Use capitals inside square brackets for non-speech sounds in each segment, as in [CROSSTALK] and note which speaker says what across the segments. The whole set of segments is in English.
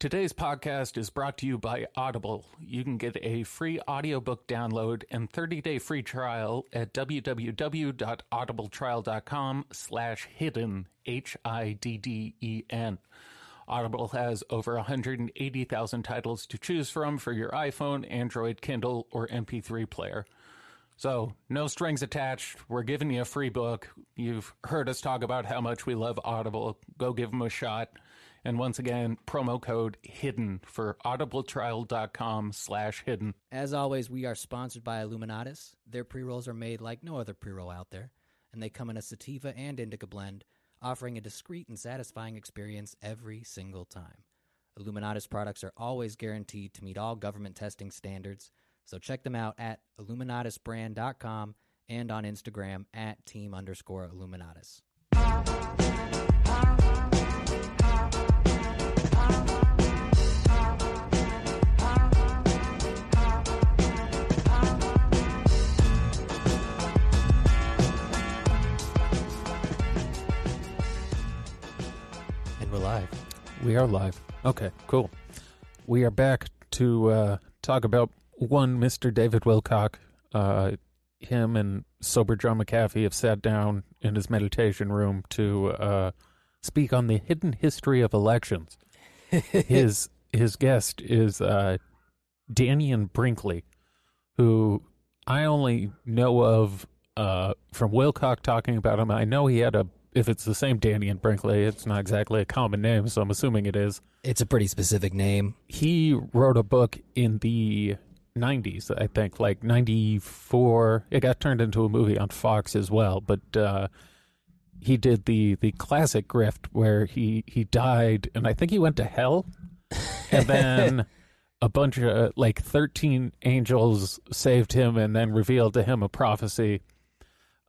Speaker 1: Today's podcast is brought to you by Audible. You can get a free audiobook download and 30-day free trial at www.audibletrial.com slash hidden, H-I-D-D-E-N. E Audible has over 180,000 titles to choose from for your iPhone, Android, Kindle, or MP3 player. So, no strings attached. We're giving you a free book. You've heard us talk about how much we love Audible. Go give them a shot. And once again, promo code HIDDEN for audibletrial.com slash hidden.
Speaker 2: As always, we are sponsored by Illuminatus. Their pre rolls are made like no other pre roll out there, and they come in a sativa and indica blend, offering a discreet and satisfying experience every single time. Illuminatus products are always guaranteed to meet all government testing standards, so check them out at illuminatusbrand.com and on Instagram at team underscore Illuminatus. And we're live.
Speaker 1: We are live. Okay, cool. We are back to uh, talk about one Mr. David Wilcock. Uh, him and sober John McAfee have sat down in his meditation room to uh, speak on the hidden history of elections. his his guest is uh, Danian Brinkley, who I only know of uh, from Wilcock talking about him. I know he had a. If it's the same Danian Brinkley, it's not exactly a common name, so I'm assuming it is
Speaker 2: It's a pretty specific name.
Speaker 1: he wrote a book in the 90s i think like 94 it got turned into a movie on fox as well but uh he did the the classic grift where he he died and i think he went to hell and then a bunch of uh, like 13 angels saved him and then revealed to him a prophecy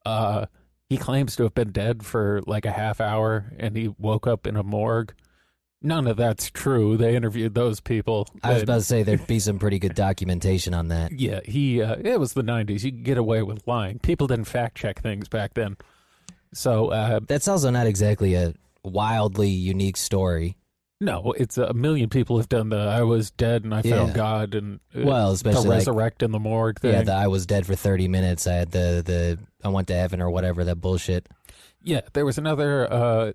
Speaker 1: uh he claims to have been dead for like a half hour and he woke up in a morgue none of that's true they interviewed those people
Speaker 2: I was
Speaker 1: They-
Speaker 2: about to say there'd be some pretty good documentation on that.
Speaker 1: yeah, he. Uh, it was the '90s. You could get away with lying. People didn't fact check things back then. So uh,
Speaker 2: That's also not exactly a wildly unique story.
Speaker 1: no, it's a million people have done the "I was dead and I found
Speaker 2: Yeah.
Speaker 1: God" and uh,
Speaker 2: Well, especially
Speaker 1: the
Speaker 2: like-
Speaker 1: resurrect in the morgue thing.
Speaker 2: Yeah, the I was dead for thirty minutes. I had the the I went to heaven or whatever that bullshit.
Speaker 1: Yeah, there was another uh,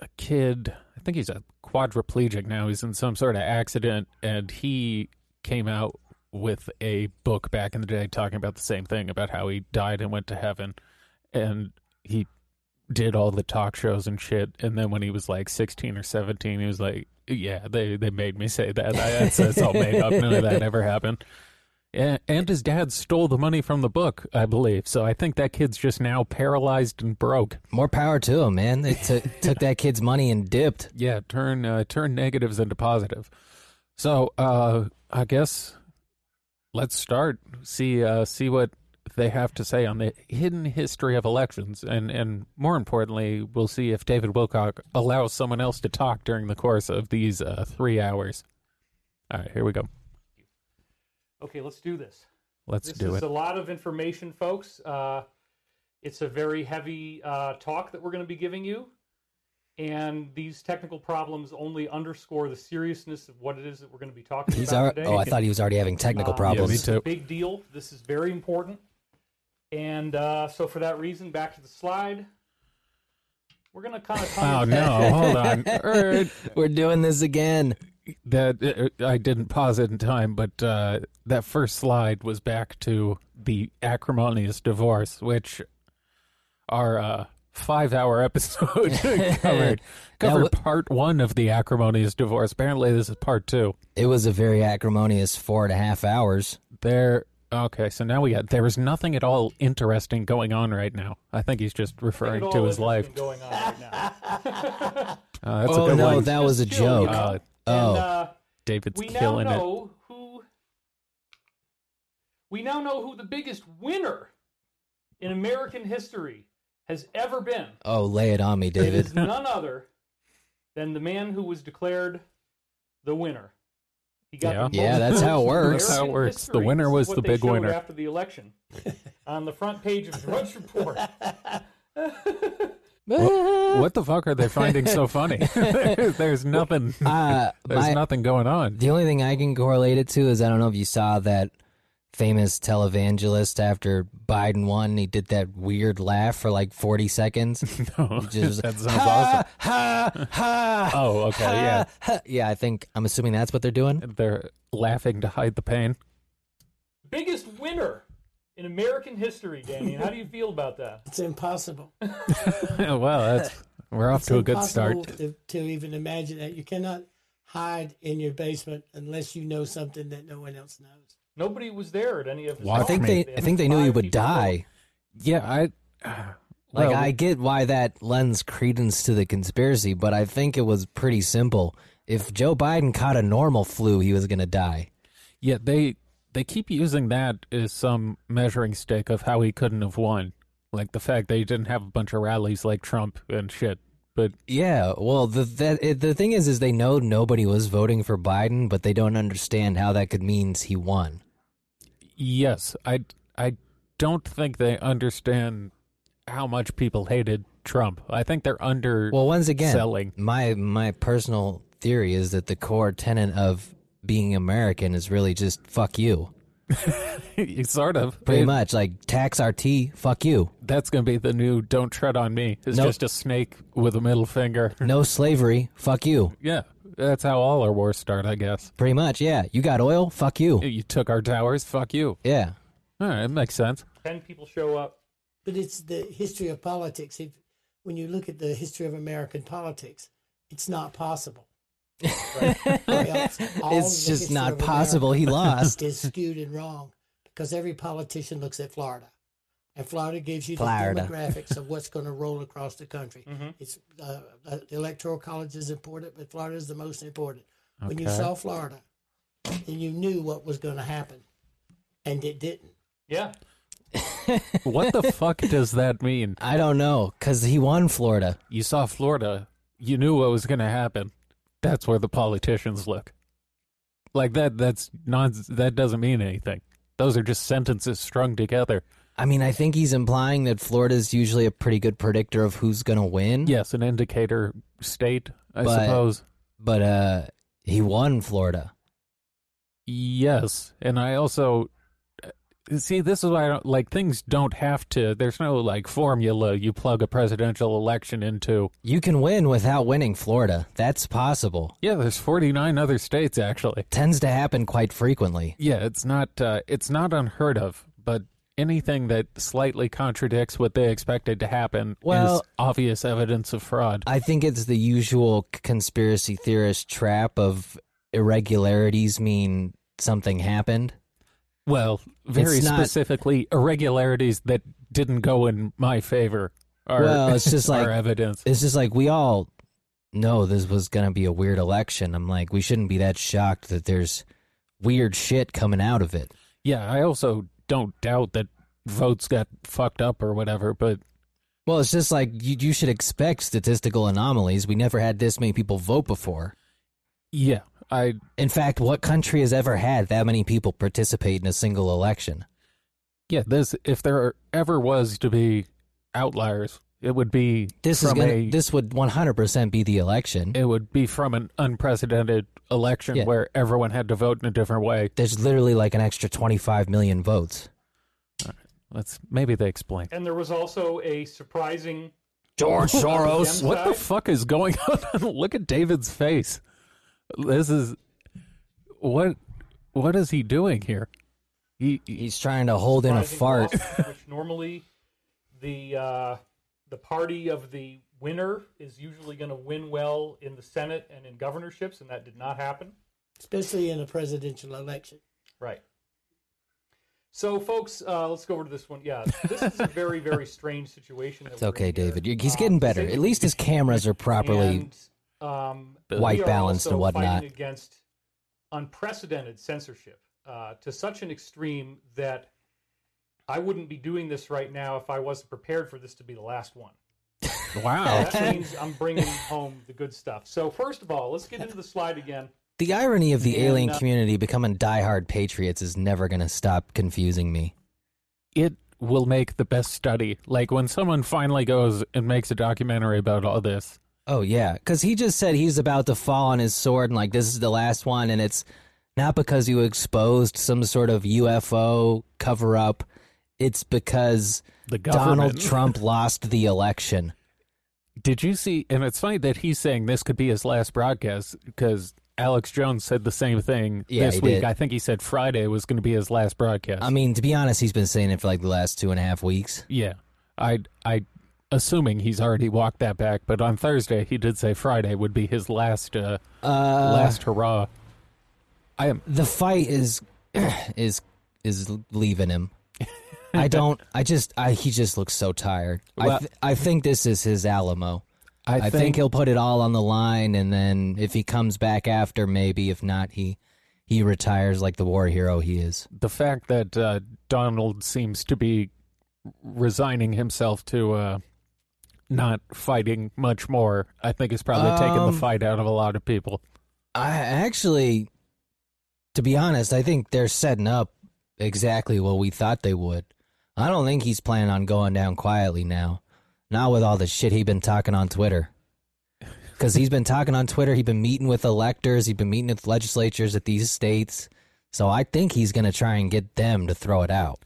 Speaker 1: a kid. I think he's a quadriplegic now. He's in some sort of accident, and he came out with a book back in the day talking about the same thing about how he died and went to heaven, and he did all the talk shows and shit. And then when he was like sixteen or seventeen, he was like, "Yeah, they they made me say that. That's, that's all made up. None of that ever happened." And, and his dad stole the money from the book, I believe. So I think that kid's just now paralyzed and broke.
Speaker 2: More power to him, man. They took took that kid's money and dipped.
Speaker 1: Yeah, turn uh, turn negatives into positive. So uh, I guess let's start. See uh, see what they have to say on the hidden history of elections, and and more importantly, we'll see if David Wilcock allows someone else to talk during the course of these uh, three hours. All right, here we go.
Speaker 3: Okay, let's do this.
Speaker 1: Let's
Speaker 3: This
Speaker 1: do it.
Speaker 3: is a lot of information, folks. Uh, it's a very heavy uh, talk that we're going to be giving you, and these technical problems only underscore the seriousness of what it is that we're going to be talking
Speaker 2: He's
Speaker 3: about
Speaker 2: al-
Speaker 3: today. Um,
Speaker 2: oh, I thought he was already having technical
Speaker 1: Yeah, me
Speaker 2: problems.
Speaker 1: too.
Speaker 3: It's a big deal. This is very important. And uh, so, for that reason, back to the slide. We're going to kind of
Speaker 1: Oh
Speaker 3: come.
Speaker 1: no! Hold
Speaker 3: [LAUGHS]
Speaker 1: on. Er,
Speaker 2: We're doing this again.
Speaker 1: that uh, I didn't pause it in time, but uh, that first slide was back to the acrimonious divorce, which our uh, five-hour
Speaker 2: [LAUGHS]
Speaker 1: episode [LAUGHS] covered covered
Speaker 2: wa-
Speaker 1: part one of the acrimonious divorce. Apparently, this is part two.
Speaker 2: It was a very acrimonious four and a half hours.
Speaker 1: There. Okay, so now we got there is nothing at all interesting going on right now. I think he's just
Speaker 3: Look at
Speaker 1: referring
Speaker 3: all
Speaker 1: to his
Speaker 3: that's
Speaker 1: life.
Speaker 3: been going on right now.
Speaker 2: [LAUGHS]
Speaker 1: Uh, that's a
Speaker 2: Oh
Speaker 1: good
Speaker 2: no,
Speaker 1: one.
Speaker 2: that was a
Speaker 3: Chill, you
Speaker 2: joke.
Speaker 3: know?
Speaker 1: Uh,
Speaker 2: oh.
Speaker 3: And, uh,
Speaker 1: David's
Speaker 3: we now
Speaker 1: killing it.
Speaker 3: know who we now know who the biggest winner in American history has ever been.
Speaker 2: oh, lay it on me,
Speaker 3: It
Speaker 2: David. [LAUGHS]
Speaker 3: [LAUGHS] is none other than the man who was declared the winner. He got
Speaker 1: Yeah.
Speaker 3: the
Speaker 2: Yeah,
Speaker 3: most
Speaker 2: that's how it
Speaker 3: votes in
Speaker 2: works.
Speaker 1: That's how it
Speaker 3: American
Speaker 1: works.
Speaker 3: history.
Speaker 1: The winner
Speaker 3: This is
Speaker 1: was
Speaker 3: what
Speaker 1: the
Speaker 3: they
Speaker 1: big
Speaker 3: showed
Speaker 1: winner.
Speaker 2: [LAUGHS]
Speaker 3: after the election on the front page of Drudge Report.
Speaker 1: What the fuck are they finding so
Speaker 2: [LAUGHS]
Speaker 1: funny? [LAUGHS] there's nothing.
Speaker 2: Uh,
Speaker 1: There's
Speaker 2: my-
Speaker 1: nothing going on.
Speaker 2: The only thing I can correlate it to is I don't know if you saw that famous televangelist after Biden won. He did that weird laugh for like 40 seconds.
Speaker 1: No,
Speaker 2: He
Speaker 1: [LAUGHS] Oh,
Speaker 2: just was
Speaker 1: that sounds [LAUGHS]
Speaker 2: ha,
Speaker 1: awesome.
Speaker 2: ha, ha,
Speaker 1: Oh, okay, yeah.
Speaker 2: ha." Yeah, I think, I'm assuming that's what they're doing.
Speaker 1: [LAUGHS] They're laughing to hide the pain.
Speaker 3: [LAUGHS]
Speaker 1: [LAUGHS]
Speaker 3: Biggest winner in American history, Danny. How do you feel about that?
Speaker 4: It's impossible.
Speaker 1: well, [LAUGHS] that's we're off
Speaker 4: It's
Speaker 1: to a good start.
Speaker 4: impossible To, to even imagine that. You cannot hide in your basement unless you know something that no one else knows.
Speaker 3: Nobody was there at any of his
Speaker 1: Watch
Speaker 2: I think
Speaker 1: me.
Speaker 2: they, I think they knew you
Speaker 3: Five
Speaker 2: would
Speaker 3: people
Speaker 2: die.
Speaker 1: Yeah, [SIGHS] I.
Speaker 2: Like
Speaker 1: Well,
Speaker 2: I get why that lends credence to the conspiracy, but I think it was pretty simple. If Joe Biden caught a normal flu, he was going to die.
Speaker 1: yeah, they they keep using that as some measuring stick of how he couldn't have won, like the fact that he didn't have a bunch of rallies like Trump and shit. But
Speaker 2: Yeah, well, the that, it, the thing is, is they know nobody was voting for Biden, but they don't understand how that could means he won.
Speaker 1: yes, I I don't think they understand how much people hated Trump. I think they're under.
Speaker 2: Well, once again,
Speaker 1: Selling.
Speaker 2: my my personal theory is that the core tenet of being American is really just fuck you,
Speaker 1: [LAUGHS] sort of
Speaker 2: pretty
Speaker 1: It-
Speaker 2: much like tax RT, fuck you,
Speaker 1: That's gonna be the new "Don't tread on me." It's
Speaker 2: No.
Speaker 1: just a snake with a middle finger.
Speaker 2: no slavery, fuck you,
Speaker 1: Yeah, that's how all our wars start, I guess.
Speaker 2: pretty much. Yeah, you got oil, fuck you.
Speaker 1: You took our towers, fuck you.
Speaker 2: Yeah.
Speaker 1: All right, it makes sense.
Speaker 3: Ten people show up.
Speaker 4: But it's the history of politics. If when you look at the history of American politics, it's not possible. Else, all
Speaker 2: it's
Speaker 4: the
Speaker 2: just
Speaker 4: history
Speaker 2: not
Speaker 4: of
Speaker 2: possible he lost.
Speaker 4: [LAUGHS] America is skewed and wrong because every politician looks at Florida, and Florida gives you
Speaker 2: Florida.
Speaker 4: the demographics of what's going to roll across the country. It's uh, uh, the electoral college is important, but Florida is the most important. When you
Speaker 1: Okay.
Speaker 4: saw Florida, then you knew what was going to happen, and it didn't.
Speaker 3: Yeah.
Speaker 1: [LAUGHS] What the fuck does that mean?
Speaker 2: I don't know because he won Florida.
Speaker 1: You saw Florida, you knew what was gonna happen. That's where the politicians look. Like that. That's non. That doesn't mean anything. Those are just sentences strung together.
Speaker 2: I mean, I think he's implying that Florida's usually a pretty good predictor of who's going to win.
Speaker 1: Yes, an indicator state, I
Speaker 2: Mm-hmm. But-
Speaker 1: suppose.
Speaker 2: But uh, he won Florida.
Speaker 1: Yes, and I also uh, see this is why I don't like things don't have to. There's no like formula you plug a presidential election into.
Speaker 2: You can win without winning Florida. That's possible.
Speaker 1: Yeah, there's 49 other states actually.
Speaker 2: Tends to happen quite frequently.
Speaker 1: Yeah, it's not uh, it's not unheard of, but anything that slightly contradicts what they expected to happen is
Speaker 2: Well-
Speaker 1: obvious evidence of fraud.
Speaker 2: I think it's the usual c- conspiracy theorist trap of irregularities mean something happened.
Speaker 1: Well, very
Speaker 2: It's not-
Speaker 1: specifically, irregularities that didn't go in my favor are [LAUGHS]
Speaker 2: Well, it's just
Speaker 1: are
Speaker 2: like-
Speaker 1: evidence.
Speaker 2: It's just like we all know this was going to be a weird election. I'm like, we shouldn't be that shocked that there's weird shit coming out of it.
Speaker 1: Yeah, I also don't doubt that votes got fucked up or whatever, but
Speaker 2: Well, it's just like you, you should expect statistical anomalies. We never had this many people vote before.
Speaker 1: yeah, I
Speaker 2: In fact, what country has ever had that many people participate in a single election?
Speaker 1: yeah, this if there ever was to be outliers, it would be
Speaker 2: This is
Speaker 1: from
Speaker 2: gonna,
Speaker 1: a
Speaker 2: this would 100% be the election.
Speaker 1: it would be from an unprecedented election
Speaker 2: Yeah.
Speaker 1: where everyone had to vote in a different way.
Speaker 2: There's literally like an extra 25 million votes.
Speaker 1: Let's maybe they explain.
Speaker 3: And there was also a surprising
Speaker 2: George Soros.
Speaker 1: What the fuck is going [LAUGHS] on? Look at David's face. This is what what is he doing here? He, he
Speaker 2: He's trying to hold in a
Speaker 3: surprising
Speaker 2: fart.
Speaker 3: loss, which normally the uh, the party of the winner is usually going to win well in the Senate and in governorships, and that did not happen.
Speaker 4: especially in a presidential election.
Speaker 3: Right. So, folks, uh, let's go over to this one. Yeah, this is a very, very strange situation. That
Speaker 2: It's
Speaker 3: we're in
Speaker 2: okay,
Speaker 3: here.
Speaker 2: David. You're, he's
Speaker 3: Um,
Speaker 2: getting better.
Speaker 3: thank
Speaker 2: At
Speaker 3: you.
Speaker 2: least his cameras are properly.
Speaker 3: And, um,
Speaker 2: white
Speaker 3: we are
Speaker 2: balanced and
Speaker 3: also
Speaker 2: whatnot.
Speaker 3: fighting Against unprecedented censorship uh, to such an extreme that I wouldn't be doing this right now if I wasn't prepared for this to be the last one.
Speaker 2: Oh.
Speaker 3: [LAUGHS]
Speaker 1: wow.
Speaker 2: [LAUGHS]
Speaker 3: That means I'm bringing home the good stuff. So first of all, let's get into the slide again.
Speaker 2: The irony of the
Speaker 3: And,
Speaker 2: alien
Speaker 3: uh,
Speaker 2: community becoming diehard patriots is never going to stop confusing me.
Speaker 1: it will make the best study. Like when someone finally goes and makes a documentary about all this.
Speaker 2: Oh yeah, because he just said he's about to fall on his sword, and like this is the last one, and it's not because you exposed some sort of UFO cover up. It's because
Speaker 1: The government.
Speaker 2: Donald Trump lost the election.
Speaker 1: Did you see? And it's funny that he's saying this could be his last broadcast because Alex Jones said the same thing
Speaker 2: Yeah,
Speaker 1: this
Speaker 2: he
Speaker 1: week.
Speaker 2: did.
Speaker 1: I think he said Friday was going to be his last broadcast.
Speaker 2: I mean, to be honest, he's been saying it for like the last two and a half weeks.
Speaker 1: yeah, I I assuming he's already walked that back. But on Thursday, he did say Friday would be his last uh,
Speaker 2: Uh,
Speaker 1: last hurrah. I am
Speaker 2: the fight is [CLEARS THROAT] is is leaving him. I don't. I just. I he just looks so tired. I
Speaker 1: Well-
Speaker 2: th- I think this is his Alamo.
Speaker 1: I,
Speaker 2: I, think, he'll put it all on the line, and then if he comes back after, maybe. If not, he he retires like the war hero he is.
Speaker 1: the fact that uh, Donald seems to be resigning himself to uh, not fighting much more, I think is probably taking
Speaker 2: Um,
Speaker 1: the fight out of a lot of people.
Speaker 2: I actually, to be honest, I think they're setting up exactly what we thought they would. I don't think he's planning on going down quietly now. Not with all the shit he's been talking on Twitter. Because he's been talking on Twitter, he's been meeting with electors, he's been meeting with legislatures at these states. So I think he's going to try and get them to throw it out.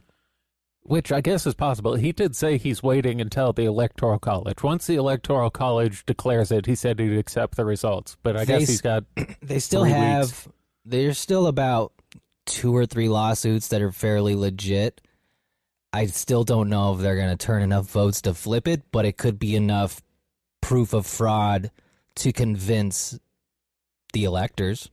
Speaker 1: Which I guess is possible. He did say he's waiting until the Electoral College. Once the Electoral College declares it, he said he'd accept the results. But I
Speaker 2: They
Speaker 1: guess
Speaker 2: s-
Speaker 1: he's got
Speaker 2: they still
Speaker 1: three
Speaker 2: have
Speaker 1: weeks.
Speaker 2: there's still about two or three lawsuits that are fairly legit i still don't know if they're going to turn enough votes to flip it but it could be enough proof of fraud to convince the electors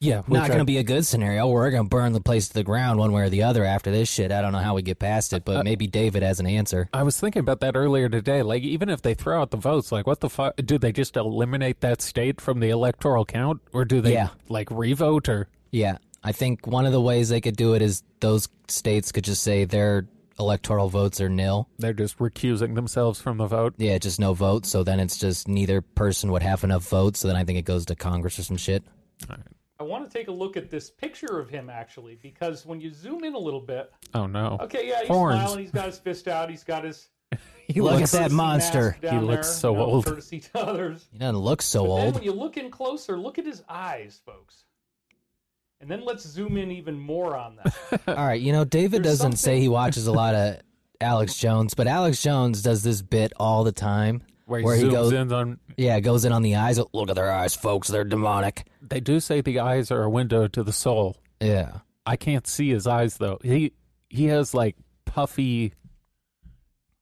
Speaker 1: yeah, which
Speaker 2: not
Speaker 1: I-
Speaker 2: going to be a good scenario we're going to burn the place to the ground one way or the other after this shit i don't know how we get past it but maybe david has an answer
Speaker 1: I was thinking about that earlier today. Like, even if they throw out the votes, like, what the fuck? Do they just eliminate that state from the electoral count, or do they
Speaker 2: Yeah.
Speaker 1: like revote? Or
Speaker 2: yeah i think one of the ways they could do it is those states could just say their electoral votes are nil
Speaker 1: they're just recusing themselves from the vote?
Speaker 2: Yeah, just no vote. So then it's just neither person would have enough votes. So then I think it goes to Congress or some shit.
Speaker 3: I want to take a look at this picture of him actually, because when you zoom in a little bit,
Speaker 1: Oh no!
Speaker 3: okay, yeah, he's
Speaker 1: Horns.
Speaker 3: smiling, he's got his fist out, he's got his
Speaker 1: He
Speaker 2: Look
Speaker 1: looks
Speaker 2: at that
Speaker 3: courtesy
Speaker 2: monster.
Speaker 3: mask down
Speaker 1: He looks
Speaker 3: there,
Speaker 1: so
Speaker 3: you know,
Speaker 1: old.
Speaker 3: Courtesy to others.
Speaker 2: He doesn't look
Speaker 3: [LAUGHS]
Speaker 2: so
Speaker 3: But then when
Speaker 2: old.
Speaker 3: you look in closer, look at his eyes, folks. And then let's zoom in even more on that.
Speaker 2: All right, you know David
Speaker 3: There's
Speaker 2: doesn't say he watches a lot of Alex Jones, but Alex Jones does this bit all the time
Speaker 1: where he
Speaker 2: he
Speaker 1: zooms
Speaker 2: goes,
Speaker 1: in on.
Speaker 2: yeah, goes in on the eyes. Look at their eyes, folks. They're demonic.
Speaker 1: They do say the eyes are a window to the soul.
Speaker 2: Yeah,
Speaker 1: I can't see his eyes though. He he has like puffy.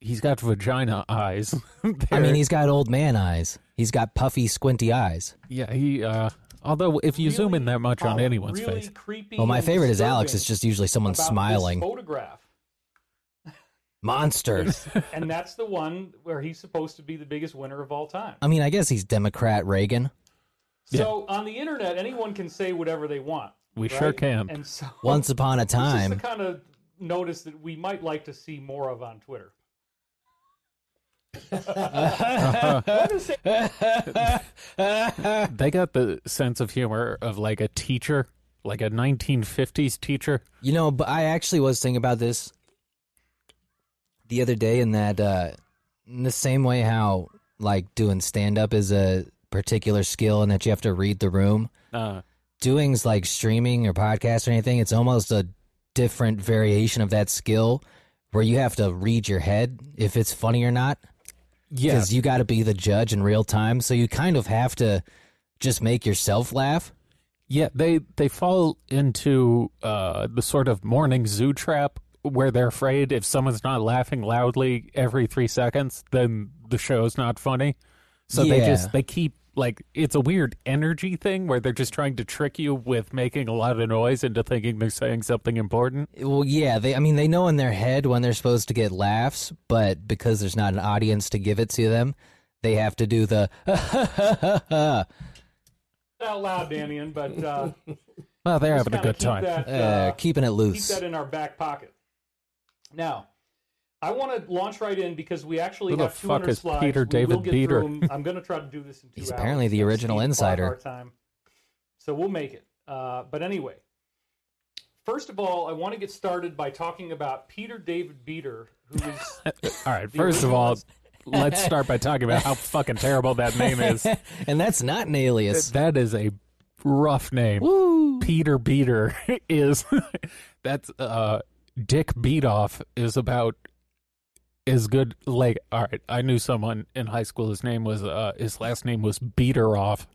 Speaker 1: He's got vagina [LAUGHS] eyes.
Speaker 2: I mean he's got old man eyes. He's got puffy, squinty eyes.
Speaker 1: yeah. He uh, although [LAUGHS] if you zoom in that much on
Speaker 3: Um,
Speaker 1: anyone's
Speaker 3: really
Speaker 1: face,
Speaker 3: creepy
Speaker 2: Well, my
Speaker 3: and
Speaker 2: favorite is Alex.
Speaker 3: disturbing
Speaker 2: It's just usually someone
Speaker 3: about this
Speaker 2: smiling.
Speaker 3: photograph.
Speaker 2: Monster.
Speaker 1: [LAUGHS]
Speaker 3: and that's the one where he's supposed to be the biggest winner of all time.
Speaker 2: I mean, I guess he's Democrat Reagan.
Speaker 3: So on the internet, anyone can say whatever they want.
Speaker 1: we
Speaker 3: right?
Speaker 1: sure can.
Speaker 3: And so
Speaker 2: Once upon a
Speaker 3: [LAUGHS] this is the
Speaker 2: time,
Speaker 3: kind of notice that we might like to see more of on Twitter.
Speaker 1: they got the sense of humor of like a teacher, like a 1950s teacher.
Speaker 2: You know, but I actually was thinking about this the other day in that uh in the same way how like doing stand up is a particular skill and that you have to read the room.
Speaker 1: Uh,
Speaker 2: Doing's like streaming or podcast or anything, it's almost a different variation of that skill where you have to read your head if it's funny or not
Speaker 1: yeah,
Speaker 2: because you got to be the judge in real time. So you kind of have to just make yourself laugh.
Speaker 1: Yeah, they they fall into uh, the sort of morning zoo trap where they're afraid if someone's not laughing loudly every three seconds, then the show's not funny. So they
Speaker 2: Yeah.
Speaker 1: just they keep like it's a weird energy thing where they're just trying to trick you with making a lot of noise into thinking they're saying something important.
Speaker 2: Well, yeah, they. I mean, they know in their head when they're supposed to get laughs, but because there's not an audience to give it to them, they have to do the. [LAUGHS]
Speaker 3: Not out loud, Danian, but uh,
Speaker 1: Well, they're
Speaker 3: just
Speaker 1: having a
Speaker 3: kinda
Speaker 1: good
Speaker 3: keep
Speaker 1: time.
Speaker 3: that,
Speaker 2: uh,
Speaker 3: uh,
Speaker 2: keeping it
Speaker 3: keep
Speaker 2: loose.
Speaker 3: that in our back pocket. Now, I want to launch right in because we actually
Speaker 1: Who the
Speaker 3: have
Speaker 1: fuck
Speaker 3: 200
Speaker 1: is
Speaker 3: slides.
Speaker 1: Peter
Speaker 3: We will
Speaker 1: David
Speaker 3: get
Speaker 1: Beater?
Speaker 3: through 'em. I'm going to try to do this in two
Speaker 2: He's
Speaker 3: hours.
Speaker 2: apparently the
Speaker 3: That's
Speaker 2: original
Speaker 3: eight o'clock
Speaker 2: insider.
Speaker 3: our time. So we'll make it. Uh, but anyway, First of all, I want to get started by talking about Peter David Beater, who is
Speaker 1: [LAUGHS] All right. First of all, let's start by talking about how fucking terrible that name [LAUGHS]
Speaker 2: [LAUGHS]
Speaker 1: is.
Speaker 2: and that's not an alias.
Speaker 1: That is a rough name. Peter Beater [LAUGHS] is that's uh Dick Beatoff is about is good like all right i knew someone in high school his name was uh his last name was beater off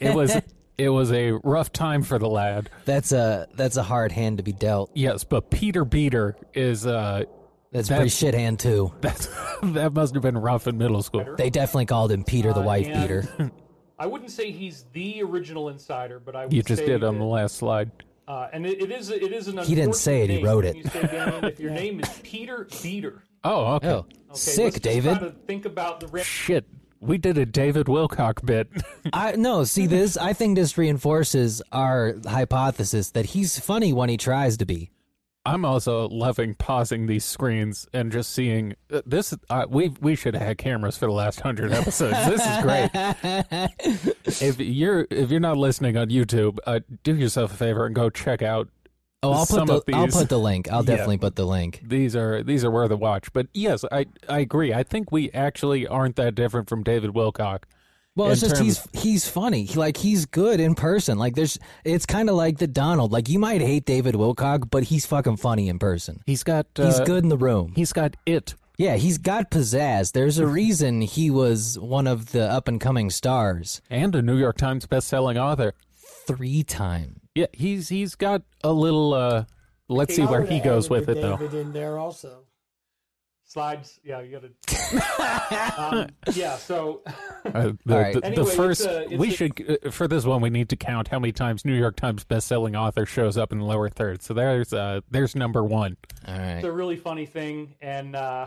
Speaker 1: it was it was a rough time for the lad
Speaker 2: That's a that's a hard hand to be dealt.
Speaker 1: yes but peter beater is uh [LAUGHS] That's-
Speaker 2: That's, pretty shit hand too.
Speaker 1: that's that must have been rough in middle school
Speaker 2: They definitely called him Peter [LAUGHS] the
Speaker 3: Uh,
Speaker 2: Wife
Speaker 3: and-
Speaker 2: Beater.
Speaker 3: I wouldn't say he's the original insider, but I would
Speaker 1: you just
Speaker 3: say
Speaker 1: did on
Speaker 3: that-
Speaker 1: the last slide
Speaker 3: Uh, and it, it is it is an
Speaker 2: He didn't say it, he
Speaker 3: unfortunate
Speaker 2: wrote
Speaker 3: name
Speaker 2: it.
Speaker 3: when you say Damien, if your name is Peter Beater,
Speaker 1: oh okay
Speaker 2: Oh,
Speaker 3: okay, let's
Speaker 2: sick,
Speaker 3: just
Speaker 2: David.
Speaker 3: try to think about the ra-
Speaker 1: shit we did a david wilcock bit [LAUGHS]
Speaker 2: I no, see this. I think this reinforces our hypothesis that he's funny when he tries to be.
Speaker 1: I'm also loving pausing these screens and just seeing uh, this. Uh, we we should have had cameras for the last hundred episodes. this is great.
Speaker 2: [LAUGHS]
Speaker 1: if you're if you're not listening on YouTube, uh, do yourself a favor and go check out.
Speaker 2: Oh, I'll put
Speaker 1: Some
Speaker 2: the
Speaker 1: of
Speaker 2: I'll
Speaker 1: these-
Speaker 2: put the link. I'll definitely put the link.
Speaker 1: These are these are worth a watch. But yes, I I agree. I think we actually aren't that different from David Wilcock.
Speaker 2: Well, it's
Speaker 1: In
Speaker 2: just
Speaker 1: terms-
Speaker 2: he's he's funny. He, like he's good in person. Like there's it's kind of like the Donald. Like you might hate David Wilcock, but he's fucking funny in person.
Speaker 1: He's got uh,
Speaker 2: He's good in the room.
Speaker 1: He's got it.
Speaker 2: Yeah, he's got pizzazz.
Speaker 1: [LAUGHS]
Speaker 2: There's a reason he was one of the up and coming stars
Speaker 1: And a New York Times best-selling author.
Speaker 2: three times.
Speaker 1: Yeah, he's he's got a little. Uh, let's see
Speaker 4: I
Speaker 1: where
Speaker 4: would've
Speaker 1: he goes with
Speaker 4: added the
Speaker 1: it though.
Speaker 4: David in there also.
Speaker 3: slides. Yeah, you gotta.
Speaker 2: [LAUGHS]
Speaker 3: um, yeah, so
Speaker 1: Uh, the,
Speaker 2: All right.
Speaker 1: the, the
Speaker 3: Anyway, it's
Speaker 1: first
Speaker 3: a- it's
Speaker 1: we
Speaker 3: a-
Speaker 1: should uh, for this one we need to count how many times New York Times best-selling author shows up in the lower third. So there's uh there's number one.
Speaker 2: All right.
Speaker 3: it's a really funny thing, and uh,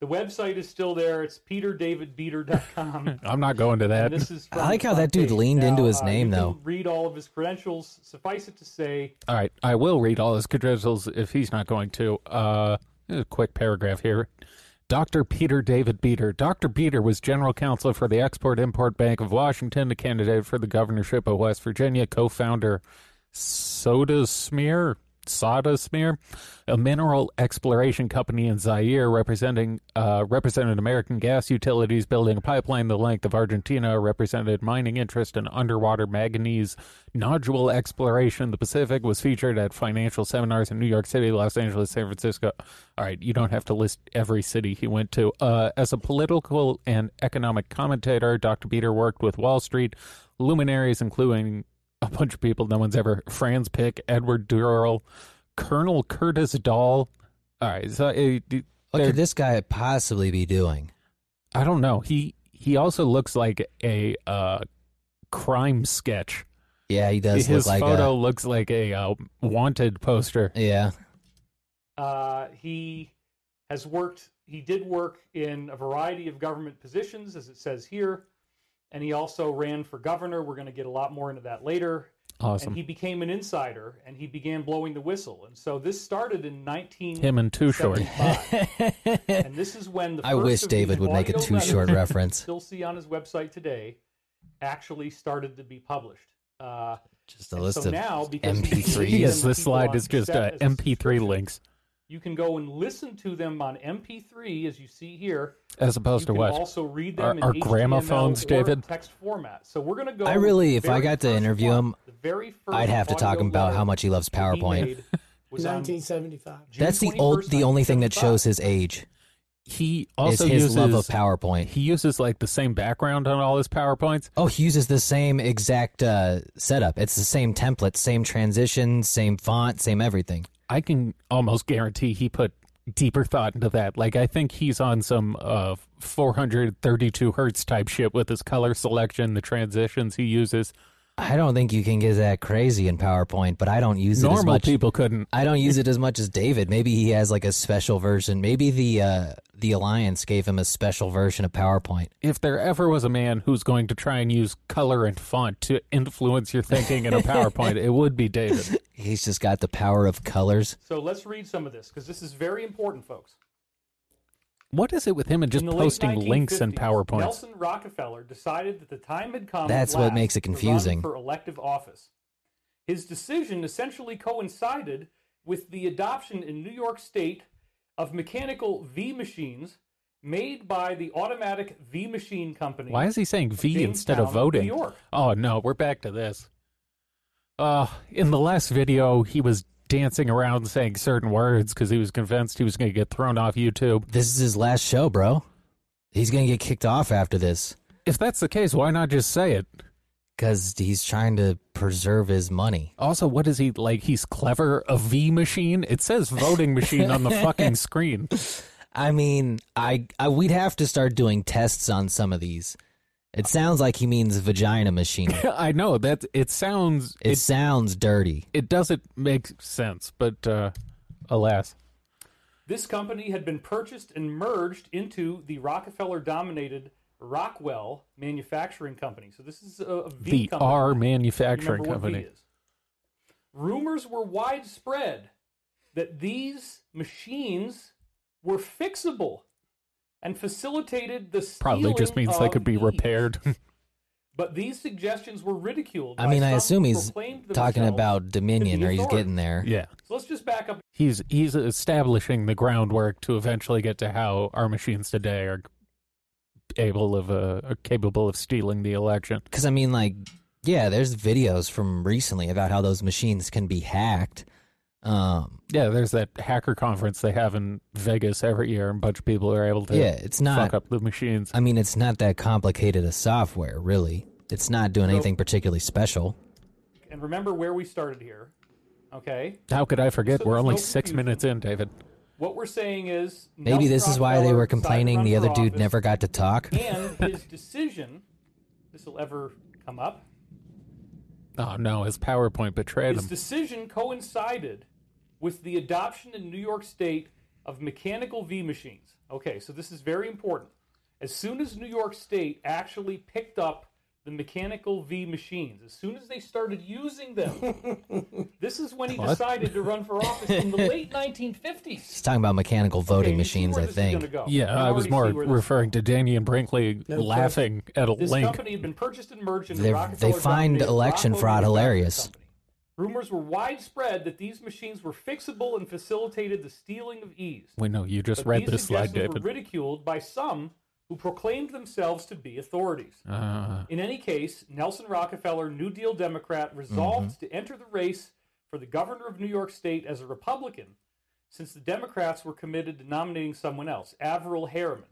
Speaker 3: the website is still there. It's
Speaker 2: [LAUGHS]
Speaker 3: peterdavidbeater.com.
Speaker 1: I'm not going to
Speaker 3: And
Speaker 1: that.
Speaker 3: this is from
Speaker 2: I like
Speaker 3: the
Speaker 2: how
Speaker 3: front
Speaker 2: that dude
Speaker 3: page.
Speaker 2: leaned
Speaker 3: Now,
Speaker 2: into his
Speaker 3: uh,
Speaker 2: name,
Speaker 3: you can
Speaker 2: though.
Speaker 3: Read all of his credentials. Suffice it to say,
Speaker 1: All right, I will read all his credentials if he's not going to. Uh, a quick paragraph here. Dr. Peter David Beater. Dr. Beater was general counsel for the Export Import Bank of Washington, a candidate for the governorship of West Virginia, co founder Soda Smear, Soda Smear, a mineral exploration company in Zaire, representing uh, represented American gas utilities, building a pipeline the length of Argentina, represented mining interest in underwater manganese nodule exploration in the Pacific, was featured at financial seminars in New York City, Los Angeles, San Francisco. All right, you don't have to list every city he went to. Uh, as a political and economic commentator, Dr. Beater worked with Wall Street luminaries, including a bunch of people no one's ever Franz Pick, Edward Durrell, Colonel Curtis Dahl. All right, so uh, d-
Speaker 2: What
Speaker 1: there-
Speaker 2: could this guy possibly be doing?
Speaker 1: I don't know. He he also looks like a uh, crime sketch.
Speaker 2: Yeah, he does
Speaker 1: His
Speaker 2: look like
Speaker 1: photo looks like a uh, wanted poster.
Speaker 2: a. Yeah.
Speaker 3: Uh, he has worked, he did work in a variety of government positions, as it says here, and he also ran for governor. We're going to get a lot more into that later.
Speaker 1: Awesome.
Speaker 3: And he became an insider and he began blowing the whistle. And so this started in 19.
Speaker 1: Him and Too Short.
Speaker 3: 75.
Speaker 2: [LAUGHS]
Speaker 3: and this is when the
Speaker 2: I
Speaker 3: first
Speaker 2: wish
Speaker 3: of
Speaker 2: David
Speaker 3: these
Speaker 2: would make a
Speaker 3: audio
Speaker 2: too
Speaker 1: [LAUGHS]
Speaker 3: letters
Speaker 2: short
Speaker 3: you
Speaker 2: reference.
Speaker 3: Still see on his website today, actually started to be published. Uh,
Speaker 2: Just a
Speaker 3: And
Speaker 2: list
Speaker 3: so
Speaker 2: of
Speaker 3: now, because he-
Speaker 2: MP3s.
Speaker 1: yes, this
Speaker 3: people
Speaker 1: slide
Speaker 3: on
Speaker 1: is just uh,
Speaker 3: set as a
Speaker 1: MP3
Speaker 3: subscription.
Speaker 1: links
Speaker 3: you can go and listen to them on MP3, as you see here.
Speaker 1: as opposed to
Speaker 3: you
Speaker 1: what?
Speaker 3: can also read them
Speaker 1: Our-
Speaker 3: in
Speaker 1: our
Speaker 3: HTML
Speaker 1: gramophones,
Speaker 3: or
Speaker 1: David?
Speaker 3: Text format. So we're gonna go.
Speaker 2: I really-
Speaker 3: with the
Speaker 2: if I
Speaker 3: very
Speaker 2: got to
Speaker 3: first
Speaker 2: interview
Speaker 3: one.
Speaker 2: him,
Speaker 3: the very first
Speaker 2: I'd have to talk
Speaker 3: audio
Speaker 2: about
Speaker 3: letter
Speaker 2: how much he loves
Speaker 3: that he
Speaker 2: PowerPoint.
Speaker 3: made was on
Speaker 4: 1975.
Speaker 3: June
Speaker 2: That's the
Speaker 3: 21st,
Speaker 2: old, the only thing that shows
Speaker 3: 1975.
Speaker 2: his age
Speaker 1: He also
Speaker 2: is his
Speaker 1: uses
Speaker 2: love of PowerPoint.
Speaker 1: he uses like the same background on all his powerpoints.
Speaker 2: Oh, he uses the same exact uh, setup. It's the same template, same transition, same font, same everything.
Speaker 1: I can almost guarantee he put deeper thought into that. Like I think he's on some uh 432 hertz type shit with his color selection, the transitions he uses.
Speaker 2: I don't think you can get that crazy in PowerPoint, but I don't use it as
Speaker 1: Normal
Speaker 2: much.
Speaker 1: people couldn't.
Speaker 2: I don't use it as much as David. Maybe he has like a special version. Maybe the uh, the Alliance gave him a special version of PowerPoint.
Speaker 1: If there ever was a man who's going to try and use color and font to influence your thinking [LAUGHS] in a PowerPoint, it would be David.
Speaker 2: He's just got the power of colors.
Speaker 3: So let's read some of this because this is very important, folks.
Speaker 1: What is it with him and just
Speaker 3: in the
Speaker 1: posting
Speaker 3: late
Speaker 1: links and
Speaker 3: 1950s,
Speaker 1: PowerPoints?
Speaker 3: Nelson Rockefeller decided that the time had come.
Speaker 2: That's
Speaker 3: at
Speaker 2: what
Speaker 3: last
Speaker 2: makes it
Speaker 3: to run
Speaker 2: confusing.
Speaker 3: For elective office, His decision essentially coincided with the adoption in New York State of mechanical V machines made by the Automatic V Machine Company.
Speaker 1: Why is he saying V
Speaker 3: Jamestown,
Speaker 1: instead of
Speaker 3: New
Speaker 1: voting?
Speaker 3: York.
Speaker 1: Oh no, we're back to this. Uh, in the last video, he was dancing around saying certain words because he was convinced he was going to get thrown off YouTube.
Speaker 2: This is his last show, bro. He's gonna get kicked off after this
Speaker 1: If that's the case, why not just say it?
Speaker 2: because he's trying to preserve his money.
Speaker 1: Also, what is he like? He's clever. A V machine. It says
Speaker 3: [LAUGHS]
Speaker 1: voting machine on the fucking screen.
Speaker 2: I mean, I, I we'd have to start doing tests on some of these. It sounds like he means vagina machine.
Speaker 1: I know that it sounds
Speaker 2: It
Speaker 1: it
Speaker 2: sounds dirty.
Speaker 1: it doesn't make sense, but uh, alas,
Speaker 3: This company had been purchased and merged into the Rockefeller dominated Rockwell Manufacturing Company. So this is a, a V
Speaker 1: the
Speaker 3: company.
Speaker 1: R
Speaker 3: You remember
Speaker 1: manufacturing
Speaker 3: what
Speaker 1: company.
Speaker 3: V is. Rumors were widespread that these machines were fixable and facilitated the
Speaker 1: Probably just
Speaker 3: stealing
Speaker 1: means they
Speaker 3: of
Speaker 1: could be
Speaker 3: Eve.
Speaker 1: repaired. [LAUGHS]
Speaker 3: But these suggestions were ridiculed.
Speaker 2: I
Speaker 3: by
Speaker 2: mean, I
Speaker 3: some
Speaker 2: assume
Speaker 3: who
Speaker 2: he's
Speaker 3: proclaimed
Speaker 2: talking
Speaker 3: themselves
Speaker 2: about Dominion,
Speaker 3: to be
Speaker 2: or he's
Speaker 3: authority.
Speaker 2: getting there.
Speaker 1: yeah,
Speaker 3: So let's just back up
Speaker 1: he's he's establishing the groundwork to eventually get to how our machines today are able of uh, are capable of stealing the election.
Speaker 2: Because I mean, like, yeah, there's videos from recently about how those machines can be hacked. Um,
Speaker 1: Yeah, there's that hacker conference they have in Vegas every year, and a bunch of people are able to
Speaker 2: yeah, it's
Speaker 1: fuck
Speaker 2: not.
Speaker 1: up the machines.
Speaker 2: I mean, it's not that complicated a software, really. It's not doing
Speaker 3: So-
Speaker 2: anything particularly special.
Speaker 3: and remember where we started here. Okay.
Speaker 1: How could I forget?
Speaker 3: So
Speaker 1: We're
Speaker 3: there's
Speaker 1: only
Speaker 3: no
Speaker 1: six
Speaker 3: confusion.
Speaker 1: minutes in, David.
Speaker 3: What we're saying is
Speaker 2: Maybe
Speaker 3: Nelson
Speaker 2: this is why they
Speaker 3: Rockefeller
Speaker 2: were
Speaker 3: decided to
Speaker 2: complaining
Speaker 3: run
Speaker 2: the
Speaker 3: for
Speaker 2: other dude
Speaker 3: office,
Speaker 2: never got to talk.
Speaker 3: [LAUGHS] and his decision. This will ever come up.
Speaker 1: Oh no, his PowerPoint betrayed
Speaker 3: His
Speaker 1: him.
Speaker 3: decision coincided with the adoption in New York State of mechanical V machines. Okay, so this is very important. As soon as New York State actually picked up the mechanical V machines, as soon as they started using them,
Speaker 2: [LAUGHS]
Speaker 3: this is when he
Speaker 1: What?
Speaker 3: decided to run for office in
Speaker 2: [LAUGHS]
Speaker 3: the late 1950s.
Speaker 2: He's talking about mechanical voting
Speaker 3: Okay, you see
Speaker 2: machines,
Speaker 3: where
Speaker 2: I
Speaker 3: this is
Speaker 2: think.
Speaker 3: gonna go. You
Speaker 1: Yeah, I was
Speaker 3: already
Speaker 1: more
Speaker 3: see where this is
Speaker 1: referring to Danny and Brinkley
Speaker 4: No
Speaker 1: laughing at a
Speaker 3: This
Speaker 1: link.
Speaker 3: company had been purchased and merged into
Speaker 2: They-
Speaker 3: Rockefeller.
Speaker 2: they find
Speaker 3: dominated
Speaker 2: election
Speaker 3: Rockwell
Speaker 2: fraud
Speaker 3: Manufacturing
Speaker 2: hilarious.
Speaker 3: Company. Rumors were widespread that these machines were fixable and facilitated the stealing of ease.
Speaker 1: We know you just
Speaker 3: But
Speaker 1: read
Speaker 3: these
Speaker 1: this slide,
Speaker 3: suggestions
Speaker 1: David.
Speaker 3: were ridiculed by some who proclaimed themselves to be authorities.
Speaker 1: Uh,
Speaker 3: In any case, Nelson Rockefeller, New Deal Democrat, resolved
Speaker 2: Mm-hmm.
Speaker 3: to enter the race for the governor of New York State as a Republican, since the Democrats were committed to nominating someone else, Averill Harriman.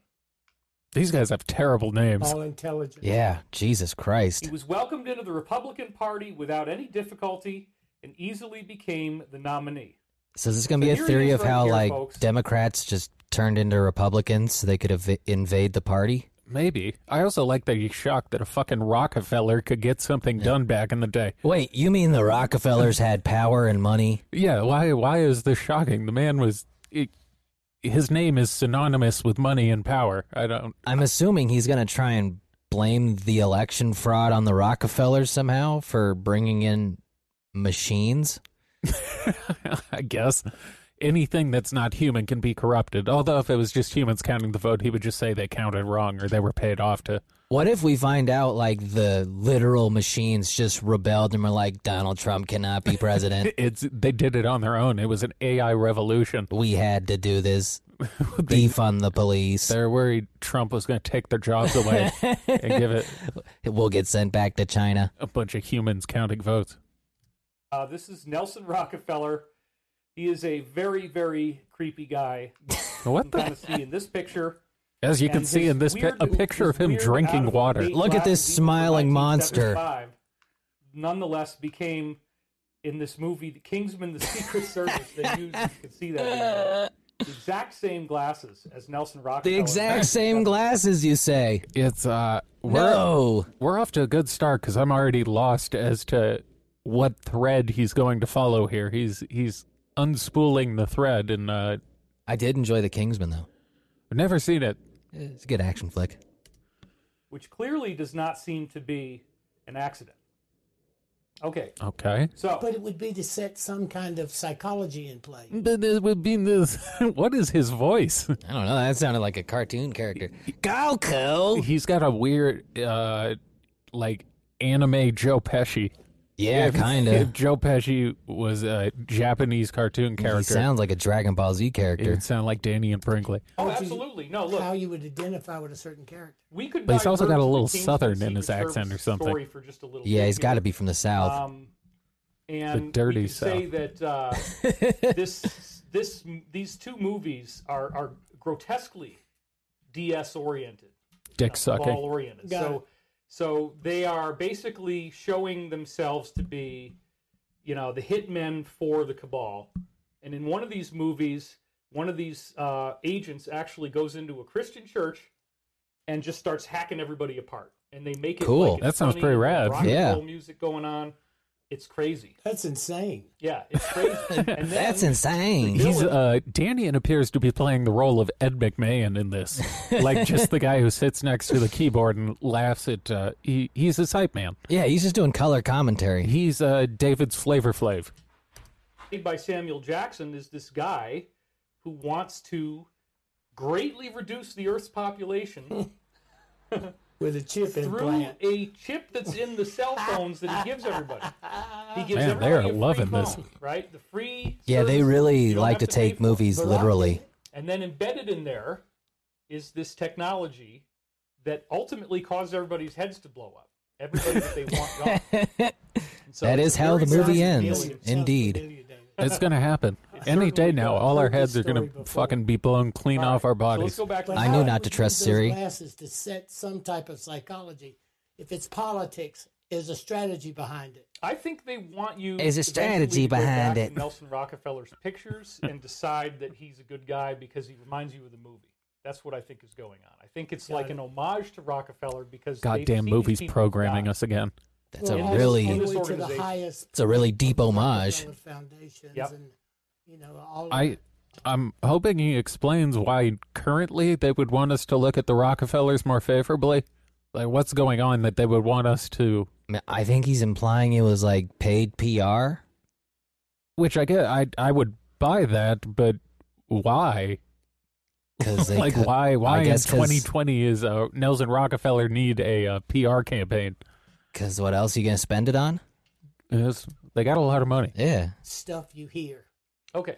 Speaker 1: these guys have terrible names.
Speaker 4: All intelligent.
Speaker 2: Yeah, Jesus
Speaker 3: He
Speaker 2: Christ.
Speaker 3: was welcomed into the Republican Party without any difficulty and easily became the nominee.
Speaker 2: So this is going to be a
Speaker 3: here it
Speaker 2: theory
Speaker 3: is
Speaker 2: of
Speaker 3: right
Speaker 2: how
Speaker 3: here,
Speaker 2: like
Speaker 3: folks.
Speaker 2: Democrats just turned into Republicans so they could ev- invade the party.
Speaker 1: Maybe. I also like that he's shocked that a fucking Rockefeller could get something done back in the day.
Speaker 2: Wait, you mean the Rockefellers had power and money?
Speaker 1: Yeah, why why is this shocking? The man was it, his name is synonymous with money and power. I don't [LAUGHS]
Speaker 2: I'm assuming he's going to try and blame the election fraud on the Rockefellers somehow for bringing in machines.
Speaker 1: I guess anything that's not human can be corrupted. Although if it was just humans counting the vote, he would just say they counted wrong or they were paid off to
Speaker 2: What if we find out like the literal machines just rebelled and were like Donald Trump cannot be president?
Speaker 1: it's they did it on their own. It was an AI revolution.
Speaker 2: we had to do this.
Speaker 1: They-
Speaker 2: Defund the police.
Speaker 1: They're worried Trump was going to take their jobs
Speaker 2: [LAUGHS]
Speaker 1: away and give it
Speaker 2: We'll get sent back to China.
Speaker 1: a bunch of humans counting votes.
Speaker 3: Uh, this is Nelson Rockefeller. He is a very, very creepy guy. You
Speaker 1: What
Speaker 3: can kind
Speaker 1: the?
Speaker 3: of see in this pic- picture.
Speaker 1: As you
Speaker 3: and
Speaker 1: can see
Speaker 3: his
Speaker 1: in this, pi-
Speaker 3: weird-
Speaker 1: a picture of
Speaker 3: his
Speaker 1: him
Speaker 3: weird
Speaker 1: drinking
Speaker 3: out-of-date
Speaker 1: water.
Speaker 2: Look at this
Speaker 3: glasses
Speaker 2: smiling
Speaker 3: from
Speaker 2: monster.
Speaker 3: 1975, Nonetheless, became in this movie, the Kingsman:
Speaker 1: [LAUGHS]
Speaker 3: The Secret Service. They used, you can see that in there. the exact same glasses as Nelson Rockefeller.
Speaker 2: The exact [LAUGHS] same glasses, you say?
Speaker 1: It's uh, we're
Speaker 2: No.
Speaker 1: we're off to a good start because I'm already lost as to what thread he's going to follow here. He's he's unspooling the thread, and uh,
Speaker 2: I did enjoy The Kingsman, though.
Speaker 1: I've never seen it.
Speaker 2: It's a good action flick.
Speaker 3: which clearly does not seem to be an accident. Okay,
Speaker 1: Okay,
Speaker 3: so oh,
Speaker 4: But it would be to set some kind of psychology in play.
Speaker 1: but it would be this. [LAUGHS] What is his voice?
Speaker 2: I don't know. That sounded like a cartoon character. Galco!
Speaker 1: He's got a weird, uh, like anime Joe Pesci.
Speaker 2: Yeah, kind of.
Speaker 1: If Joe Pesci was a Japanese cartoon
Speaker 2: He
Speaker 1: character,
Speaker 2: sounds like a Dragon Ball Z
Speaker 1: it
Speaker 2: character.
Speaker 1: would sound like Danny and Brinkley.
Speaker 3: Oh,
Speaker 4: Which is
Speaker 3: absolutely. No, look,
Speaker 4: How you would identify with a certain character.
Speaker 3: we could.
Speaker 1: But he's also got
Speaker 3: divert
Speaker 1: a
Speaker 3: to the
Speaker 1: little
Speaker 3: Kingsman
Speaker 1: Southern in his
Speaker 3: Secret
Speaker 1: accent
Speaker 3: Service
Speaker 1: or something.
Speaker 3: story for just a little
Speaker 2: yeah,
Speaker 3: bit
Speaker 2: he's got to
Speaker 3: here.
Speaker 2: be from the South.
Speaker 3: Um, and
Speaker 1: dirty
Speaker 3: we could say
Speaker 1: South.
Speaker 3: that uh,
Speaker 2: [LAUGHS]
Speaker 3: this this these two movies are are grotesquely DS oriented,
Speaker 1: Dick sucking.
Speaker 3: ball oriented.
Speaker 4: Got
Speaker 3: So
Speaker 4: it.
Speaker 3: so they are basically showing themselves to be, you know, the hitmen for the cabal. And in one of these movies, one of these uh, agents actually goes into a Christian church and just starts hacking everybody apart. And they make it
Speaker 2: Cool.
Speaker 3: like it's
Speaker 1: That sounds
Speaker 3: funny,
Speaker 1: pretty rad.
Speaker 3: Rock and
Speaker 2: Yeah.
Speaker 3: roll music going on. It's crazy.
Speaker 4: That's insane.
Speaker 3: Yeah, it's
Speaker 1: [LAUGHS]
Speaker 3: crazy. and then,
Speaker 2: That's insane.
Speaker 1: He's uh, Danny and appears to be playing the role of Ed McMahon in
Speaker 3: [LAUGHS]
Speaker 1: this, like just the guy who sits next to the keyboard and laughs at. Uh, he he's his hype man.
Speaker 2: Yeah, he's just doing color commentary.
Speaker 1: He's uh, David's flavor flav.
Speaker 3: played by Samuel Jackson is this guy who wants to greatly reduce the
Speaker 2: [LAUGHS]
Speaker 3: Earth's population
Speaker 4: With a chip
Speaker 3: through
Speaker 4: implant.
Speaker 3: a chip that's in the cell phones that he gives everybody. He gives
Speaker 1: Man, they
Speaker 3: everybody
Speaker 1: are
Speaker 3: a free
Speaker 1: loving this.
Speaker 3: phone, right? The free.
Speaker 2: Yeah, they
Speaker 3: service, you
Speaker 2: really
Speaker 3: don't
Speaker 2: like
Speaker 3: have
Speaker 2: to
Speaker 3: pay
Speaker 2: take
Speaker 3: for it.
Speaker 2: movies
Speaker 4: But I-
Speaker 2: literally.
Speaker 3: And then embedded in there is this technology that ultimately causes everybody's heads to blow up. Everybody that they want gone.
Speaker 2: [LAUGHS]
Speaker 3: And so
Speaker 2: That
Speaker 3: it's
Speaker 2: is
Speaker 3: a
Speaker 2: how
Speaker 3: very
Speaker 2: the movie
Speaker 3: exciting
Speaker 2: ends.
Speaker 3: alien
Speaker 4: Sounds
Speaker 2: Indeed.
Speaker 4: familiar, David.
Speaker 1: It's gonna
Speaker 3: [LAUGHS]
Speaker 1: happen any
Speaker 3: certainly
Speaker 1: day now.
Speaker 3: does.
Speaker 1: All our
Speaker 4: Heard this
Speaker 1: heads are gonna
Speaker 4: story before.
Speaker 1: fucking be blown clean
Speaker 3: All
Speaker 1: off
Speaker 3: right,
Speaker 1: our
Speaker 3: So
Speaker 1: bodies.
Speaker 3: let's go back to
Speaker 4: But
Speaker 3: the
Speaker 2: I
Speaker 4: how
Speaker 2: knew
Speaker 4: do
Speaker 2: not
Speaker 4: we
Speaker 2: to
Speaker 4: use
Speaker 2: trust
Speaker 4: those
Speaker 2: Siri.
Speaker 4: Glasses to set some type of psychology. If it's politics, there's a strategy behind it.
Speaker 3: I think they want you.
Speaker 2: There's a
Speaker 3: eventually
Speaker 2: strategy
Speaker 3: to go
Speaker 2: behind
Speaker 3: back
Speaker 2: it.
Speaker 3: To Nelson Rockefeller's
Speaker 2: [LAUGHS]
Speaker 3: pictures and decide that he's a good guy because he reminds you of the movie. That's what I think is going on. I think it's like an homage to Rockefeller because they've
Speaker 1: Goddamn
Speaker 3: seen these
Speaker 1: movies
Speaker 3: people
Speaker 1: programming
Speaker 3: die.
Speaker 1: us again.
Speaker 2: That's
Speaker 4: Well,
Speaker 2: a
Speaker 4: all
Speaker 2: really
Speaker 4: the
Speaker 3: This
Speaker 4: way to the
Speaker 3: organization.
Speaker 4: highest.
Speaker 2: it's a really deep homage.
Speaker 4: Rockefeller Foundations
Speaker 3: Yep.
Speaker 4: and you know all.
Speaker 1: I I'm hoping he explains why currently they would want us to look at the Rockefellers more favorably. Like what's going on that they would want us to
Speaker 2: I mean, I think he's implying it was like paid PR.
Speaker 1: which I get I I would buy that, but why? [LAUGHS]
Speaker 2: Cause they
Speaker 1: Like
Speaker 2: cut-
Speaker 1: why why in
Speaker 2: guess 'cause-
Speaker 1: 2020 is uh, Nelson Rockefeller need a uh, PR campaign?
Speaker 2: Cause what else are you gonna spend it on?
Speaker 1: It's- they got a lot of money.
Speaker 2: Yeah.
Speaker 4: stuff you hear.
Speaker 3: Okay.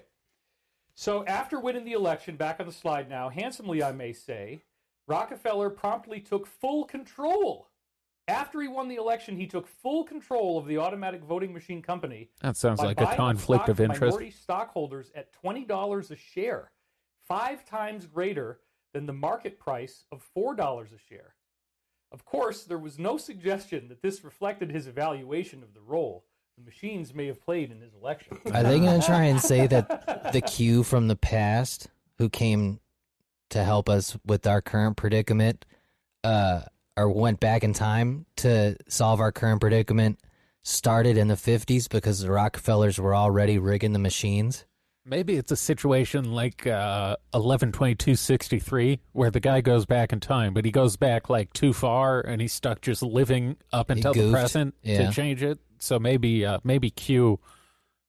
Speaker 3: So after winning the election, back on the slide now, handsomely I may say, Rockefeller promptly took full control. After he won the election, he took full control of the automatic voting machine company
Speaker 1: That sounds
Speaker 3: by
Speaker 1: like a
Speaker 3: buying
Speaker 1: conflict
Speaker 3: stock
Speaker 1: of interest.
Speaker 3: Minority stockholders at twenty dollars a share, five times greater than the market price of four dollars a share. Of course, there was no suggestion that this reflected his evaluation of the role the machines may have played in his election.
Speaker 2: Are they gonna try and say
Speaker 1: [LAUGHS]
Speaker 2: that the Q from the past who came to help us with our current predicament, uh, or went back in time to solve our current predicament started in the fifties because the Rockefellers were already rigging the machines?
Speaker 1: Maybe it's a situation like uh, eleven twenty two sixty three, where the guy goes back in time, but he goes back like too far, and he's stuck just living up until the
Speaker 2: goofed.
Speaker 1: present
Speaker 2: Yeah.
Speaker 1: to change it. So maybe uh, maybe Q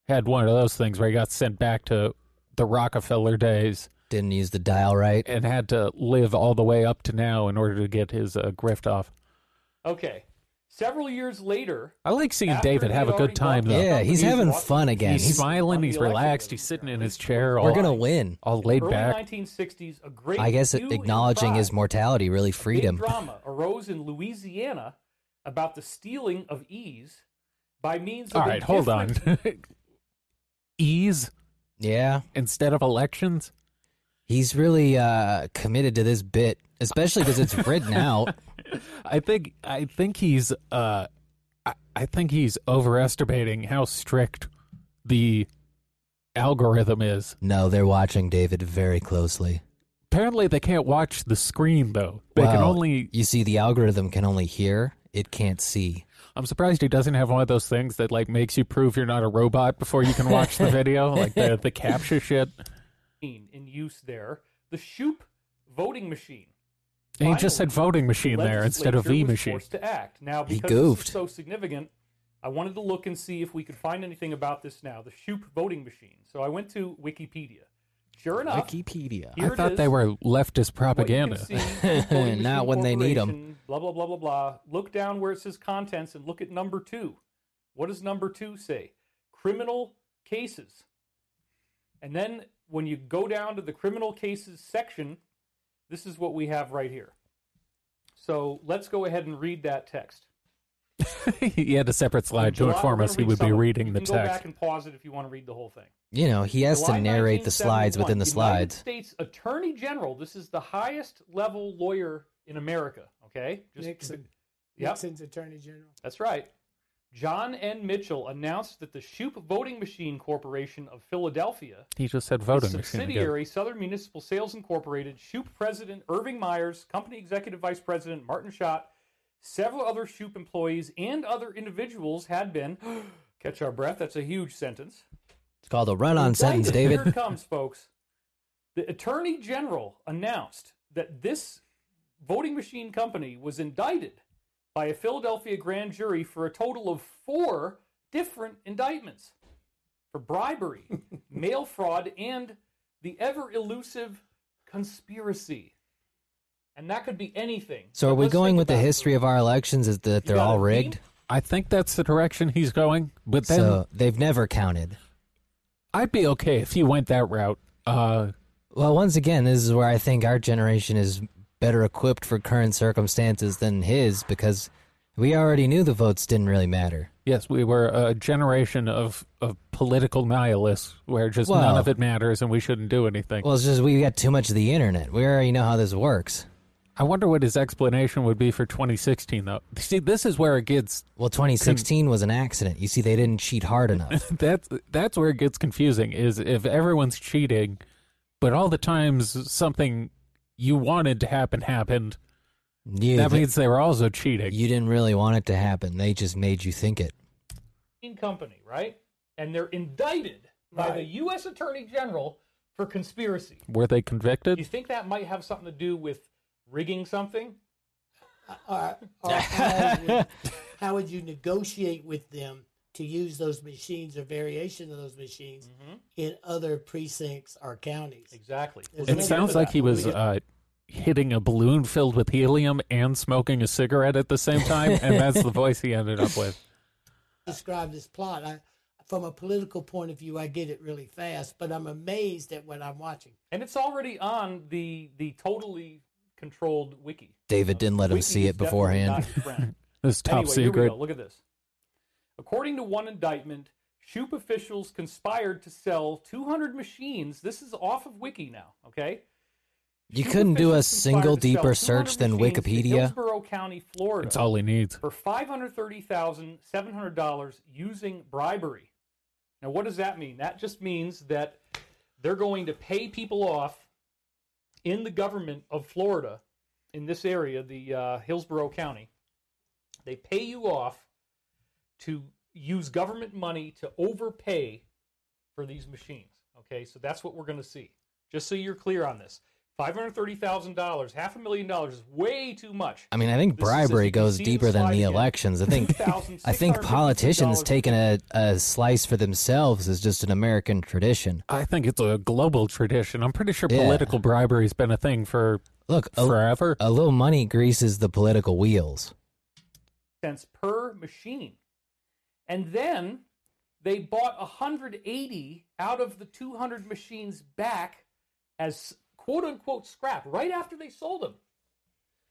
Speaker 1: had one of those things where he got sent back to the Rockefeller days
Speaker 2: Didn't use the dial right.
Speaker 1: and had to live all the way up to now in order to get his uh, grift off.
Speaker 3: Okay. Several years later,
Speaker 1: I like seeing
Speaker 3: After
Speaker 1: David
Speaker 3: he
Speaker 1: have a
Speaker 3: already
Speaker 1: good time
Speaker 3: got-
Speaker 1: though.
Speaker 2: Yeah, he's
Speaker 3: He's
Speaker 2: having
Speaker 3: walking-
Speaker 2: fun again.
Speaker 1: He's,
Speaker 2: He's,
Speaker 1: smiling.
Speaker 3: on the
Speaker 1: He's
Speaker 3: election
Speaker 1: relaxed.
Speaker 3: day.
Speaker 1: He's sitting in his chair.
Speaker 2: we're
Speaker 1: All,
Speaker 2: gonna win.
Speaker 1: all laid
Speaker 3: early
Speaker 1: back.
Speaker 3: 1960s, a great
Speaker 2: I guess
Speaker 3: hue and
Speaker 2: acknowledging his
Speaker 3: cry-
Speaker 2: mortality really freed
Speaker 3: Big
Speaker 2: him.
Speaker 3: drama arose in Louisiana about the stealing of ease by means of
Speaker 1: All
Speaker 3: a
Speaker 1: right, hold on.
Speaker 3: different-
Speaker 1: [LAUGHS] Ease
Speaker 2: Yeah.
Speaker 1: instead of elections.
Speaker 2: He's really uh, committed to this bit, especially because it's
Speaker 1: [LAUGHS]
Speaker 2: written out.
Speaker 1: I think I think he's uh, I, I think he's overestimating how strict the algorithm is.
Speaker 2: No, they're watching David very closely.
Speaker 1: Apparently, they can't watch the screen though. They can
Speaker 2: Well,
Speaker 1: only.
Speaker 2: You see, the algorithm can only hear, it can't see.
Speaker 1: I'm surprised he doesn't have one of those things that like makes you prove you're not a robot before you can watch the video, like the the capture shit.
Speaker 3: machine in use there, the Shoop voting machine.
Speaker 1: And he just said
Speaker 3: Finally,
Speaker 1: voting machine there instead of
Speaker 3: legislature
Speaker 1: V
Speaker 3: was
Speaker 1: machine.
Speaker 3: Forced to act now
Speaker 2: He
Speaker 3: because this is
Speaker 2: goofed.
Speaker 3: so significant. I wanted to look and see if we could find anything about this now, the Shoop voting machine. So I went to Wikipedia. Sure enough,
Speaker 2: Wikipedia.
Speaker 1: I
Speaker 3: here it
Speaker 1: thought they
Speaker 3: is.
Speaker 1: were leftist
Speaker 3: what you can
Speaker 1: propaganda.
Speaker 3: see, voting
Speaker 2: Not
Speaker 3: machine
Speaker 2: when they need 'em.
Speaker 3: corporation, Blah blah blah blah blah. Look down where it says contents and look at number two. What does number two say? Criminal cases. And then when you go down to the criminal cases section, this is what we have right here. So let's go ahead and read that text.
Speaker 1: [LAUGHS] he had a separate slide to
Speaker 3: July- we're
Speaker 1: inform
Speaker 3: gonna
Speaker 1: us he
Speaker 3: read
Speaker 1: would
Speaker 3: some
Speaker 1: be
Speaker 3: of it.
Speaker 1: reading
Speaker 3: you
Speaker 1: the
Speaker 3: can Go back
Speaker 1: text.
Speaker 3: and pause it if you want to read the whole thing.
Speaker 2: You know, he has to
Speaker 3: July
Speaker 2: narrate the slides
Speaker 3: 1971,
Speaker 2: within the
Speaker 3: United
Speaker 2: slides.
Speaker 3: States Attorney General. This is the highest level lawyer in America. Okay,
Speaker 4: Nixon.
Speaker 3: Yep.
Speaker 4: Nixon's Attorney General.
Speaker 3: That's right. John N. Mitchell announced that the Shoup Voting Machine Corporation of Philadelphia,
Speaker 1: He just said
Speaker 3: a
Speaker 1: voting machine again.
Speaker 3: subsidiary Southern Municipal Sales Incorporated, Shoup President Irving Myers, Company Executive Vice President Martin Schott, several other Shoup employees, and other individuals had been. [GASPS] Catch our breath. That's a huge sentence.
Speaker 2: It's called a run-on sentence,
Speaker 3: Right,
Speaker 2: David.
Speaker 3: Here it comes, folks. The Attorney General announced that this voting machine company was indicted by a Philadelphia grand jury for a total of four different indictments for bribery, [LAUGHS] mail fraud, and the ever elusive conspiracy. And that could be anything.
Speaker 2: So are we
Speaker 3: Let's
Speaker 2: going
Speaker 3: think
Speaker 2: with the
Speaker 3: about-
Speaker 2: history of our elections? Is that
Speaker 3: You
Speaker 2: they're
Speaker 3: got
Speaker 2: all
Speaker 3: a
Speaker 2: rigged?
Speaker 3: theme?
Speaker 1: I think that's the direction he's going, but then
Speaker 2: So they've never counted.
Speaker 1: I'd be okay if he went that route. Uh,
Speaker 2: Well, once again, this is where I think our generation is better equipped for current circumstances than his because we already knew the votes didn't really matter.
Speaker 1: yes, we were a generation of, of political nihilists where just none
Speaker 2: Well-
Speaker 1: of it matters and we shouldn't do anything.
Speaker 2: Well, it's just we got too much of the internet. We already know how this works.
Speaker 1: I wonder what his explanation would be for 2016, though. See, this is where it gets [LAUGHS]
Speaker 2: Well, 2016 was an accident. You see, they didn't cheat
Speaker 1: [LAUGHS]
Speaker 2: hard enough.
Speaker 1: that's that's where it gets confusing. Is if everyone's cheating, but all the times something you wanted to happen happened,
Speaker 2: You,
Speaker 1: that means they were also cheating.
Speaker 2: you didn't really want it to happen. They just made you think it.
Speaker 3: Machine company, right? And they're indicted by the
Speaker 4: Right.
Speaker 3: U.S. Attorney General for conspiracy.
Speaker 1: were they
Speaker 3: Do you
Speaker 1: convicted?
Speaker 3: think that might have something to do with rigging something?
Speaker 4: Or, or
Speaker 2: [LAUGHS]
Speaker 4: how, would, how would you negotiate with them to use those machines or variation of those machines
Speaker 3: Mm-hmm.
Speaker 4: in other precincts or counties?
Speaker 3: Exactly.
Speaker 4: It
Speaker 1: It sounds like he was uh, hitting a balloon filled with helium and smoking a cigarette at the same time, and that's
Speaker 3: [LAUGHS]
Speaker 1: the voice he ended up with.
Speaker 4: describe this plot. I, from a political point of view, I get it really fast, but I'm amazed at what I'm watching.
Speaker 3: and it's already on the the totally controlled wiki.
Speaker 2: David didn't let him
Speaker 3: Wiki
Speaker 2: see
Speaker 3: is
Speaker 2: it beforehand.
Speaker 1: [LAUGHS]
Speaker 3: definitely not your friend.
Speaker 1: This top
Speaker 3: anyway, Here we
Speaker 1: secret.
Speaker 3: go. Look at this. According to one indictment, Shoop officials conspired to sell 200 machines. This is off of Wiki now, okay?
Speaker 2: You
Speaker 3: Shoop
Speaker 2: couldn't do a
Speaker 3: officials conspired
Speaker 2: single
Speaker 3: to sell
Speaker 2: deeper search
Speaker 3: 200
Speaker 2: than
Speaker 3: machines to
Speaker 2: Wikipedia.
Speaker 3: Hillsborough County, Florida.
Speaker 1: It's all he needs.
Speaker 3: for five hundred thirty thousand seven hundred dollars using bribery. Now, what does that mean? That just means that they're going to pay people off in the government of Florida, in this area, the uh, Hillsborough County. They pay you off to use government money to overpay for these machines. Okay, so that's what we're going to see. Just so you're clear on this. $530,000, half a million dollars is way too much.
Speaker 2: I mean, I think
Speaker 3: This is as
Speaker 2: bribery
Speaker 3: you can
Speaker 2: goes
Speaker 3: see
Speaker 2: deeper
Speaker 3: the
Speaker 2: than
Speaker 3: slide
Speaker 2: the
Speaker 3: again.
Speaker 2: elections. I
Speaker 3: [LAUGHS]
Speaker 2: think I think
Speaker 3: $2,656
Speaker 2: politicians taking a, a slice for themselves is just an American tradition.
Speaker 1: I think it's a global tradition. I'm pretty sure
Speaker 2: Yeah. Oh.
Speaker 1: political bribery's been a thing for
Speaker 2: Look, a,
Speaker 1: forever.
Speaker 2: a little money greases the political wheels.
Speaker 3: cents per machine. And then they bought 180 out of the 200 machines back as quote unquote scrap right after they sold them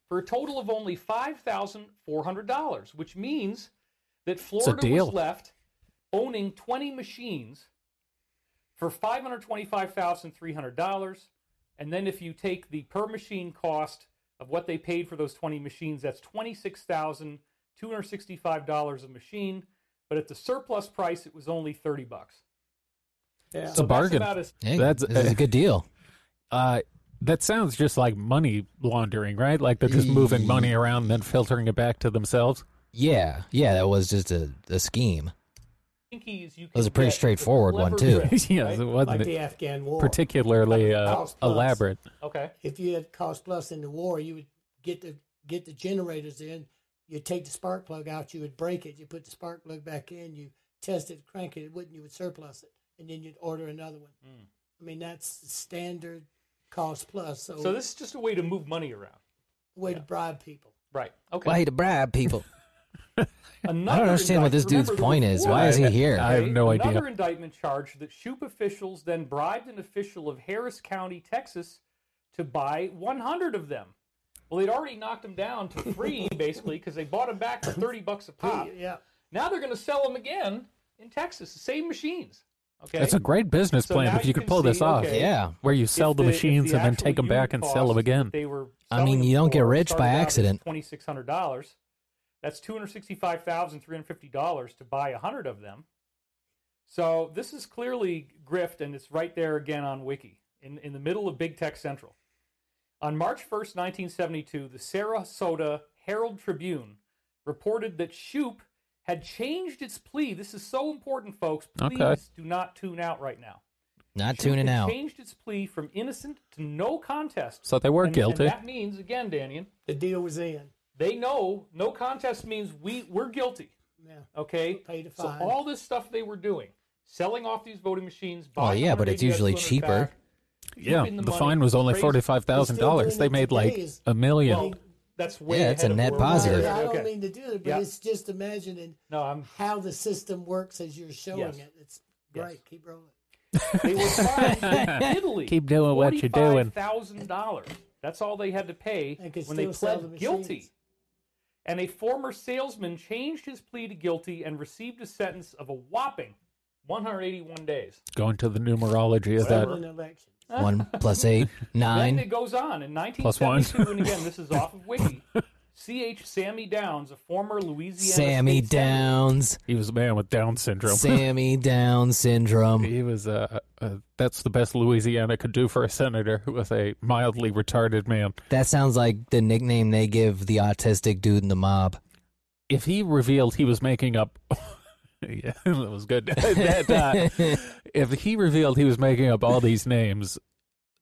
Speaker 3: for a total of only $5,400, which means that Florida
Speaker 1: deal.
Speaker 3: was left owning 20 machines for $525,300. And then if you take the per machine cost of what they paid for those 20 machines, that's $26,265 a machine. But at the surplus price, it was only 30 bucks.
Speaker 4: Yeah.
Speaker 1: It's a bargain.
Speaker 3: That's about as,
Speaker 2: Hey,
Speaker 1: That's-
Speaker 2: this is a good deal.
Speaker 1: Uh, that sounds just like money laundering, right? Like they're just moving money around and then filtering it back to themselves. [LAUGHS]
Speaker 2: Yeah, yeah, that was just a, a scheme.
Speaker 3: stinky as you can
Speaker 2: was a pretty
Speaker 3: get. It's
Speaker 2: straightforward one,
Speaker 3: clever
Speaker 2: too.
Speaker 3: trick,
Speaker 1: yes,
Speaker 2: [LAUGHS]
Speaker 1: it
Speaker 3: right?
Speaker 1: wasn't
Speaker 4: Like the Afghan war.
Speaker 1: particularly uh,
Speaker 4: House plus.
Speaker 1: elaborate.
Speaker 3: Okay.
Speaker 4: if you had cost plus in the war, you would get the get the generators in. You take the spark plug out, you would break it. You put the spark plug back in, you test it, crank it, it wouldn't. You would surplus it, and then you'd order another one. I mean, that's standard cost plus. So,
Speaker 3: So this is just a way to move money around.
Speaker 4: way to bribe people.
Speaker 3: Right. Okay.
Speaker 2: Way to bribe people.
Speaker 3: Another
Speaker 2: I don't understand what this
Speaker 3: indictment-
Speaker 2: dude's
Speaker 3: remember, there
Speaker 2: point
Speaker 3: was
Speaker 2: is.
Speaker 3: one-
Speaker 2: Why is he here?
Speaker 1: I- have no idea.
Speaker 3: Another indictment charged that Shoup officials then bribed an official of Harris County, Texas, to buy 100 of them. Well, they'd already knocked them down to
Speaker 1: [LAUGHS]
Speaker 3: three, basically, because they bought them back for 30 bucks a pop.
Speaker 4: Yeah.
Speaker 3: Now they're going to sell them again in Texas, the same machines. Okay,
Speaker 1: That's a great business
Speaker 3: So
Speaker 1: plan
Speaker 3: now
Speaker 1: if you
Speaker 3: you
Speaker 1: could
Speaker 3: can
Speaker 1: pull this
Speaker 3: see,
Speaker 1: off.
Speaker 3: okay,
Speaker 2: Yeah.
Speaker 1: Where you sell
Speaker 3: If
Speaker 1: the,
Speaker 3: if
Speaker 1: machines and then
Speaker 3: actual
Speaker 1: take them back
Speaker 3: unit
Speaker 1: and sell them
Speaker 3: cost
Speaker 1: again.
Speaker 3: They were.
Speaker 2: I mean, you don't get rich by accident.
Speaker 3: Twenty six hundred dollars. That's two hundred sixty five thousand three hundred fifty dollars to buy a hundred of them. So this is clearly grift, and it's right there again on Wiki in in the middle of Big Tech Central. On March first, nineteen seventy two, the Sarasota Herald Tribune reported that Shoup had changed its plea. This is so important, folks.
Speaker 1: Okay.
Speaker 3: Please do not tune out right now.
Speaker 2: Not
Speaker 3: Shoup
Speaker 2: tuning
Speaker 3: had
Speaker 2: out.
Speaker 3: Changed its plea from innocent to no contest.
Speaker 1: So they were
Speaker 3: And-
Speaker 1: guilty.
Speaker 3: And that means again, Danian,
Speaker 4: The deal was in.
Speaker 3: they know no contest means we we're guilty.
Speaker 4: Yeah.
Speaker 3: Okay,
Speaker 4: Pay the
Speaker 3: so
Speaker 4: fine.
Speaker 3: all this stuff they were doing, selling off these voting machines.
Speaker 2: Well,
Speaker 3: buying
Speaker 2: yeah, but
Speaker 3: 100,
Speaker 2: it's usually
Speaker 3: 200
Speaker 2: cheaper.
Speaker 3: back,
Speaker 1: yeah,
Speaker 3: keeping
Speaker 1: the,
Speaker 3: money,
Speaker 1: fine was only
Speaker 3: crazy.
Speaker 1: forty-five thousand dollars.
Speaker 4: Still doing
Speaker 1: They
Speaker 4: it
Speaker 1: made like
Speaker 4: today is-
Speaker 1: a million.
Speaker 3: Well, that's way.
Speaker 2: Yeah, it's a
Speaker 3: ahead of
Speaker 2: net
Speaker 3: where we were.
Speaker 2: positive.
Speaker 4: I don't
Speaker 3: Okay.
Speaker 4: mean to do it, but
Speaker 3: Yeah.
Speaker 4: it's just imagining
Speaker 3: No, I'm.
Speaker 4: how the system works as you're showing
Speaker 3: Yes.
Speaker 4: it. It's
Speaker 3: Yes.
Speaker 4: great. Keep rolling.
Speaker 3: They
Speaker 1: [LAUGHS]
Speaker 3: were fined in Italy.
Speaker 1: Keep doing what you're doing.
Speaker 3: Thousand dollars. That's all they had to pay
Speaker 4: They could
Speaker 3: when they
Speaker 4: still sell
Speaker 3: pled
Speaker 4: the
Speaker 3: guilty.
Speaker 4: machines.
Speaker 3: And a former salesman changed his plea to guilty and received a sentence of a whopping 181 days.
Speaker 1: Going to the numerology of
Speaker 4: Still
Speaker 1: that.
Speaker 4: an election.
Speaker 2: One plus eight,
Speaker 3: Then it
Speaker 2: nine.
Speaker 3: goes on in
Speaker 1: Plus one.
Speaker 3: 1972,
Speaker 1: [LAUGHS]
Speaker 3: and again, this is off of Wiki. C.H. Sammy Downs, a former Louisiana
Speaker 2: Sammy
Speaker 3: state senator-
Speaker 2: Downs.
Speaker 1: He was a man with Down syndrome.
Speaker 2: Sammy Down syndrome.
Speaker 1: he was uh, uh, that's the best Louisiana could do for a senator was a mildly retarded man.
Speaker 2: That sounds like the nickname they give the autistic dude in the mob.
Speaker 1: If he revealed he was making up, [LAUGHS] yeah, [LAUGHS] that was good. that,
Speaker 3: [LAUGHS]
Speaker 1: uh, if he revealed he was making up all these names,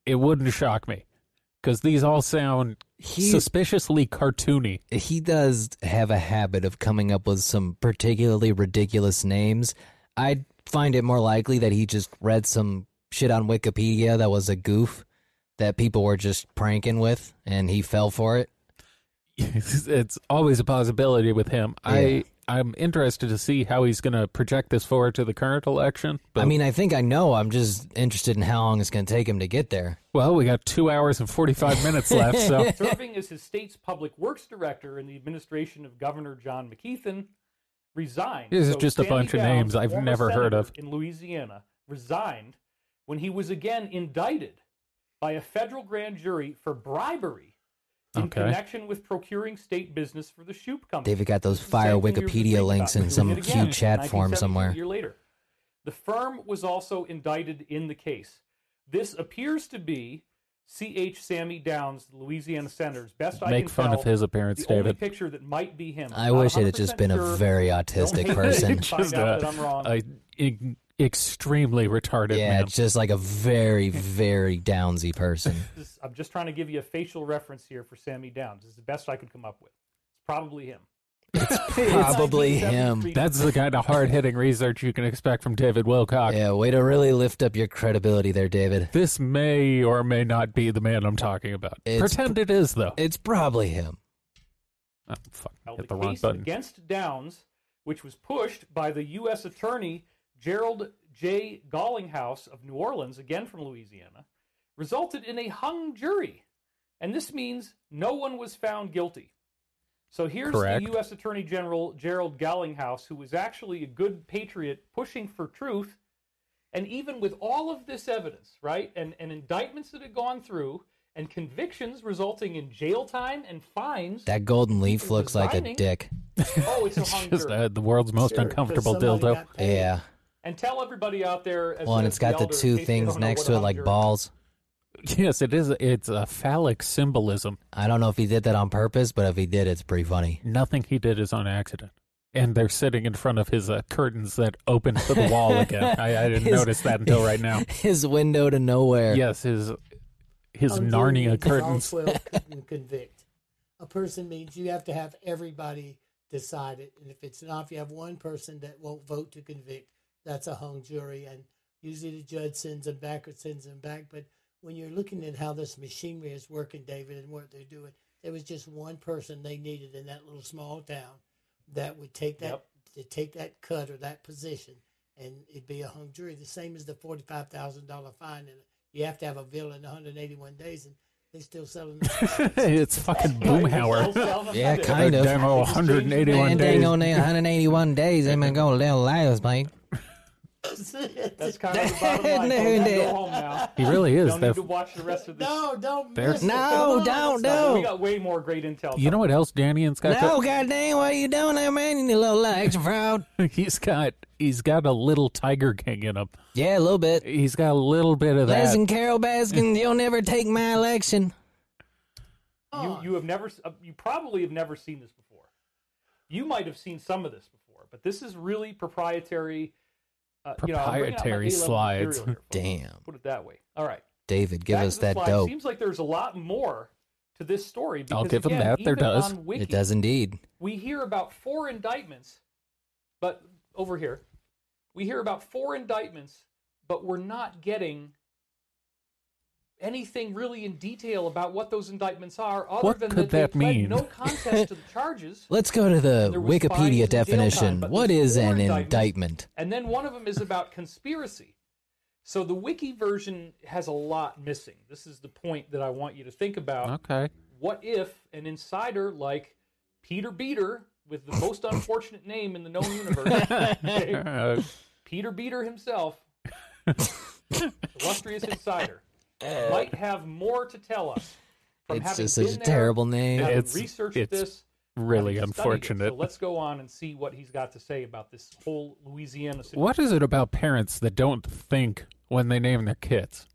Speaker 1: it wouldn't shock me because these all sound
Speaker 2: He
Speaker 1: suspiciously cartoony. [LAUGHS]
Speaker 2: he does have a habit of coming up with some particularly ridiculous names. I find it more likely that he just read some shit on Wikipedia that was a goof that people were just pranking with and he fell for it.
Speaker 1: it's, it's always a possibility with him.
Speaker 2: Yeah.
Speaker 1: I I'm interested to see how he's going to project this forward to the current election. But
Speaker 2: I mean, I think I know. I'm just interested in how long it's going to take him to get there.
Speaker 1: well, we got two hours and forty five
Speaker 2: [LAUGHS]
Speaker 1: minutes left, so
Speaker 3: serving as his state's public works director in the administration of Governor John McKeithen, resigned.
Speaker 1: This is just a bunch of names I've
Speaker 3: former
Speaker 1: never heard
Speaker 3: senator
Speaker 1: of.
Speaker 3: In Louisiana, resigned when he was again indicted by a federal grand jury for bribery in
Speaker 1: Okay.
Speaker 3: connection with procuring state business for the Shoop Company.
Speaker 2: David got those
Speaker 3: It's the
Speaker 2: fire
Speaker 3: same thing we were just
Speaker 2: Wikipedia
Speaker 3: thinking
Speaker 2: links
Speaker 3: about.
Speaker 2: in
Speaker 3: Doing
Speaker 2: some
Speaker 3: it again
Speaker 2: cute chat
Speaker 3: 1972
Speaker 2: form somewhere.
Speaker 3: A year later, the firm was also indicted in the case. This appears to be C.H. Sammy Downs, the Louisiana senator's best. I
Speaker 1: make
Speaker 3: can
Speaker 1: fun
Speaker 3: tell,
Speaker 1: of his appearance,
Speaker 3: the only
Speaker 1: David.
Speaker 3: picture that might be him.
Speaker 2: I
Speaker 3: Not
Speaker 2: wish it had just
Speaker 3: 100%
Speaker 2: been
Speaker 3: sure.
Speaker 2: a very
Speaker 3: Don't hate [LAUGHS]
Speaker 2: autistic
Speaker 3: me.
Speaker 1: [LAUGHS]
Speaker 2: person.
Speaker 3: Find
Speaker 1: Just
Speaker 3: out
Speaker 1: a-
Speaker 3: that I'm wrong.
Speaker 1: a e- extremely retarded
Speaker 2: Yeah,
Speaker 1: man.
Speaker 2: just like a very, very downsy person.
Speaker 3: [LAUGHS] This is- I'm just trying to give you a facial reference here for Sammy Downs. This is the best I could come up with. It's probably him.
Speaker 2: Probably him.
Speaker 3: 1973.
Speaker 1: That's the kind of hard hitting research you can expect from David Wilcock.
Speaker 2: Yeah, way to really lift up your credibility there, David.
Speaker 1: This may or may not be the man I'm talking about.
Speaker 2: It's-
Speaker 1: Pretend it is, though.
Speaker 2: It's probably him.
Speaker 1: oh, fuck.
Speaker 3: Now,
Speaker 1: Hit
Speaker 3: the
Speaker 1: the wrong
Speaker 3: case
Speaker 1: button.
Speaker 3: against Downs, which was pushed by the U.S. Attorney Gerald J. Gollinghouse of New Orleans, again from Louisiana, resulted in a hung jury. And this means no one was found guilty. So here's
Speaker 1: Correct.
Speaker 3: the U.S. Attorney General Gerald Gollinghouse, who was actually a good patriot pushing for truth. And even with all of this evidence, right, and, and indictments that had gone through, and convictions resulting in jail time and fines,
Speaker 2: That golden leaf
Speaker 3: People
Speaker 2: looks like a
Speaker 3: resigning.
Speaker 2: dick.
Speaker 3: Oh,
Speaker 1: [LAUGHS]
Speaker 3: it's a
Speaker 1: It's
Speaker 3: hunger.
Speaker 1: just uh, the world's most
Speaker 4: Sure, 'cause
Speaker 1: uncomfortable
Speaker 4: somebody
Speaker 1: dildo.
Speaker 4: got paid.
Speaker 2: Yeah.
Speaker 3: and tell everybody out there. As
Speaker 2: Well, and
Speaker 3: as
Speaker 2: it's got the
Speaker 3: elder, in
Speaker 2: two
Speaker 3: case they
Speaker 2: things
Speaker 3: don't know
Speaker 2: next
Speaker 3: what
Speaker 2: to
Speaker 3: a
Speaker 2: it like
Speaker 3: hunger is.
Speaker 2: balls.
Speaker 1: Yes, it is. It's a phallic symbolism.
Speaker 2: I don't know if he did that on purpose, but if he did, it's pretty funny.
Speaker 1: Nothing he did is on accident. And they're sitting in front of his uh, curtains that open to the wall again.
Speaker 2: [LAUGHS]
Speaker 1: I, I didn't
Speaker 2: His-
Speaker 1: notice that until right now.
Speaker 2: [LAUGHS] His window to nowhere.
Speaker 1: Yes, his his
Speaker 4: Undoing
Speaker 1: Narnia
Speaker 4: means all
Speaker 1: curtains.
Speaker 4: 12 couldn't convict. A person means you have to have everybody decide it. And if it's not, if you have one person that won't vote to convict, that's a hung jury. And usually the judge sends them back or sends them back. But when you're looking at how this machinery is working, David, and what they're doing, there was just one person they needed in that little small town that would take that
Speaker 3: Yep.
Speaker 4: to take that cut or that position, and it'd be a hung jury. The same as the forty five thousand dollar fine, and you have to have a bill in one hundred eighty one days, and they still selling. them.
Speaker 1: [LAUGHS] it's
Speaker 2: [LAUGHS]
Speaker 1: fucking Boomhauer.
Speaker 2: Yeah,
Speaker 1: That
Speaker 2: kind of.
Speaker 1: damn old 181
Speaker 2: Man, they
Speaker 1: days.
Speaker 2: ain't on there 181 days. They been going little liars, mate.
Speaker 3: That's kind of the
Speaker 2: [LAUGHS]
Speaker 3: bottom line.
Speaker 2: No,
Speaker 3: Folks,
Speaker 2: no.
Speaker 3: Go
Speaker 1: [LAUGHS]
Speaker 3: home now.
Speaker 1: He really is.
Speaker 3: Don't need to
Speaker 1: That,
Speaker 3: watch the rest of this.
Speaker 4: no, don't
Speaker 1: There-
Speaker 4: miss it.
Speaker 2: No,
Speaker 4: Come on,
Speaker 2: don't,
Speaker 4: that's
Speaker 2: don't.
Speaker 3: We got way more great intel.
Speaker 1: you know what else Danian's got?
Speaker 2: No, goddamn, what are you doing there, man? You need a little extra fraud.
Speaker 1: go- [LAUGHS] he's got he's got a little Tiger King in him.
Speaker 2: Yeah, a little bit.
Speaker 1: He's got a little bit of that.
Speaker 2: Listen, Carol Baskin, you'll never take my election.
Speaker 3: you, you have never, s- uh, you probably have never seen this before. You might have seen some of this before, but this is really proprietary. Uh, you know, I'm bringing out my
Speaker 1: Proprietary
Speaker 3: A-level
Speaker 1: slides.
Speaker 3: material here, folks.
Speaker 2: Damn.
Speaker 3: Put it that way. All right.
Speaker 2: David, give
Speaker 3: back to
Speaker 2: us
Speaker 3: the
Speaker 2: that
Speaker 3: slide.
Speaker 2: dope.
Speaker 3: Seems like there's a lot more to this story. Because
Speaker 1: I'll give him
Speaker 3: again,
Speaker 1: that. There
Speaker 3: even
Speaker 1: does.
Speaker 3: on Wiki,
Speaker 2: It does indeed.
Speaker 3: We hear about four indictments, but over here, we hear about four indictments, but we're not getting anything really in detail about what those indictments are, other
Speaker 1: What
Speaker 3: than
Speaker 1: could that
Speaker 3: that, they pled
Speaker 1: mean?
Speaker 3: no contest to the charges.
Speaker 2: Let's go to the
Speaker 3: There was fines and jail
Speaker 2: Wikipedia
Speaker 3: time,
Speaker 2: definition.
Speaker 3: but
Speaker 2: What
Speaker 3: there's
Speaker 2: is
Speaker 3: four
Speaker 2: an
Speaker 3: indictments.
Speaker 2: indictment?
Speaker 3: And then one of them is about conspiracy. So the wiki version has a lot missing. This is the point that I want you to think about.
Speaker 1: okay.
Speaker 3: What if an insider like Peter Beater, with the most unfortunate name in the known universe,
Speaker 1: [LAUGHS]
Speaker 3: okay,
Speaker 1: Uh,
Speaker 3: Peter
Speaker 1: [LAUGHS]
Speaker 3: Beater himself, illustrious insider, might have more to tell us. From
Speaker 2: Uh, It's
Speaker 3: having
Speaker 2: just such
Speaker 3: been
Speaker 2: a
Speaker 3: there,
Speaker 2: terrible name.
Speaker 3: having
Speaker 1: It's-
Speaker 3: researched
Speaker 1: it's
Speaker 3: this,
Speaker 1: really
Speaker 3: having studied it.
Speaker 1: unfortunate.
Speaker 3: So let's go on and see what he's got to say about this whole Louisiana situation.
Speaker 1: What is it about parents that don't think when they name their kids?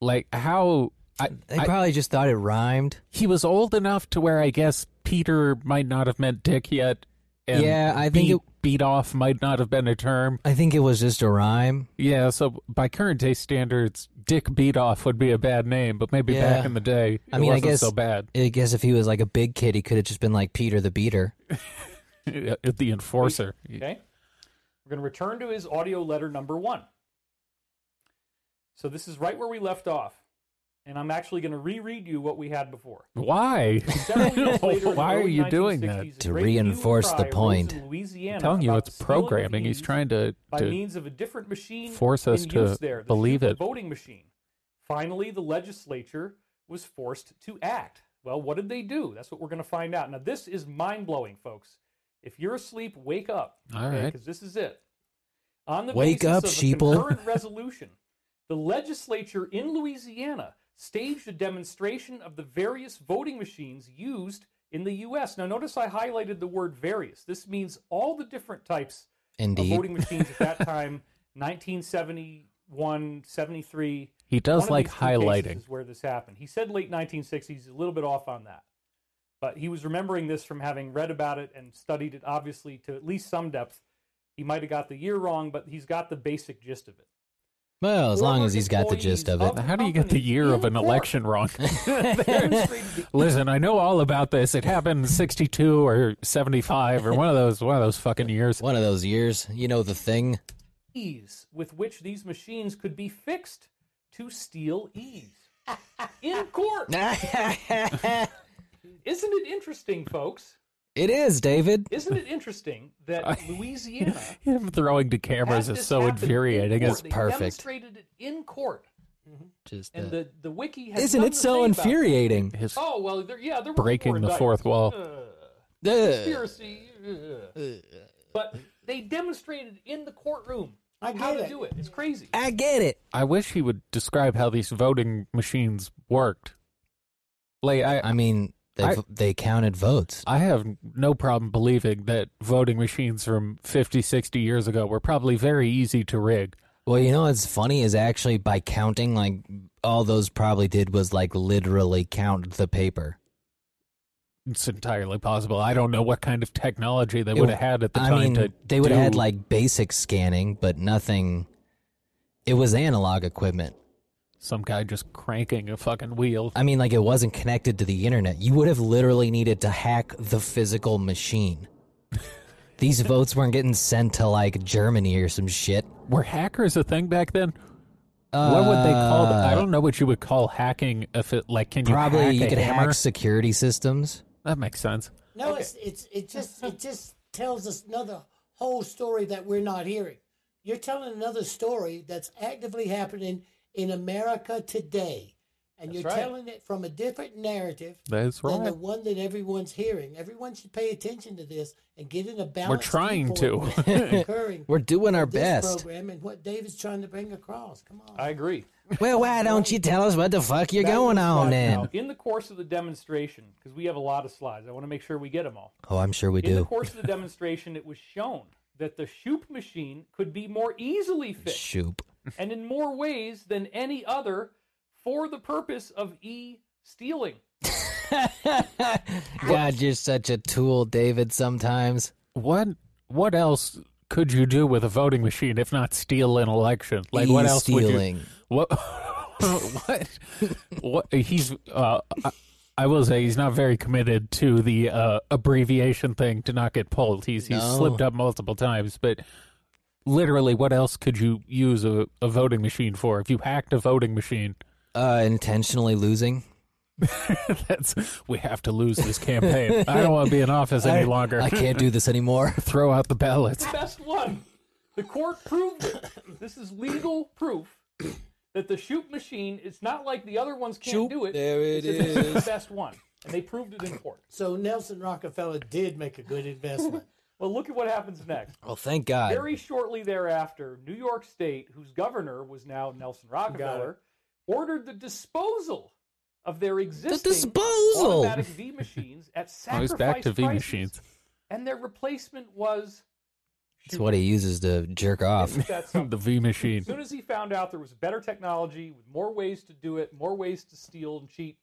Speaker 1: Like how I,
Speaker 2: They
Speaker 1: I-
Speaker 2: probably just thought it rhymed.
Speaker 1: he was old enough to where I guess Peter might not have meant dick yet. And
Speaker 2: Yeah, I think
Speaker 1: beat,
Speaker 2: it-
Speaker 1: beat off might not have been a term.
Speaker 2: I think it was just a rhyme.
Speaker 1: Yeah, so by current day standards, Dick Beat Off would be a bad name, but maybe
Speaker 2: Yeah.
Speaker 1: back in the day,
Speaker 2: I
Speaker 1: it
Speaker 2: mean, I
Speaker 1: wasn't
Speaker 2: guess-
Speaker 1: so bad. [LAUGHS]
Speaker 2: I guess if he was like a big kid, he could have just been like Peter the Beater.
Speaker 1: the enforcer.
Speaker 3: Okay. We're going to return to his audio letter number one. So this is right where we left off. And I'm actually going to reread you what we had before.
Speaker 1: Why?
Speaker 3: Several
Speaker 1: [LAUGHS]
Speaker 3: years later, in the
Speaker 1: Why are
Speaker 3: early
Speaker 1: you doing that?
Speaker 3: 1960s,
Speaker 2: To
Speaker 3: a great hue and
Speaker 2: reinforce the
Speaker 3: cry rose
Speaker 2: point.
Speaker 3: in Louisiana
Speaker 1: I'm telling you,
Speaker 3: about
Speaker 1: it's
Speaker 3: the stealing of
Speaker 1: programming. He's
Speaker 3: ease
Speaker 1: trying to,
Speaker 3: by
Speaker 1: to
Speaker 3: means of a different machine
Speaker 1: force us
Speaker 3: in
Speaker 1: to
Speaker 3: use there, the
Speaker 1: believe
Speaker 3: secret
Speaker 1: it.
Speaker 3: voting machine. Finally, the legislature was forced to act. Well, what did they do? That's what we're going to find out. Now, this is mind blowing, folks. If you're asleep, wake up.
Speaker 1: All right.
Speaker 3: Because this is it. On the
Speaker 2: Wake
Speaker 3: basis
Speaker 2: up,
Speaker 3: of
Speaker 2: sheeple.
Speaker 3: a
Speaker 1: [LAUGHS]
Speaker 3: concurrent resolution, the legislature in Louisiana staged a demonstration of the various voting machines used in the U.S. Now, notice I highlighted the word various. This means all the different types of
Speaker 2: Indeed.
Speaker 3: voting machines at that
Speaker 1: [LAUGHS]
Speaker 3: time 1971 73
Speaker 1: he
Speaker 3: One
Speaker 1: does
Speaker 3: of
Speaker 1: like
Speaker 3: these two cases
Speaker 1: highlighting.
Speaker 3: is where this happened he said late 1960s a little bit off on that but he was remembering this from having read about it and studied it obviously to at least some depth he might have got the year wrong but he's got the basic
Speaker 1: [LAUGHS]
Speaker 3: gist of it
Speaker 2: Well, as long
Speaker 3: Former
Speaker 2: as he's got the
Speaker 3: employees
Speaker 2: gist of it.
Speaker 3: of-
Speaker 1: How do you get the
Speaker 3: companies
Speaker 1: year of
Speaker 3: in
Speaker 1: an
Speaker 3: court.
Speaker 1: election wrong?
Speaker 3: [LAUGHS] Demonstrated the
Speaker 1: Listen, I know all about this. It happened in 62 or 75 or one of those one of those fucking years.
Speaker 2: One of those years, you know the thing.
Speaker 3: ease with which these machines could be fixed to steal ease in court
Speaker 1: [LAUGHS]
Speaker 2: it
Speaker 3: isn't it interesting folks
Speaker 2: is, David.
Speaker 3: Isn't it interesting that Louisiana
Speaker 1: Him throwing to cameras
Speaker 3: cameras
Speaker 1: is so infuriating.
Speaker 3: It's
Speaker 1: It's
Speaker 3: they
Speaker 2: perfect.
Speaker 3: Demonstrated it in court,
Speaker 2: Just
Speaker 1: uh,
Speaker 3: and
Speaker 2: that.
Speaker 3: the the wiki has
Speaker 2: Isn't
Speaker 3: done
Speaker 2: it
Speaker 3: the
Speaker 2: so
Speaker 3: thing about-
Speaker 2: infuriating?
Speaker 1: his
Speaker 3: Oh well, there, yeah, there were
Speaker 1: breaking
Speaker 3: more
Speaker 1: the
Speaker 3: indictments.
Speaker 1: fourth wall.
Speaker 3: Ugh.
Speaker 2: Ugh.
Speaker 3: conspiracy. ugh. But they demonstrated in the courtroom
Speaker 4: I
Speaker 3: how
Speaker 4: get
Speaker 3: to
Speaker 4: it.
Speaker 3: do it. It's crazy.
Speaker 2: I get it.
Speaker 1: I wish he would describe how these voting machines worked. Like I,
Speaker 2: I mean, they
Speaker 1: I-
Speaker 2: v they counted votes.
Speaker 1: I have no problem believing that voting machines from 50, 60 years ago were probably very easy to rig.
Speaker 2: Well, you know what's funny is actually by counting, like all those probably did was like literally count the paper.
Speaker 1: It's entirely possible. I don't know what kind of technology they
Speaker 2: It-
Speaker 1: would have had at the
Speaker 2: I
Speaker 1: time
Speaker 2: mean,
Speaker 1: to
Speaker 2: they would have had
Speaker 1: do-
Speaker 2: like basic scanning, but nothing. It was analog equipment.
Speaker 1: some guy just cranking a fucking wheel.
Speaker 2: I mean, like it wasn't connected to the internet. You would have literally needed to hack the physical machine.
Speaker 1: [LAUGHS]
Speaker 2: These votes weren't getting sent to like Germany or some shit.
Speaker 1: Were hackers a thing back then? what would they call that? I don't know what you would call hacking if it like can you
Speaker 2: Uh, Probably
Speaker 1: hack
Speaker 2: you
Speaker 1: a
Speaker 2: could
Speaker 1: hammer?
Speaker 2: hack security systems.
Speaker 1: That makes sense.
Speaker 4: No, it's, it's it just it just tells us another whole story that we're not hearing. You're telling another story that's actively happening in America today, and
Speaker 3: That's
Speaker 4: you're
Speaker 3: right.
Speaker 4: telling it from a different narrative
Speaker 1: That's
Speaker 4: than the
Speaker 1: right.
Speaker 4: one that everyone's hearing. Everyone should pay attention to this and get in a balance.
Speaker 1: We're trying to.
Speaker 4: Occurring
Speaker 2: [LAUGHS] We're doing our
Speaker 4: with this
Speaker 2: best.
Speaker 4: program and what David's trying to bring across. Come on.
Speaker 3: I agree.
Speaker 2: Well, why don't you tell us what the fuck you're going on
Speaker 3: now,
Speaker 2: then?
Speaker 3: in the course of the demonstration, because we have a lot of slides, I want to make sure we get them all.
Speaker 2: Oh, I'm sure we
Speaker 3: In the
Speaker 2: do.
Speaker 3: course of the demonstration, it was shown that the Shoop machine could be more easily
Speaker 1: [LAUGHS]
Speaker 3: fixed
Speaker 2: Shoop. [LAUGHS]
Speaker 3: and in more ways than any other for the purpose of e stealing.
Speaker 2: God, you're such a tool, David, sometimes.
Speaker 1: What what else could you do with a voting machine if not steal an election? Like what else would you
Speaker 2: E-stealing.
Speaker 1: What [LAUGHS] what what he's uh I, I will say he's not very committed to the uh abbreviation thing to not get pulled. He's he's
Speaker 2: No.
Speaker 1: slipped up multiple times, but literally what else could you use a, a voting machine for if you hacked a voting machine? [LAUGHS]
Speaker 2: Uh, intentionally losing.
Speaker 1: That's we have to lose this campaign. I don't want to be in office any longer.
Speaker 2: [LAUGHS] I can't do this anymore. [LAUGHS]
Speaker 1: Throw out the ballots.
Speaker 3: [LAUGHS] Best one. The court proved it. This is legal proof that the Shoop machine, it's not like the other ones can't
Speaker 2: Shoop.
Speaker 3: do it.
Speaker 2: There it
Speaker 3: it's that This is the best one. And they proved it in court.
Speaker 4: so Nelson Rockefeller did make a
Speaker 2: [LAUGHS]
Speaker 4: good investment.
Speaker 3: Well, look at what happens next.
Speaker 2: Well, thank God.
Speaker 3: Very shortly thereafter, New York State, whose governor was now Nelson Rockefeller, ordered the disposal of their existing
Speaker 2: disposal!
Speaker 3: automatic V machines at
Speaker 1: Oh,
Speaker 3: sacrifice
Speaker 1: he's back to V
Speaker 3: prices,
Speaker 1: machines.
Speaker 3: and their replacement was
Speaker 2: That's what he uses to jerk off. [LAUGHS]
Speaker 3: that's
Speaker 1: The V machine.
Speaker 3: As soon as he found out there was better technology with more ways to do it, more ways to steal and cheat,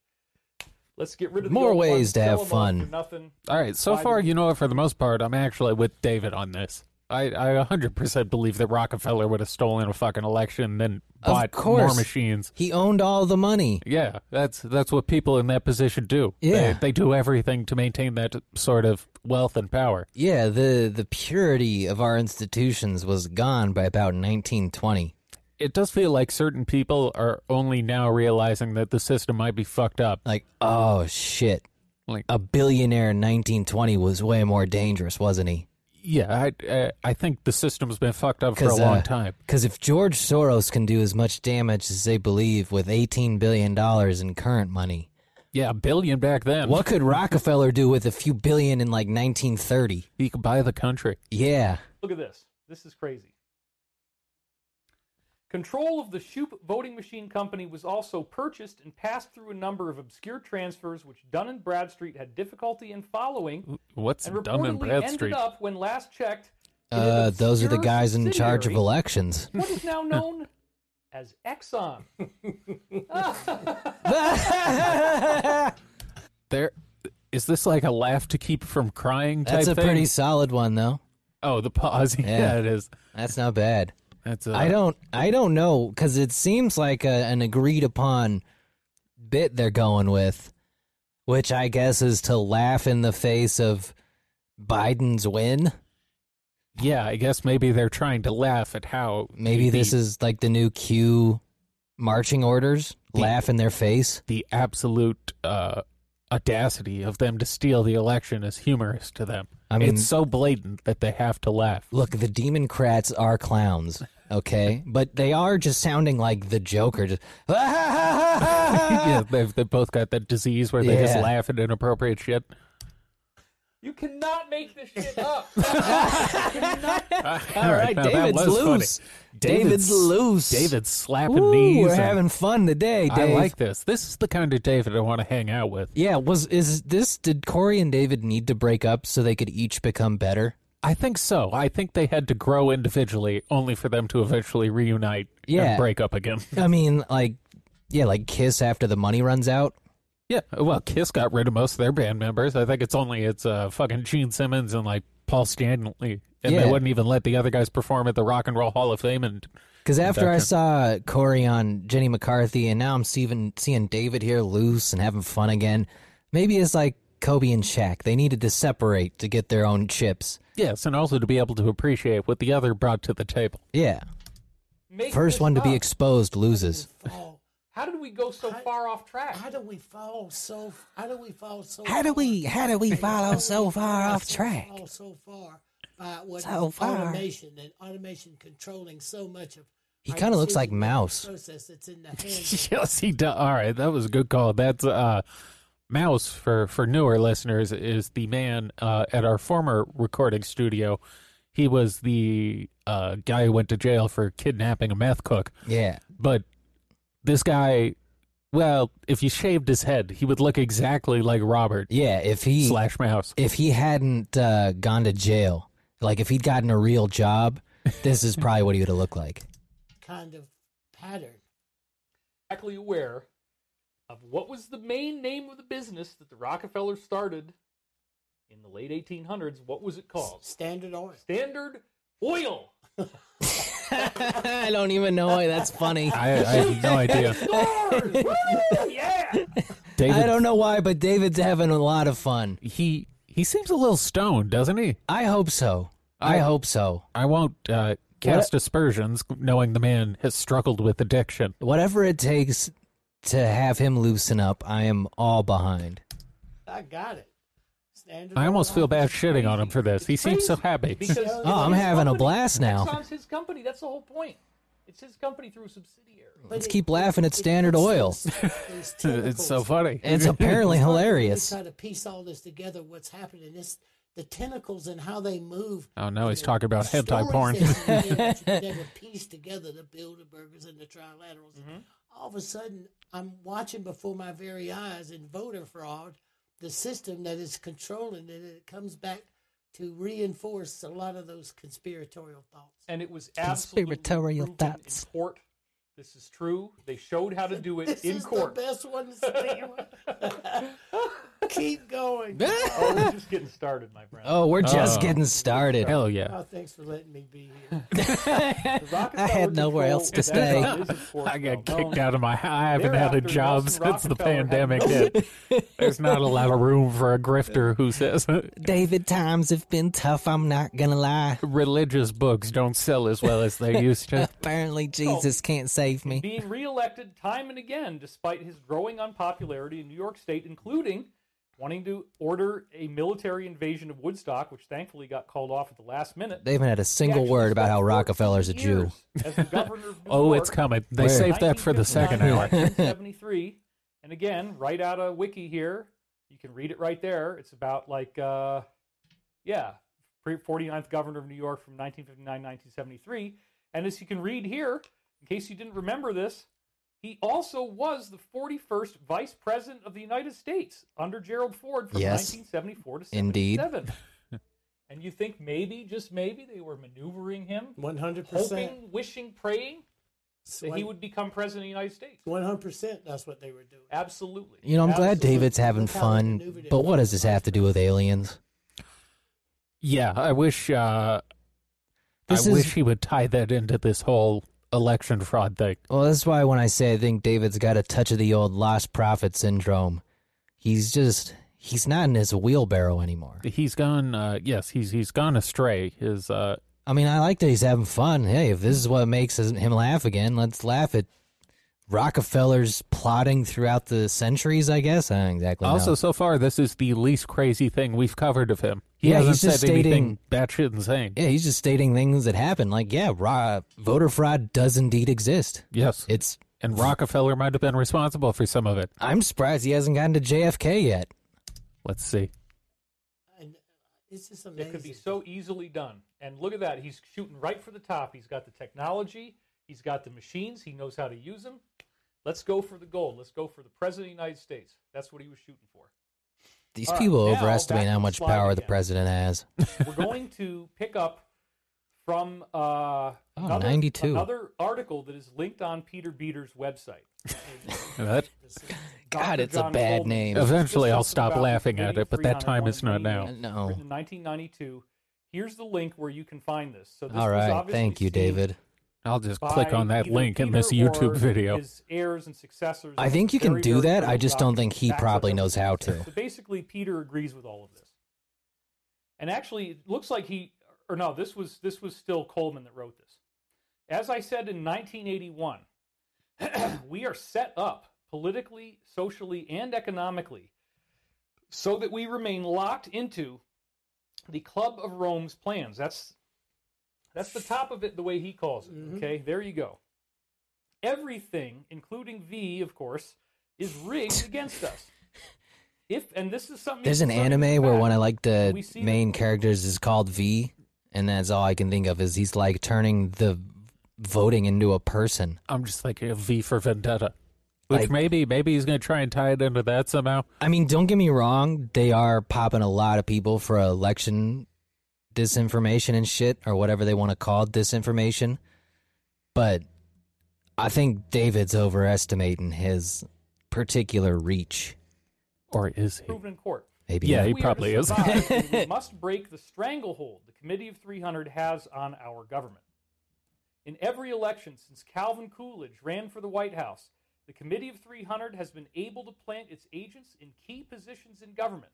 Speaker 3: let's get rid of the
Speaker 2: More
Speaker 3: old ones,
Speaker 2: ways to
Speaker 3: sell
Speaker 2: have
Speaker 3: them on
Speaker 2: fun.
Speaker 3: for Nothing.
Speaker 1: All right. So
Speaker 3: Why
Speaker 1: far,
Speaker 3: did-
Speaker 1: you know, what, for the most part, I'm actually with David on this. I, I 100% believe that Rockefeller would have stolen a fucking election and then [LAUGHS]
Speaker 2: Of
Speaker 1: bought more
Speaker 2: course.
Speaker 1: machines.
Speaker 2: He owned all the money.
Speaker 1: Yeah, that's that's what people in that position do. They,
Speaker 2: Yeah.
Speaker 1: they do everything to maintain that sort of wealth and power.
Speaker 2: Yeah, the the purity of our institutions was gone by about 1920.
Speaker 1: It does feel like certain people are only now realizing that the system might be fucked up.
Speaker 2: Like, oh shit.
Speaker 1: Like-
Speaker 2: a billionaire in 1920 was way more dangerous, wasn't he?
Speaker 1: Yeah, I I, I think the system's been fucked up for a
Speaker 2: uh,
Speaker 1: long time.
Speaker 2: Because if George Soros can do as much damage as they believe with 18 billion dollars in current money,
Speaker 1: Yeah, a billion back then.
Speaker 2: what could Rockefeller do with a few billion in like 1930?
Speaker 1: He could buy the country.
Speaker 2: Yeah.
Speaker 3: Look at this. This is crazy. Control of the Shoop voting machine company was also purchased and passed through a number of obscure transfers, which Dun and Bradstreet had difficulty in following,
Speaker 1: What's
Speaker 3: and
Speaker 1: Dumb and
Speaker 3: reportedly ended
Speaker 1: Bradstreet?
Speaker 3: up when last checked. in an
Speaker 2: Uh, those are the
Speaker 3: obscure
Speaker 2: guys in charge of
Speaker 3: subsidiary
Speaker 2: elections.
Speaker 3: what
Speaker 2: [LAUGHS]
Speaker 3: is now known as Exxon.
Speaker 1: [LAUGHS] There is this like a laugh to keep from crying type
Speaker 2: That's a
Speaker 1: thing?
Speaker 2: pretty solid one, though.
Speaker 1: Oh, the pause. [LAUGHS] Yeah,
Speaker 2: Yeah.
Speaker 1: it is.
Speaker 2: That's not bad.
Speaker 1: That's a,
Speaker 2: I don't, I don't know, because it seems like a, an agreed upon bit they're going with, which I guess is to laugh in the face of Biden's win.
Speaker 1: Yeah, I guess maybe they're trying to laugh at how
Speaker 2: Maybe
Speaker 1: the,
Speaker 2: this is like the new Q marching orders. Laugh in their face.
Speaker 1: the absolute uh, audacity of them to steal the election is humorous to them.
Speaker 2: I mean-
Speaker 1: it's so blatant that they have to laugh.
Speaker 2: Look, the Democrats are clowns, okay? but they are just sounding like the Joker. [LAUGHS] Just,
Speaker 1: [LAUGHS] [LAUGHS] yeah, they've, they've both got that disease where they just
Speaker 2: Yeah.
Speaker 1: laugh at inappropriate shit. [LAUGHS]
Speaker 3: You cannot make this
Speaker 2: [LAUGHS]
Speaker 3: shit up.
Speaker 1: All
Speaker 2: right,
Speaker 1: now that
Speaker 2: David's
Speaker 1: was funny.
Speaker 2: loose. David's loose.
Speaker 1: David's slapping
Speaker 2: Ooh,
Speaker 1: knees.
Speaker 2: we're
Speaker 1: and-
Speaker 2: having fun today,
Speaker 1: I
Speaker 2: Dave.
Speaker 1: like this. This is the kind of David I want to hang out with.
Speaker 2: Yeah, was is this did Corey and David need to break up so they could each become better?
Speaker 1: I think so. I think they had to grow individually, only for them to eventually reunite and
Speaker 2: Yeah.
Speaker 1: break up again. [LAUGHS]
Speaker 2: I mean, like yeah, like kiss after the money runs out.
Speaker 1: yeah. Well, Kiss got rid of most of their band members. I think it's only it's uh, fucking Gene Simmons and like Paul Stanley, and they
Speaker 2: Yeah.
Speaker 1: wouldn't even let the other guys perform at the Rock and Roll Hall of Fame. And
Speaker 2: Because after I
Speaker 1: Gotcha.
Speaker 2: saw Corey on Jenny McCarthy, and now I'm seeing seeing David here loose and having fun again. Maybe it's like Kobe and Shaq; they needed to separate to get their own chips.
Speaker 1: yes, and also to be able to appreciate what the other brought to the table.
Speaker 2: Yeah,
Speaker 3: Make
Speaker 2: first
Speaker 3: this
Speaker 2: one to be
Speaker 3: up.
Speaker 2: exposed loses.
Speaker 4: Fall
Speaker 3: How did we go so
Speaker 4: I-
Speaker 3: far off track?
Speaker 4: How do we fall so? How do we fall so?
Speaker 2: How do we how do we follow so far off track?
Speaker 4: Fall so far by what
Speaker 2: So
Speaker 4: is
Speaker 2: far.
Speaker 4: automation and automation controlling so much of.
Speaker 2: He
Speaker 4: our
Speaker 2: kinda looks like
Speaker 4: decision-making
Speaker 2: Mouse.
Speaker 4: Process
Speaker 2: [LAUGHS]
Speaker 4: that's in the hands.
Speaker 1: [LAUGHS] yes, he does. All right, that was a good call. That's uh, Mouse for for newer listeners is the man uh, at our former recording studio. He was the uh, guy who went to jail for kidnapping a meth cook.
Speaker 2: Yeah.
Speaker 1: But this guy, well, if you shaved his head, he would look exactly like Robert
Speaker 2: Yeah, if he
Speaker 1: slash Mouse.
Speaker 2: if he hadn't uh, gone to jail, like if he'd gotten a real job, this is probably what he would have looked like.
Speaker 4: kind of pattern.
Speaker 3: exactly aware of what was the main name of the business that the Rockefellers started in the late 1800s. What was it called?
Speaker 4: Standard oil.
Speaker 3: Standard
Speaker 2: [LAUGHS]
Speaker 3: Oil.
Speaker 2: [LAUGHS] I don't even know why that's
Speaker 1: [LAUGHS]
Speaker 2: funny.
Speaker 1: I, I have no idea.
Speaker 3: Doors! Woo! Yeah.
Speaker 1: David,
Speaker 2: [LAUGHS] I don't know why, but David's having a lot of fun.
Speaker 1: He he seems a little stoned, doesn't he?
Speaker 2: I hope so. I
Speaker 1: Oh.
Speaker 2: hope so.
Speaker 1: I won't uh, cast aspersions, knowing the man has struggled with addiction.
Speaker 2: Whatever it takes to have him loosen up, I am all behind.
Speaker 4: I got it. Standard.
Speaker 1: I almost
Speaker 4: oil.
Speaker 1: feel bad shitting on him for this. He
Speaker 3: It's
Speaker 1: seems so
Speaker 3: crazy
Speaker 1: happy.
Speaker 3: because
Speaker 4: Oh,
Speaker 3: it's
Speaker 2: Oh, I'm
Speaker 3: his
Speaker 2: having a
Speaker 3: company.
Speaker 2: blast now.
Speaker 3: Exxon's his company. That's the whole point. It's his company through a subsidiary.
Speaker 4: But
Speaker 2: Let's
Speaker 4: it-
Speaker 2: keep laughing at
Speaker 4: it
Speaker 2: Standard
Speaker 4: puts
Speaker 2: Oil.
Speaker 4: those- those
Speaker 1: [LAUGHS] It's so
Speaker 4: tentacles
Speaker 1: funny.
Speaker 2: It's apparently
Speaker 4: It's hard to
Speaker 2: hilarious.
Speaker 4: Try to piece all this together. What's happening? This the tentacles and how they move.
Speaker 1: [LAUGHS] Oh, now he's
Speaker 4: The
Speaker 1: talking about hentai
Speaker 4: stories
Speaker 1: porn.
Speaker 4: That you get that you never piece together the Bilderbergers and the trilaterals.
Speaker 1: Mm-hmm.
Speaker 4: All of a sudden, I'm watching before my very eyes in voter fraud the system that is controlling it. and It comes back to reinforce a lot of those conspiratorial thoughts.
Speaker 3: and it was absolutely
Speaker 2: Conspiratorial
Speaker 3: proven
Speaker 2: thoughts.
Speaker 3: in court. This is true. They showed how to do it
Speaker 4: This
Speaker 3: in
Speaker 4: is
Speaker 3: court.
Speaker 4: the best one to
Speaker 1: [LAUGHS]
Speaker 4: see. Keep going.
Speaker 3: Oh, we're just getting started, my friend.
Speaker 2: Oh, we're just
Speaker 1: Oh.
Speaker 2: getting
Speaker 1: [LAUGHS]
Speaker 2: started.
Speaker 1: Hell yeah.
Speaker 4: Oh, thanks for letting me be here.
Speaker 3: The Rockefeller
Speaker 2: I had nowhere
Speaker 3: control
Speaker 2: else to
Speaker 3: that
Speaker 2: stay.
Speaker 3: job is, of course,
Speaker 1: [LAUGHS] I got
Speaker 3: well-known.
Speaker 1: kicked out of my. I haven't had a
Speaker 3: Thereafter,
Speaker 1: job
Speaker 3: Nelson
Speaker 1: since the
Speaker 3: Rockefeller had
Speaker 1: pandemic
Speaker 3: no-
Speaker 1: hit.
Speaker 2: [LAUGHS]
Speaker 1: There's not a lot of room for a grifter who says [LAUGHS]
Speaker 2: David, times have been tough. I'm not gonna lie.
Speaker 1: religious books don't sell as well as they used [LAUGHS] to.
Speaker 2: Apparently, Jesus can't save me.
Speaker 3: being reelected time and again despite his growing unpopularity in New York State, including wanting to order a military invasion of Woodstock, which thankfully got called off at the last minute.
Speaker 2: They haven't had a single
Speaker 3: He actually
Speaker 2: word about how
Speaker 3: spent
Speaker 2: Rockefeller's a
Speaker 3: 14
Speaker 2: Jew.
Speaker 3: years as the
Speaker 2: [LAUGHS]
Speaker 3: governor of New
Speaker 1: Oh, it's
Speaker 3: York.
Speaker 1: coming. They
Speaker 2: Where?
Speaker 1: saved that for the second hour. [LAUGHS]
Speaker 3: 1973. and again, right out of Wiki here, you can read it right there. It's about like, uh, yeah, pre- 49th governor of New York from 1959-1973. And as you can read here, in case you didn't remember this, he also was the 41st vice president of the United States under Gerald Ford from
Speaker 2: Yes.
Speaker 3: 1974 to
Speaker 2: Indeed.
Speaker 3: 77. and you think maybe, just maybe, they were maneuvering him,
Speaker 4: One hundred percent.
Speaker 3: hoping, wishing, praying that he would become president of the United States.
Speaker 4: One hundred percent. That's what they were doing.
Speaker 3: Absolutely.
Speaker 2: You know, I'm glad
Speaker 4: Absolutely.
Speaker 2: David's having fun, but what does this have to do with aliens?
Speaker 1: Yeah, I wish. Uh, I
Speaker 2: This is-
Speaker 1: wish he would tie that into this whole election fraud thing.
Speaker 2: Well, that's why when I say I think David's got a touch of the old lost prophet syndrome, he's just he's not in his wheelbarrow anymore.
Speaker 1: He's gone. Uh, yes, he's he's gone astray. His uh,
Speaker 2: I mean, I like that he's having fun. Hey, if this is what makes us- him laugh again, let's laugh at Rockefeller's plotting throughout the centuries. I guess I don't exactly. know.
Speaker 1: also so far this is the least crazy thing we've covered of him. He
Speaker 2: Yeah,
Speaker 1: hasn't
Speaker 2: he's just
Speaker 1: said anything batshit insane.
Speaker 2: Yeah, he's just stating things that happen. Like, yeah, ra- voter fraud does indeed exist.
Speaker 1: yes,
Speaker 2: It's.
Speaker 1: and Rockefeller might have been responsible for some of it.
Speaker 2: I'm surprised he hasn't gotten to JFK yet.
Speaker 1: Let's see.
Speaker 4: And it's just amazing.
Speaker 3: It could be so easily done. And look at that. He's shooting right for the top. He's got the technology, he's got the machines, he knows how to use them. Let's go for the gold. Let's go for the president of the United States. That's what he was shooting for.
Speaker 2: These
Speaker 3: All right,
Speaker 2: people
Speaker 3: now
Speaker 2: overestimate
Speaker 3: back to
Speaker 2: how
Speaker 3: the
Speaker 2: much
Speaker 3: slide
Speaker 2: power the
Speaker 3: again.
Speaker 2: president has.
Speaker 3: We're going to pick up from uh,
Speaker 2: Oh,
Speaker 3: another,
Speaker 2: 92.
Speaker 3: another article that is linked on Peter Beater's website.
Speaker 1: That,
Speaker 2: God,
Speaker 3: Dr.
Speaker 2: it's a
Speaker 3: John
Speaker 2: bad
Speaker 3: Goldman.
Speaker 2: name.
Speaker 1: eventually,
Speaker 3: Just
Speaker 1: I'll
Speaker 3: talks
Speaker 1: stop
Speaker 3: about
Speaker 1: laughing at
Speaker 3: committing
Speaker 1: it, but that time is not
Speaker 3: 301
Speaker 2: Uh,
Speaker 1: now.
Speaker 3: million
Speaker 2: No.
Speaker 3: written in 1992. Here's the link where you can find this. So this
Speaker 2: All
Speaker 3: was
Speaker 2: right,
Speaker 3: obviously
Speaker 2: thank you,
Speaker 3: seen
Speaker 2: David.
Speaker 1: I'll just
Speaker 3: by
Speaker 1: click on that
Speaker 3: either
Speaker 1: link in
Speaker 3: Peter
Speaker 1: this
Speaker 3: or
Speaker 1: YouTube video.
Speaker 3: His heirs and successors.
Speaker 2: I think you can
Speaker 3: Very,
Speaker 2: do
Speaker 3: very
Speaker 2: that. I
Speaker 3: early
Speaker 2: just don't think he
Speaker 3: documents
Speaker 2: probably
Speaker 3: backs up
Speaker 2: knows
Speaker 3: everything
Speaker 2: how
Speaker 3: he says.
Speaker 2: to.
Speaker 3: So basically, Peter agrees with all of this, and actually, it looks like he or no, this was this was still Coleman that wrote this. As I said in 1981, [CLEARS THROAT] we are set up politically, socially, and economically so that we remain locked into the Club of Rome's plans. That's that's the top of it, the way he calls it.
Speaker 4: Mhm.
Speaker 3: Okay, there you go. Everything, including V, of course, is rigged against us. If and this is something
Speaker 2: There's an anime where one of like the main characters is called V, and that's all I can think of is he's like turning the voting into a person.
Speaker 1: I'm just like a V for Vendetta. Which
Speaker 2: Like-
Speaker 1: maybe maybe he's gonna try and tie it into that somehow.
Speaker 2: I mean, don't get me wrong, they are popping a lot of people for election disinformation and shit, or whatever they want to call it, disinformation. But I think David's overestimating his particular reach.
Speaker 1: Or is he?
Speaker 3: proven in court.
Speaker 2: Maybe
Speaker 1: Yeah,
Speaker 2: not.
Speaker 1: he
Speaker 3: If we are to
Speaker 1: probably is. [LAUGHS]
Speaker 3: survive, then we must break the stranglehold the Committee of 300 has on our government. In every election since Calvin Coolidge ran for the White House, the Committee of 300 has been able to plant its agents in key positions in government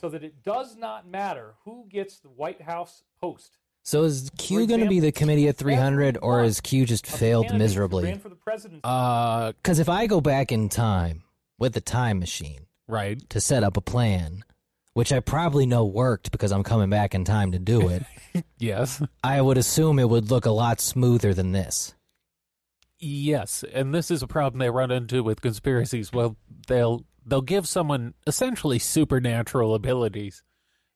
Speaker 3: so that it does not matter who gets the White House post.
Speaker 2: So is Q going to
Speaker 3: example,
Speaker 2: be the committee of 300, or
Speaker 3: everyone
Speaker 2: is Q just
Speaker 3: Of the
Speaker 2: failed
Speaker 3: candidates who
Speaker 2: miserably?
Speaker 3: Ran for the presidency.
Speaker 1: Uh
Speaker 2: Because if I go back in time with the time machine
Speaker 1: right.
Speaker 2: to set up a plan, which I probably know worked because I'm coming back in time to do it,
Speaker 1: Yes.
Speaker 2: I would assume it would look a lot smoother than this.
Speaker 1: Yes. And this is a problem they run into with conspiracies. Well they'll they'll give someone essentially supernatural abilities.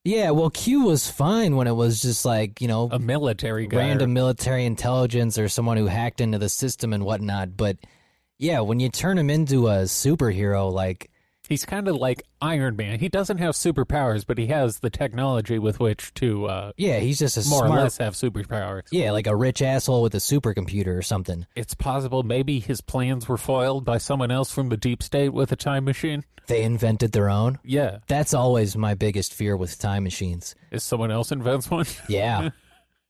Speaker 2: Yeah, well, Q was fine when it was just like, you know,
Speaker 1: A military guy.
Speaker 2: random military intelligence or someone who hacked into the system and whatnot. But yeah, when you turn him into a superhero, like,
Speaker 1: He's kind of like Iron Man. He doesn't have superpowers, but he has the technology with which to uh,
Speaker 2: yeah, he's just a
Speaker 1: more
Speaker 2: smart,
Speaker 1: or less have superpowers.
Speaker 2: yeah, like a rich asshole with a supercomputer or something.
Speaker 1: It's possible maybe his plans were foiled by someone else from the deep state with a time machine.
Speaker 2: They invented their own.
Speaker 1: Yeah.
Speaker 2: That's always my biggest fear with time machines.
Speaker 1: Is someone else invents one? [LAUGHS]
Speaker 2: Yeah.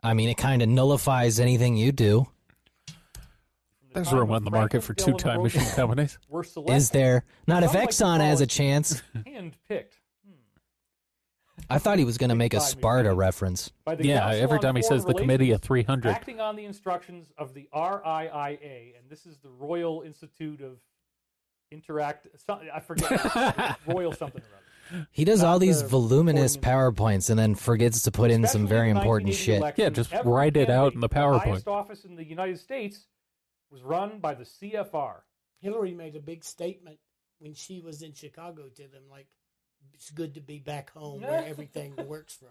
Speaker 2: I mean, it kind of nullifies anything you do.
Speaker 1: There's room on the market for two time machine companies.
Speaker 3: We're selected
Speaker 2: Is there? Not if
Speaker 3: Some like to
Speaker 2: Exxon
Speaker 3: call
Speaker 2: has
Speaker 3: it-
Speaker 2: a chance.
Speaker 3: and picked
Speaker 2: I thought he was going to make a Sparta reference.
Speaker 3: by [LAUGHS] the
Speaker 1: Yeah,
Speaker 3: Council
Speaker 1: every
Speaker 3: on
Speaker 1: time he
Speaker 3: Foreign
Speaker 1: says the
Speaker 3: Relations.
Speaker 1: committee of 300.
Speaker 3: acting on the instructions of the RIIA, and this is the Royal Institute of Interact. Some,
Speaker 1: [LAUGHS]
Speaker 3: I forget Royal something or other.
Speaker 2: He does
Speaker 3: Not
Speaker 2: all these
Speaker 3: the
Speaker 2: voluminous
Speaker 3: important-
Speaker 2: PowerPoints and then forgets to put in some
Speaker 3: Especially
Speaker 2: very
Speaker 3: in the
Speaker 2: important
Speaker 3: 1980
Speaker 2: shit.
Speaker 3: election,
Speaker 1: Yeah, just
Speaker 3: every
Speaker 1: write it out in the
Speaker 3: candidate for
Speaker 1: PowerPoint.
Speaker 3: highest office in the United States was run by the CFR.
Speaker 4: [LAUGHS] Hillary made a big statement when she was in Chicago to them, like, it's good to be back
Speaker 3: [LAUGHS]
Speaker 4: home where everything works from.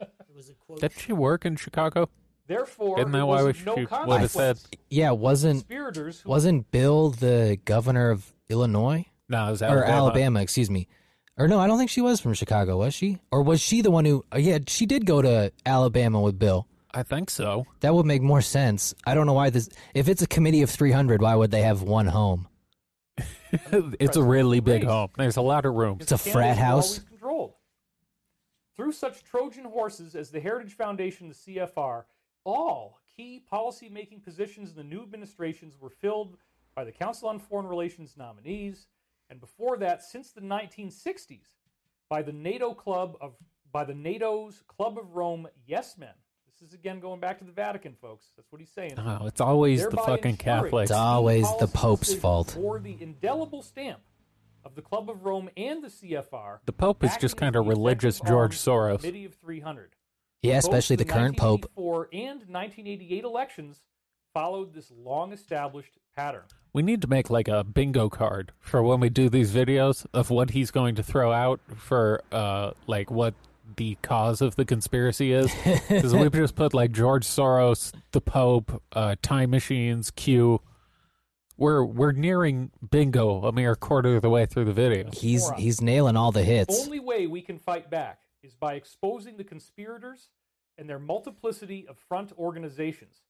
Speaker 4: It was a quote.
Speaker 1: Did she work in Chicago?
Speaker 3: Therefore,
Speaker 1: Isn't that
Speaker 3: it
Speaker 1: why
Speaker 3: was
Speaker 1: we
Speaker 3: no
Speaker 1: should- would've
Speaker 3: consequence.
Speaker 1: said-
Speaker 2: Yeah, wasn't
Speaker 3: conspirators who
Speaker 2: wasn't Bill the governor of Illinois
Speaker 1: No, it was
Speaker 2: or Alabama? Excuse me. Or no, I don't think she was from Chicago, was she? Or was she the one who? uh, Yeah, she did go to Alabama with Bill.
Speaker 1: I think so.
Speaker 2: That would make more sense. I don't know why this. If it's a committee of three hundred, why would they have one home?
Speaker 1: it's a really big home. There's a lot of rooms.
Speaker 2: It's a
Speaker 3: Canada's
Speaker 2: frat
Speaker 3: were
Speaker 2: house.
Speaker 3: always controlled. Through such Trojan horses as the Heritage Foundation, the CFR, all key policy-making positions in the new administrations were filled by the Council on Foreign Relations nominees, and before that, since the 1960s, by the NATO Club of by the NATO's Club of Rome Yes Men. This is again going back to the Vatican, folks. That's what he's saying.
Speaker 2: Uh-huh.
Speaker 1: Oh, it's always the
Speaker 3: Thereby
Speaker 1: fucking
Speaker 3: ensuring
Speaker 1: Catholics.
Speaker 2: It's always
Speaker 3: key
Speaker 2: the
Speaker 3: policy
Speaker 2: Pope's
Speaker 3: decisions
Speaker 2: fault.
Speaker 3: Bore the indelible stamp of the Club of Rome and the CFR.
Speaker 1: The Pope is
Speaker 3: acting
Speaker 1: just
Speaker 3: as
Speaker 1: kind of
Speaker 3: the
Speaker 1: religious
Speaker 3: executive
Speaker 1: George
Speaker 3: arm of the
Speaker 1: Soros.
Speaker 3: Committee of 300.
Speaker 2: Yeah,
Speaker 3: Both
Speaker 2: especially the current Pope.
Speaker 3: 1984 and 1988 elections followed this long-established pattern.
Speaker 1: We need to make like a bingo card for when we do these videos of what he's going to throw out for uh like what the cause of the conspiracy
Speaker 2: [LAUGHS]
Speaker 1: is. Because [LAUGHS] we just put like George Soros, the Pope, uh, time machines, Q. We're we're nearing bingo a mere quarter of the way through the
Speaker 2: [LAUGHS]
Speaker 1: video. [LAUGHS]
Speaker 2: He's
Speaker 3: Moron.
Speaker 2: he's nailing all the hits.
Speaker 3: Only way we can fight back is by exposing the conspirators and their multiplicity of front organizations.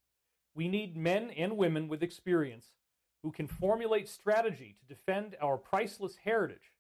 Speaker 3: We need men and women with experience who can formulate strategy to defend our priceless heritage,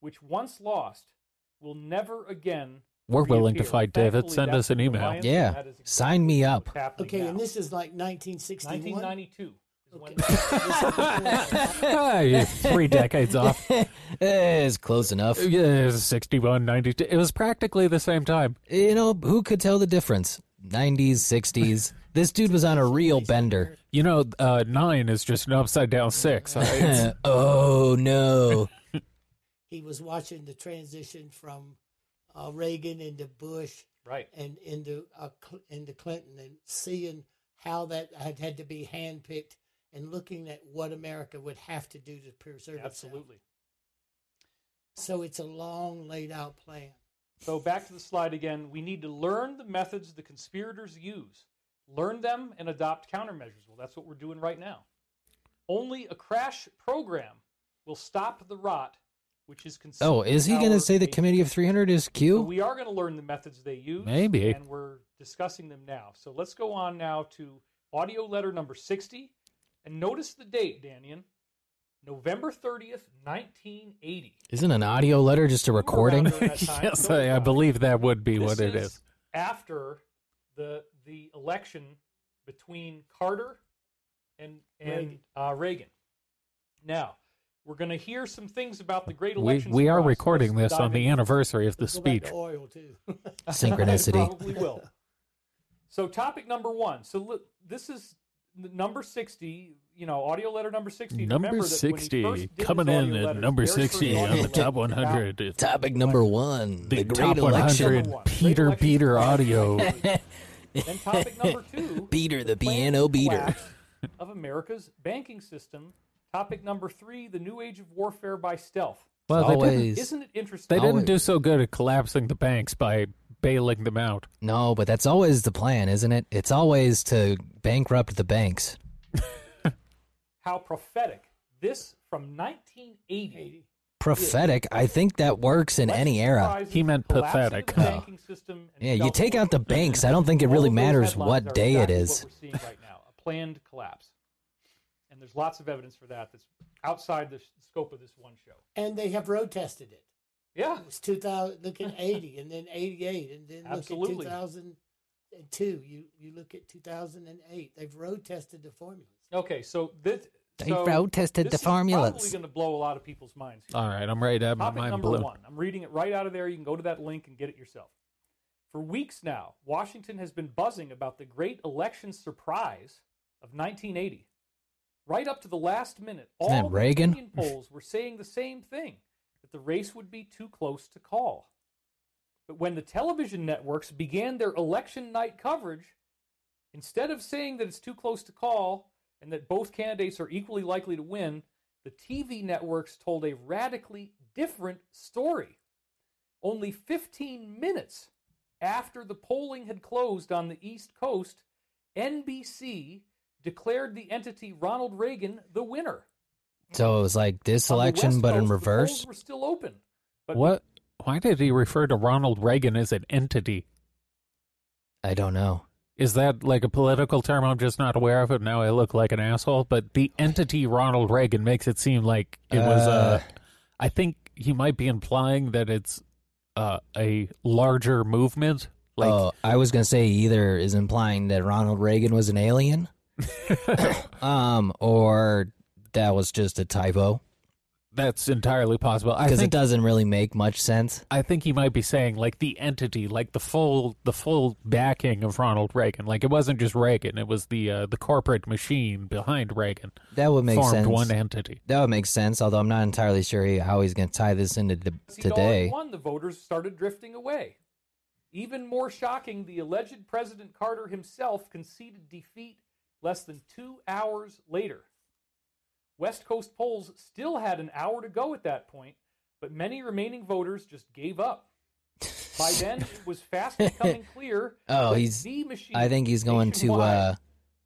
Speaker 3: which once lost will never again.
Speaker 1: We're willing to
Speaker 3: reappear.
Speaker 1: fight, David.
Speaker 3: Thankfully,
Speaker 1: Send us
Speaker 3: that's
Speaker 1: an
Speaker 3: the
Speaker 1: email.
Speaker 3: reliance, and
Speaker 2: Yeah.
Speaker 3: that is exactly
Speaker 2: Sign me
Speaker 3: what's
Speaker 2: up.
Speaker 3: happening
Speaker 4: okay,
Speaker 3: now.
Speaker 4: and this is like 1961.
Speaker 3: 1992 is [LAUGHS] when
Speaker 1: Ah, you're three decades off.
Speaker 2: [LAUGHS] Eh, it's close enough.
Speaker 1: Uh, Yeah, it was 61, 92. It was practically the same time.
Speaker 2: You know, who could tell the difference? 90s, 60s. This dude was on a real bender. [LAUGHS]
Speaker 1: You know, uh, nine is just an upside down six. all
Speaker 3: [LAUGHS]
Speaker 1: right?
Speaker 2: oh no.
Speaker 4: He was watching the transition from uh, Reagan into Bush
Speaker 3: Right.
Speaker 4: and into uh, Cl- into Clinton and seeing how that had had to be handpicked and looking at what America would have to do to preserve itself.
Speaker 3: Absolutely.
Speaker 4: So it's a long laid out plan.
Speaker 3: So back to the slide again. We need to learn the methods the conspirators use, learn them, and adopt countermeasures. Well, that's what we're doing right now. Only a crash program will stop the rot, which is considered.
Speaker 2: Oh, is he going to say the committee of 300 is
Speaker 3: So
Speaker 2: Q?
Speaker 3: we are going to learn the methods they use.
Speaker 1: Maybe.
Speaker 3: And we're discussing them now. So let's go on now to audio letter number 60. And notice the date, Danian. November 30th, 1980.
Speaker 2: Isn't an audio letter just a recording?
Speaker 1: [LAUGHS] yes, I, I believe that would be what
Speaker 3: This
Speaker 1: it is.
Speaker 3: After the the election between Carter and and
Speaker 4: Reagan.
Speaker 3: Uh, Reagan. Now we're going to hear some things about the great
Speaker 1: We,
Speaker 3: election.
Speaker 1: we are
Speaker 3: surprise.
Speaker 1: recording
Speaker 3: Let's
Speaker 1: this on
Speaker 3: dive
Speaker 1: the
Speaker 3: in.
Speaker 1: anniversary of the
Speaker 4: Go back
Speaker 1: speech.
Speaker 4: to oil too. [LAUGHS]
Speaker 3: [LAUGHS]
Speaker 2: Synchronicity.
Speaker 3: I probably will. So topic number one. So look, this is n- number sixty. You know, audio letter number sixty.
Speaker 1: Number
Speaker 3: Remember that when he
Speaker 1: 60,
Speaker 3: first did
Speaker 1: coming
Speaker 3: his audio
Speaker 1: in at
Speaker 3: letters,
Speaker 1: number
Speaker 3: very first
Speaker 1: 60
Speaker 3: audio
Speaker 1: on the
Speaker 3: letter
Speaker 1: top
Speaker 3: was about
Speaker 1: 100.
Speaker 3: [LAUGHS]
Speaker 1: It's
Speaker 2: Topic number one: the,
Speaker 1: The,
Speaker 2: Great
Speaker 1: top
Speaker 2: Election.
Speaker 1: 100
Speaker 3: Number one.
Speaker 1: Peter
Speaker 3: Great
Speaker 1: Peter
Speaker 3: election.
Speaker 1: audio.
Speaker 3: [LAUGHS] Then
Speaker 2: [LAUGHS]
Speaker 3: topic number two.
Speaker 2: Peter the
Speaker 3: plan
Speaker 2: piano beater.
Speaker 3: collapse Of America's banking system. Topic number three, the new age of warfare by stealth.
Speaker 1: Well, they didn't,
Speaker 2: Always
Speaker 3: Isn't it
Speaker 1: they
Speaker 3: interesting?
Speaker 1: didn't do so good at collapsing the banks by bailing them out.
Speaker 2: no, but that's always the plan, isn't it? It's always to bankrupt the banks.
Speaker 3: How prophetic. This from 1980.
Speaker 2: Prophetic. I think that works in
Speaker 3: Election
Speaker 2: any era.
Speaker 3: surprises,
Speaker 1: He meant
Speaker 3: collapse of the
Speaker 1: pathetic.
Speaker 3: banking system and
Speaker 2: Yeah, you
Speaker 3: stealth
Speaker 2: take out the
Speaker 3: warfare.
Speaker 2: banks. I don't think it
Speaker 3: All
Speaker 2: really
Speaker 3: of those
Speaker 2: matters
Speaker 3: headlines
Speaker 2: what
Speaker 3: are
Speaker 2: day it
Speaker 3: exactly
Speaker 2: is.
Speaker 3: What we're seeing right now, a planned collapse. And there's lots of evidence for that that's outside the s- scope of this one show.
Speaker 4: and they have road tested it.
Speaker 3: Yeah.
Speaker 4: It was 2000, look at 80 and then 88 and then
Speaker 3: Absolutely.
Speaker 4: look at 2002. You, you look at 2008. They've road tested the formulas.
Speaker 3: Okay, so this
Speaker 2: They
Speaker 3: so
Speaker 2: road tested
Speaker 3: this
Speaker 2: the
Speaker 3: is
Speaker 2: formulas.
Speaker 3: probably going to blow a lot of people's minds. here.
Speaker 1: All right, I'm right up. My
Speaker 3: Topic
Speaker 1: mind
Speaker 3: number
Speaker 1: blew.
Speaker 3: one. I'm reading it right out of there. You can go to that link and get it yourself. For weeks now, Washington has been buzzing about the great election surprise of 1980. Right up to the last minute, all
Speaker 2: Isn't that
Speaker 3: the
Speaker 2: Reagan?
Speaker 3: opinion polls were saying the same thing that the race would be too close to call. But when the television networks began their election night coverage, instead of saying that it's too close to call and that both candidates are equally likely to win, the TV networks told a radically different story. Only 15 minutes after the polling had closed on the East Coast, NBC declared the entity Ronald Reagan the winner.
Speaker 2: So it was like this
Speaker 3: On the
Speaker 2: election,
Speaker 3: West
Speaker 2: but in
Speaker 3: Coast, the
Speaker 2: reverse.
Speaker 3: polls were still open. But
Speaker 1: What? Why did he refer to Ronald Reagan as an entity?
Speaker 2: I don't know.
Speaker 1: Is that like a political term I'm just not aware of? And now I look like an asshole. But the entity Ronald Reagan makes it seem like it was
Speaker 2: Uh.
Speaker 1: a. I think he might be implying that it's uh, a larger movement. Like,
Speaker 2: oh, I was gonna say either is implying that Ronald Reagan was
Speaker 1: [LAUGHS]
Speaker 2: an alien, um, or that was just a typo
Speaker 1: that's entirely possible. I
Speaker 2: because it
Speaker 1: think
Speaker 2: doesn't really make much sense.
Speaker 1: I think he might be saying like the entity, like the full the full backing of Ronald Reagan. Like it wasn't just Reagan; it was the uh, the corporate machine behind Reagan
Speaker 2: That would make
Speaker 1: formed
Speaker 2: sense.
Speaker 1: one entity.
Speaker 2: that would make sense. Although I'm not entirely sure he, how he's gonna tie this into the,
Speaker 3: Once he'd already
Speaker 2: today.
Speaker 3: won, the voters started drifting away. Even more shocking, the alleged President Carter himself conceded defeat less than two hours later. West Coast polls still had an hour to go at that point, but many remaining voters just gave up.
Speaker 2: [LAUGHS]
Speaker 3: By then, it was fast becoming clear.
Speaker 2: Oh,
Speaker 3: that
Speaker 2: he's-
Speaker 3: the machine
Speaker 2: I think he's going to.
Speaker 3: nationwide
Speaker 2: Uh,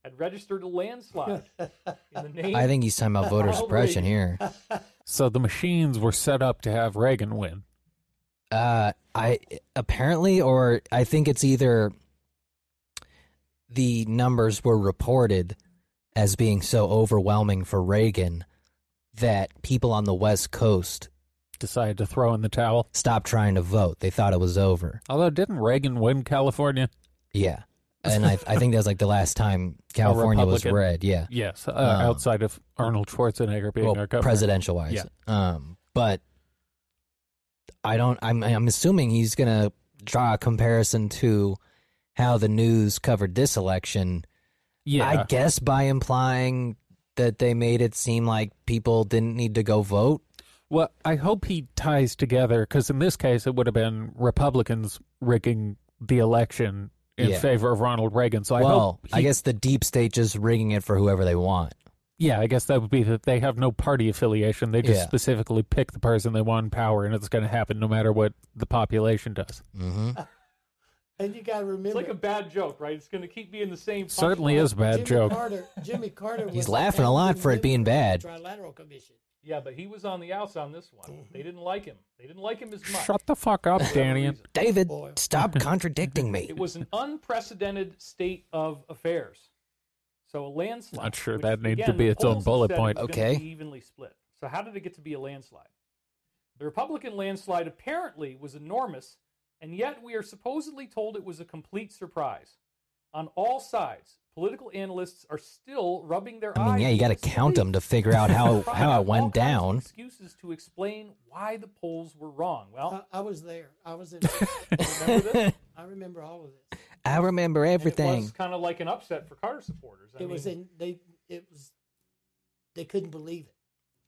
Speaker 3: had registered a landslide in the
Speaker 2: [LAUGHS]
Speaker 3: name.
Speaker 2: I think he's talking about voter
Speaker 3: Ronald
Speaker 2: suppression here.
Speaker 1: So the machines were set up to have Reagan win.
Speaker 2: Uh, I apparently, or I think it's either the numbers were reported as being so overwhelming for Reagan that people on the West Coast
Speaker 1: Decided to throw in the towel.
Speaker 2: stopped trying to vote. They thought it was over.
Speaker 1: Although, didn't Reagan win California?
Speaker 2: Yeah, and I, I think that was like the
Speaker 1: [LAUGHS]
Speaker 2: last time California was
Speaker 1: Republican.
Speaker 2: red. Yeah,
Speaker 1: Yes, uh,
Speaker 2: Um,
Speaker 1: outside of Arnold Schwarzenegger being
Speaker 2: well,
Speaker 1: our governor.
Speaker 2: presidential wise.
Speaker 1: Yeah.
Speaker 2: Um, but I don't. I'm I'm assuming he's gonna draw a comparison to how the news covered this election
Speaker 1: Yeah.
Speaker 2: I guess by implying that they made it seem like people didn't need to go vote.
Speaker 1: Well, I hope he ties together because in this case, it would have been Republicans rigging the election in
Speaker 2: Yeah.
Speaker 1: favor of Ronald Reagan. So I
Speaker 2: well,
Speaker 1: hope.
Speaker 2: I guess the deep state just rigging it for whoever they want.
Speaker 1: Yeah, I guess that would be that they have no party affiliation. They just
Speaker 2: Yeah.
Speaker 1: specifically pick the person they want in power, and it's going to happen no matter what the population does.
Speaker 2: hmm
Speaker 4: And you got to remember,
Speaker 3: It's like a bad joke, right? It's going to keep me in the same.
Speaker 1: Certainly
Speaker 3: punchline.
Speaker 1: is a bad
Speaker 4: Jimmy
Speaker 1: joke.
Speaker 4: Carter, Jimmy Carter.
Speaker 2: [LAUGHS]
Speaker 4: was
Speaker 2: He's
Speaker 4: the
Speaker 2: laughing a lot
Speaker 4: captain
Speaker 2: for it
Speaker 4: of
Speaker 2: being
Speaker 4: the
Speaker 2: bad.
Speaker 4: Trilateral Commission.
Speaker 3: Yeah, but he was on the outs on this one. They didn't like him. They didn't like him as much.
Speaker 1: Shut the fuck up,
Speaker 3: for
Speaker 1: [LAUGHS]
Speaker 3: whatever
Speaker 1: Danny.
Speaker 3: reason.
Speaker 2: David,
Speaker 4: Boy.
Speaker 2: [LAUGHS] stop contradicting me.
Speaker 3: It was an unprecedented state of affairs. So a landslide.
Speaker 1: Not sure
Speaker 3: which,
Speaker 1: that needs to
Speaker 3: again,
Speaker 1: be
Speaker 3: the
Speaker 1: its own
Speaker 3: polls
Speaker 1: bullet
Speaker 3: said it
Speaker 1: point.
Speaker 3: was gonna
Speaker 2: Okay.
Speaker 3: be Evenly split. So how did it get to be a landslide? The Republican landslide apparently was enormous, and yet we are supposedly told it was a complete surprise. On all sides, political analysts are still rubbing their
Speaker 2: I
Speaker 3: eyes.
Speaker 2: mean, yeah, you got to
Speaker 3: in
Speaker 2: count
Speaker 3: disbelief
Speaker 2: them to figure out [LAUGHS] Oh, how
Speaker 3: trying
Speaker 2: how
Speaker 3: all
Speaker 2: it went
Speaker 3: kinds of
Speaker 2: down.
Speaker 3: Excuses to explain why the polls were wrong. Well,
Speaker 4: I, I was there.
Speaker 3: [LAUGHS]
Speaker 4: I was in.
Speaker 3: remember this?
Speaker 4: I remember all of this.
Speaker 2: I remember
Speaker 3: It
Speaker 2: everything.
Speaker 3: was kind of like an upset for Carter supporters. I
Speaker 4: It was
Speaker 3: mean,
Speaker 4: in. They. It was. They couldn't believe it.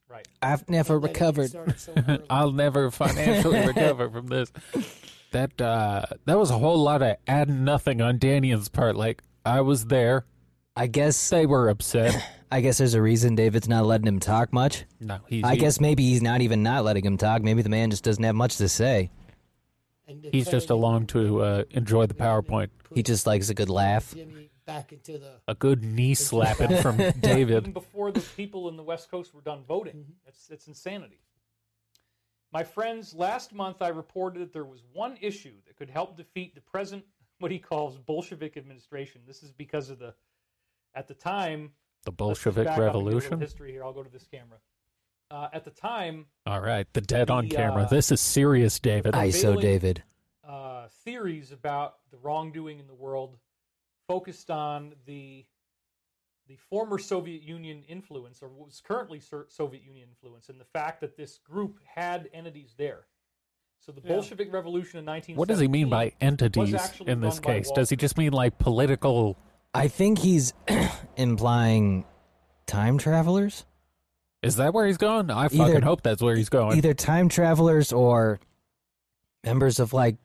Speaker 3: right.
Speaker 2: I've never
Speaker 4: That it
Speaker 2: recovered.
Speaker 4: started so
Speaker 3: [LAUGHS]
Speaker 4: early.
Speaker 1: [LAUGHS]
Speaker 3: Uh,
Speaker 1: I'll never financially recover from this. That uh, that was a whole lot of add nothing on Daniel's part. Like I was there,
Speaker 2: I guess
Speaker 1: they were upset.
Speaker 3: [LAUGHS]
Speaker 2: I guess there's a reason David's not letting him talk much.
Speaker 1: No, he's
Speaker 2: I guess maybe he's not even not letting him talk. Maybe the man just doesn't have much to say.
Speaker 4: And
Speaker 1: he's just
Speaker 4: declared
Speaker 1: along to uh, enjoy the PowerPoint.
Speaker 2: He just likes a good laugh.
Speaker 4: Jimmy back into the.
Speaker 1: A good knee slapping
Speaker 3: [LAUGHS]
Speaker 1: from
Speaker 3: Even
Speaker 1: David.
Speaker 3: before the people in the West Coast were done voting,
Speaker 4: Mm-hmm.
Speaker 3: that's that's insanity. My friends, last month I reported that there was one issue that could help defeat the present what he calls Bolshevik administration. This is because of the, at the time,
Speaker 1: The
Speaker 3: let's just
Speaker 1: Bolshevik
Speaker 3: back up and do a little
Speaker 1: Revolution.
Speaker 3: history here. I'll go to this camera. Uh, at the time,
Speaker 1: All right, the dead on
Speaker 3: The,
Speaker 1: camera.
Speaker 3: uh,
Speaker 1: This is serious, David.
Speaker 3: I-
Speaker 2: ISO
Speaker 3: prevailing-
Speaker 2: David.
Speaker 3: uh, theories about the wrongdoing in the world focused on the the former Soviet Union influence, or what was currently Sor- Soviet Union influence, and the fact that this group had entities there. So the
Speaker 4: Yeah.
Speaker 3: Bolshevik Revolution in 1917.
Speaker 1: What does he mean by entities
Speaker 3: actually
Speaker 1: in this
Speaker 3: run by
Speaker 1: case?
Speaker 3: Wall
Speaker 1: Does he
Speaker 3: Street.
Speaker 1: just mean like political?
Speaker 2: I think he's [CLEARS THROAT] implying time travelers.
Speaker 1: Is that where he's going? I fucking
Speaker 2: Either-
Speaker 1: hope that's where he's
Speaker 3: Oh,
Speaker 1: going.
Speaker 2: Either time travelers or members of like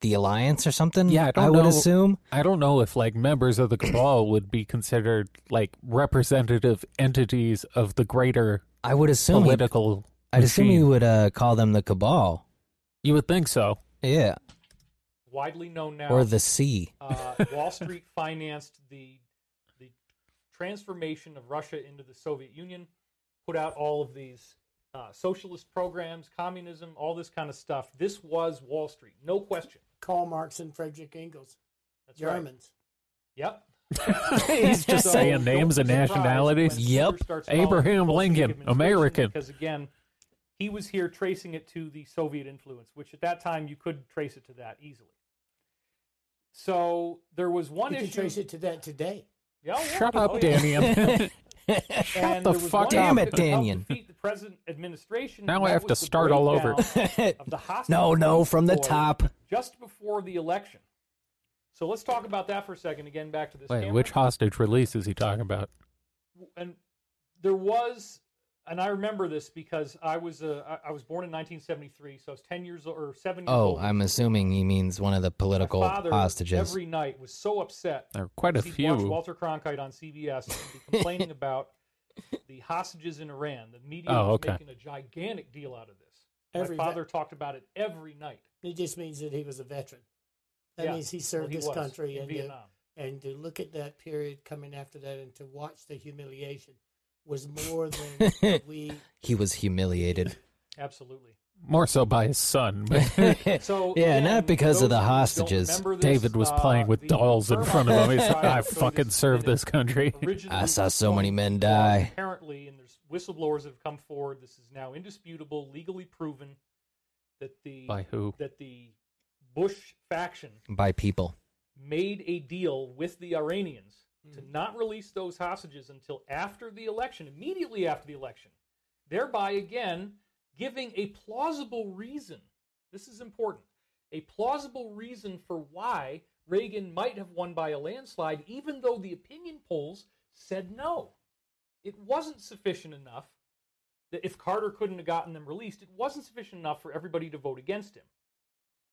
Speaker 2: the alliance or something.
Speaker 1: Yeah, I don't
Speaker 2: would
Speaker 1: know.
Speaker 2: assume.
Speaker 1: I don't know if like members of the cabal would be considered like representative entities of the greater
Speaker 2: I would assume. he-
Speaker 1: political.
Speaker 2: I'd assume he
Speaker 1: machine.
Speaker 2: would uh, call them the cabal.
Speaker 1: You would think so.
Speaker 2: Yeah,
Speaker 3: widely known now?
Speaker 2: or the
Speaker 3: [LAUGHS]
Speaker 2: sea.
Speaker 3: uh, Wall Street [LAUGHS] financed the the transformation of Russia into the Soviet Union, put out all of these uh, socialist programs, communism, all this kind of stuff. This was Wall Street, no question.
Speaker 4: Karl Marx and Frederick Engels,
Speaker 3: That's right.
Speaker 4: Germans.
Speaker 3: Yep.
Speaker 2: [LAUGHS]
Speaker 1: he's [LAUGHS] just
Speaker 3: So
Speaker 1: saying
Speaker 3: don't
Speaker 1: names
Speaker 3: be
Speaker 1: and
Speaker 3: surprised
Speaker 1: nationalities.
Speaker 3: when Hitler
Speaker 2: Yep.
Speaker 3: starts calling it
Speaker 1: Abraham
Speaker 3: the Bolshevik
Speaker 1: Lincoln,
Speaker 3: administration,
Speaker 1: American.
Speaker 3: Because again, he was here tracing it to the Soviet influence, which at that time you could trace it to that easily. So there was one
Speaker 4: You can
Speaker 3: issue.
Speaker 4: trace it to that today.
Speaker 3: Yeah, yeah.
Speaker 1: Shut
Speaker 3: Oh,
Speaker 1: up,
Speaker 3: yeah. [LAUGHS]
Speaker 1: Daniel. Shut
Speaker 3: And
Speaker 1: the
Speaker 3: there was
Speaker 1: fuck
Speaker 3: one
Speaker 2: Damn
Speaker 3: issue
Speaker 1: up.
Speaker 2: it,
Speaker 3: that helped
Speaker 2: Daniel.
Speaker 3: defeat the present administration.
Speaker 1: Now
Speaker 3: and
Speaker 1: I
Speaker 3: that
Speaker 1: have to
Speaker 3: was the
Speaker 1: start all over.
Speaker 3: breakdown
Speaker 1: [LAUGHS]
Speaker 3: of the
Speaker 2: no,
Speaker 3: hostile
Speaker 2: no, from the
Speaker 3: employees
Speaker 2: top.
Speaker 3: Just before the election. So let's talk about that for a second. Again, back to this.
Speaker 1: Wait,
Speaker 3: camera.
Speaker 1: which hostage release is he talking about?
Speaker 3: and there was, and I remember this because I was uh, I- I was born in 1973, so I was 10 years old or seven. Years
Speaker 2: Oh,
Speaker 3: old.
Speaker 2: I'm assuming he means one of the
Speaker 3: My
Speaker 2: political
Speaker 3: father
Speaker 2: hostages.
Speaker 3: Every night was so upset
Speaker 1: There are quite a
Speaker 3: because he'd watch
Speaker 1: few.
Speaker 3: Walter Cronkite on CBS and be complaining [LAUGHS] about the hostages in Iran. The media
Speaker 1: Oh,
Speaker 3: was
Speaker 1: okay.
Speaker 3: making a gigantic deal out of this.
Speaker 4: Every
Speaker 3: My
Speaker 4: va-
Speaker 3: father talked about it every night.
Speaker 4: It just means that he was a veteran. That
Speaker 3: Yeah.
Speaker 4: means he
Speaker 3: Well,
Speaker 4: served
Speaker 3: he
Speaker 4: his
Speaker 3: was
Speaker 4: country
Speaker 3: in
Speaker 4: and to,
Speaker 3: Vietnam.
Speaker 4: and to look at that period coming after that and to watch the humiliation was more than
Speaker 2: [LAUGHS]
Speaker 4: we.
Speaker 2: he was humiliated. [LAUGHS]
Speaker 1: [LAUGHS]
Speaker 3: Absolutely.
Speaker 1: More so by his son, but
Speaker 3: [LAUGHS] So
Speaker 2: yeah,
Speaker 3: again,
Speaker 2: not because
Speaker 3: those
Speaker 2: of the
Speaker 3: who don't
Speaker 2: hostages.
Speaker 3: remember this,
Speaker 1: David was
Speaker 3: uh,
Speaker 1: playing with
Speaker 3: the
Speaker 1: dolls in
Speaker 3: Burma
Speaker 1: front of him. He's,
Speaker 3: genocide
Speaker 1: I
Speaker 3: was [LAUGHS] so
Speaker 1: fucking served
Speaker 3: discredited
Speaker 1: this country.
Speaker 3: [LAUGHS] originally
Speaker 2: I saw so
Speaker 3: was
Speaker 2: many men
Speaker 3: caused
Speaker 2: die.
Speaker 3: Apparently, and there's whistleblowers that have come forward. This is now indisputable, legally proven that the
Speaker 1: By who?
Speaker 3: that the Bush faction
Speaker 2: By people.
Speaker 3: made a deal with the Iranians to not release those hostages until after the election, immediately after the election, thereby again giving a plausible reason. This is important. A plausible reason for why Reagan might have won by a landslide, even though the opinion polls said no. It wasn't sufficient enough that if Carter couldn't have gotten them released, it wasn't sufficient enough for everybody to vote against him.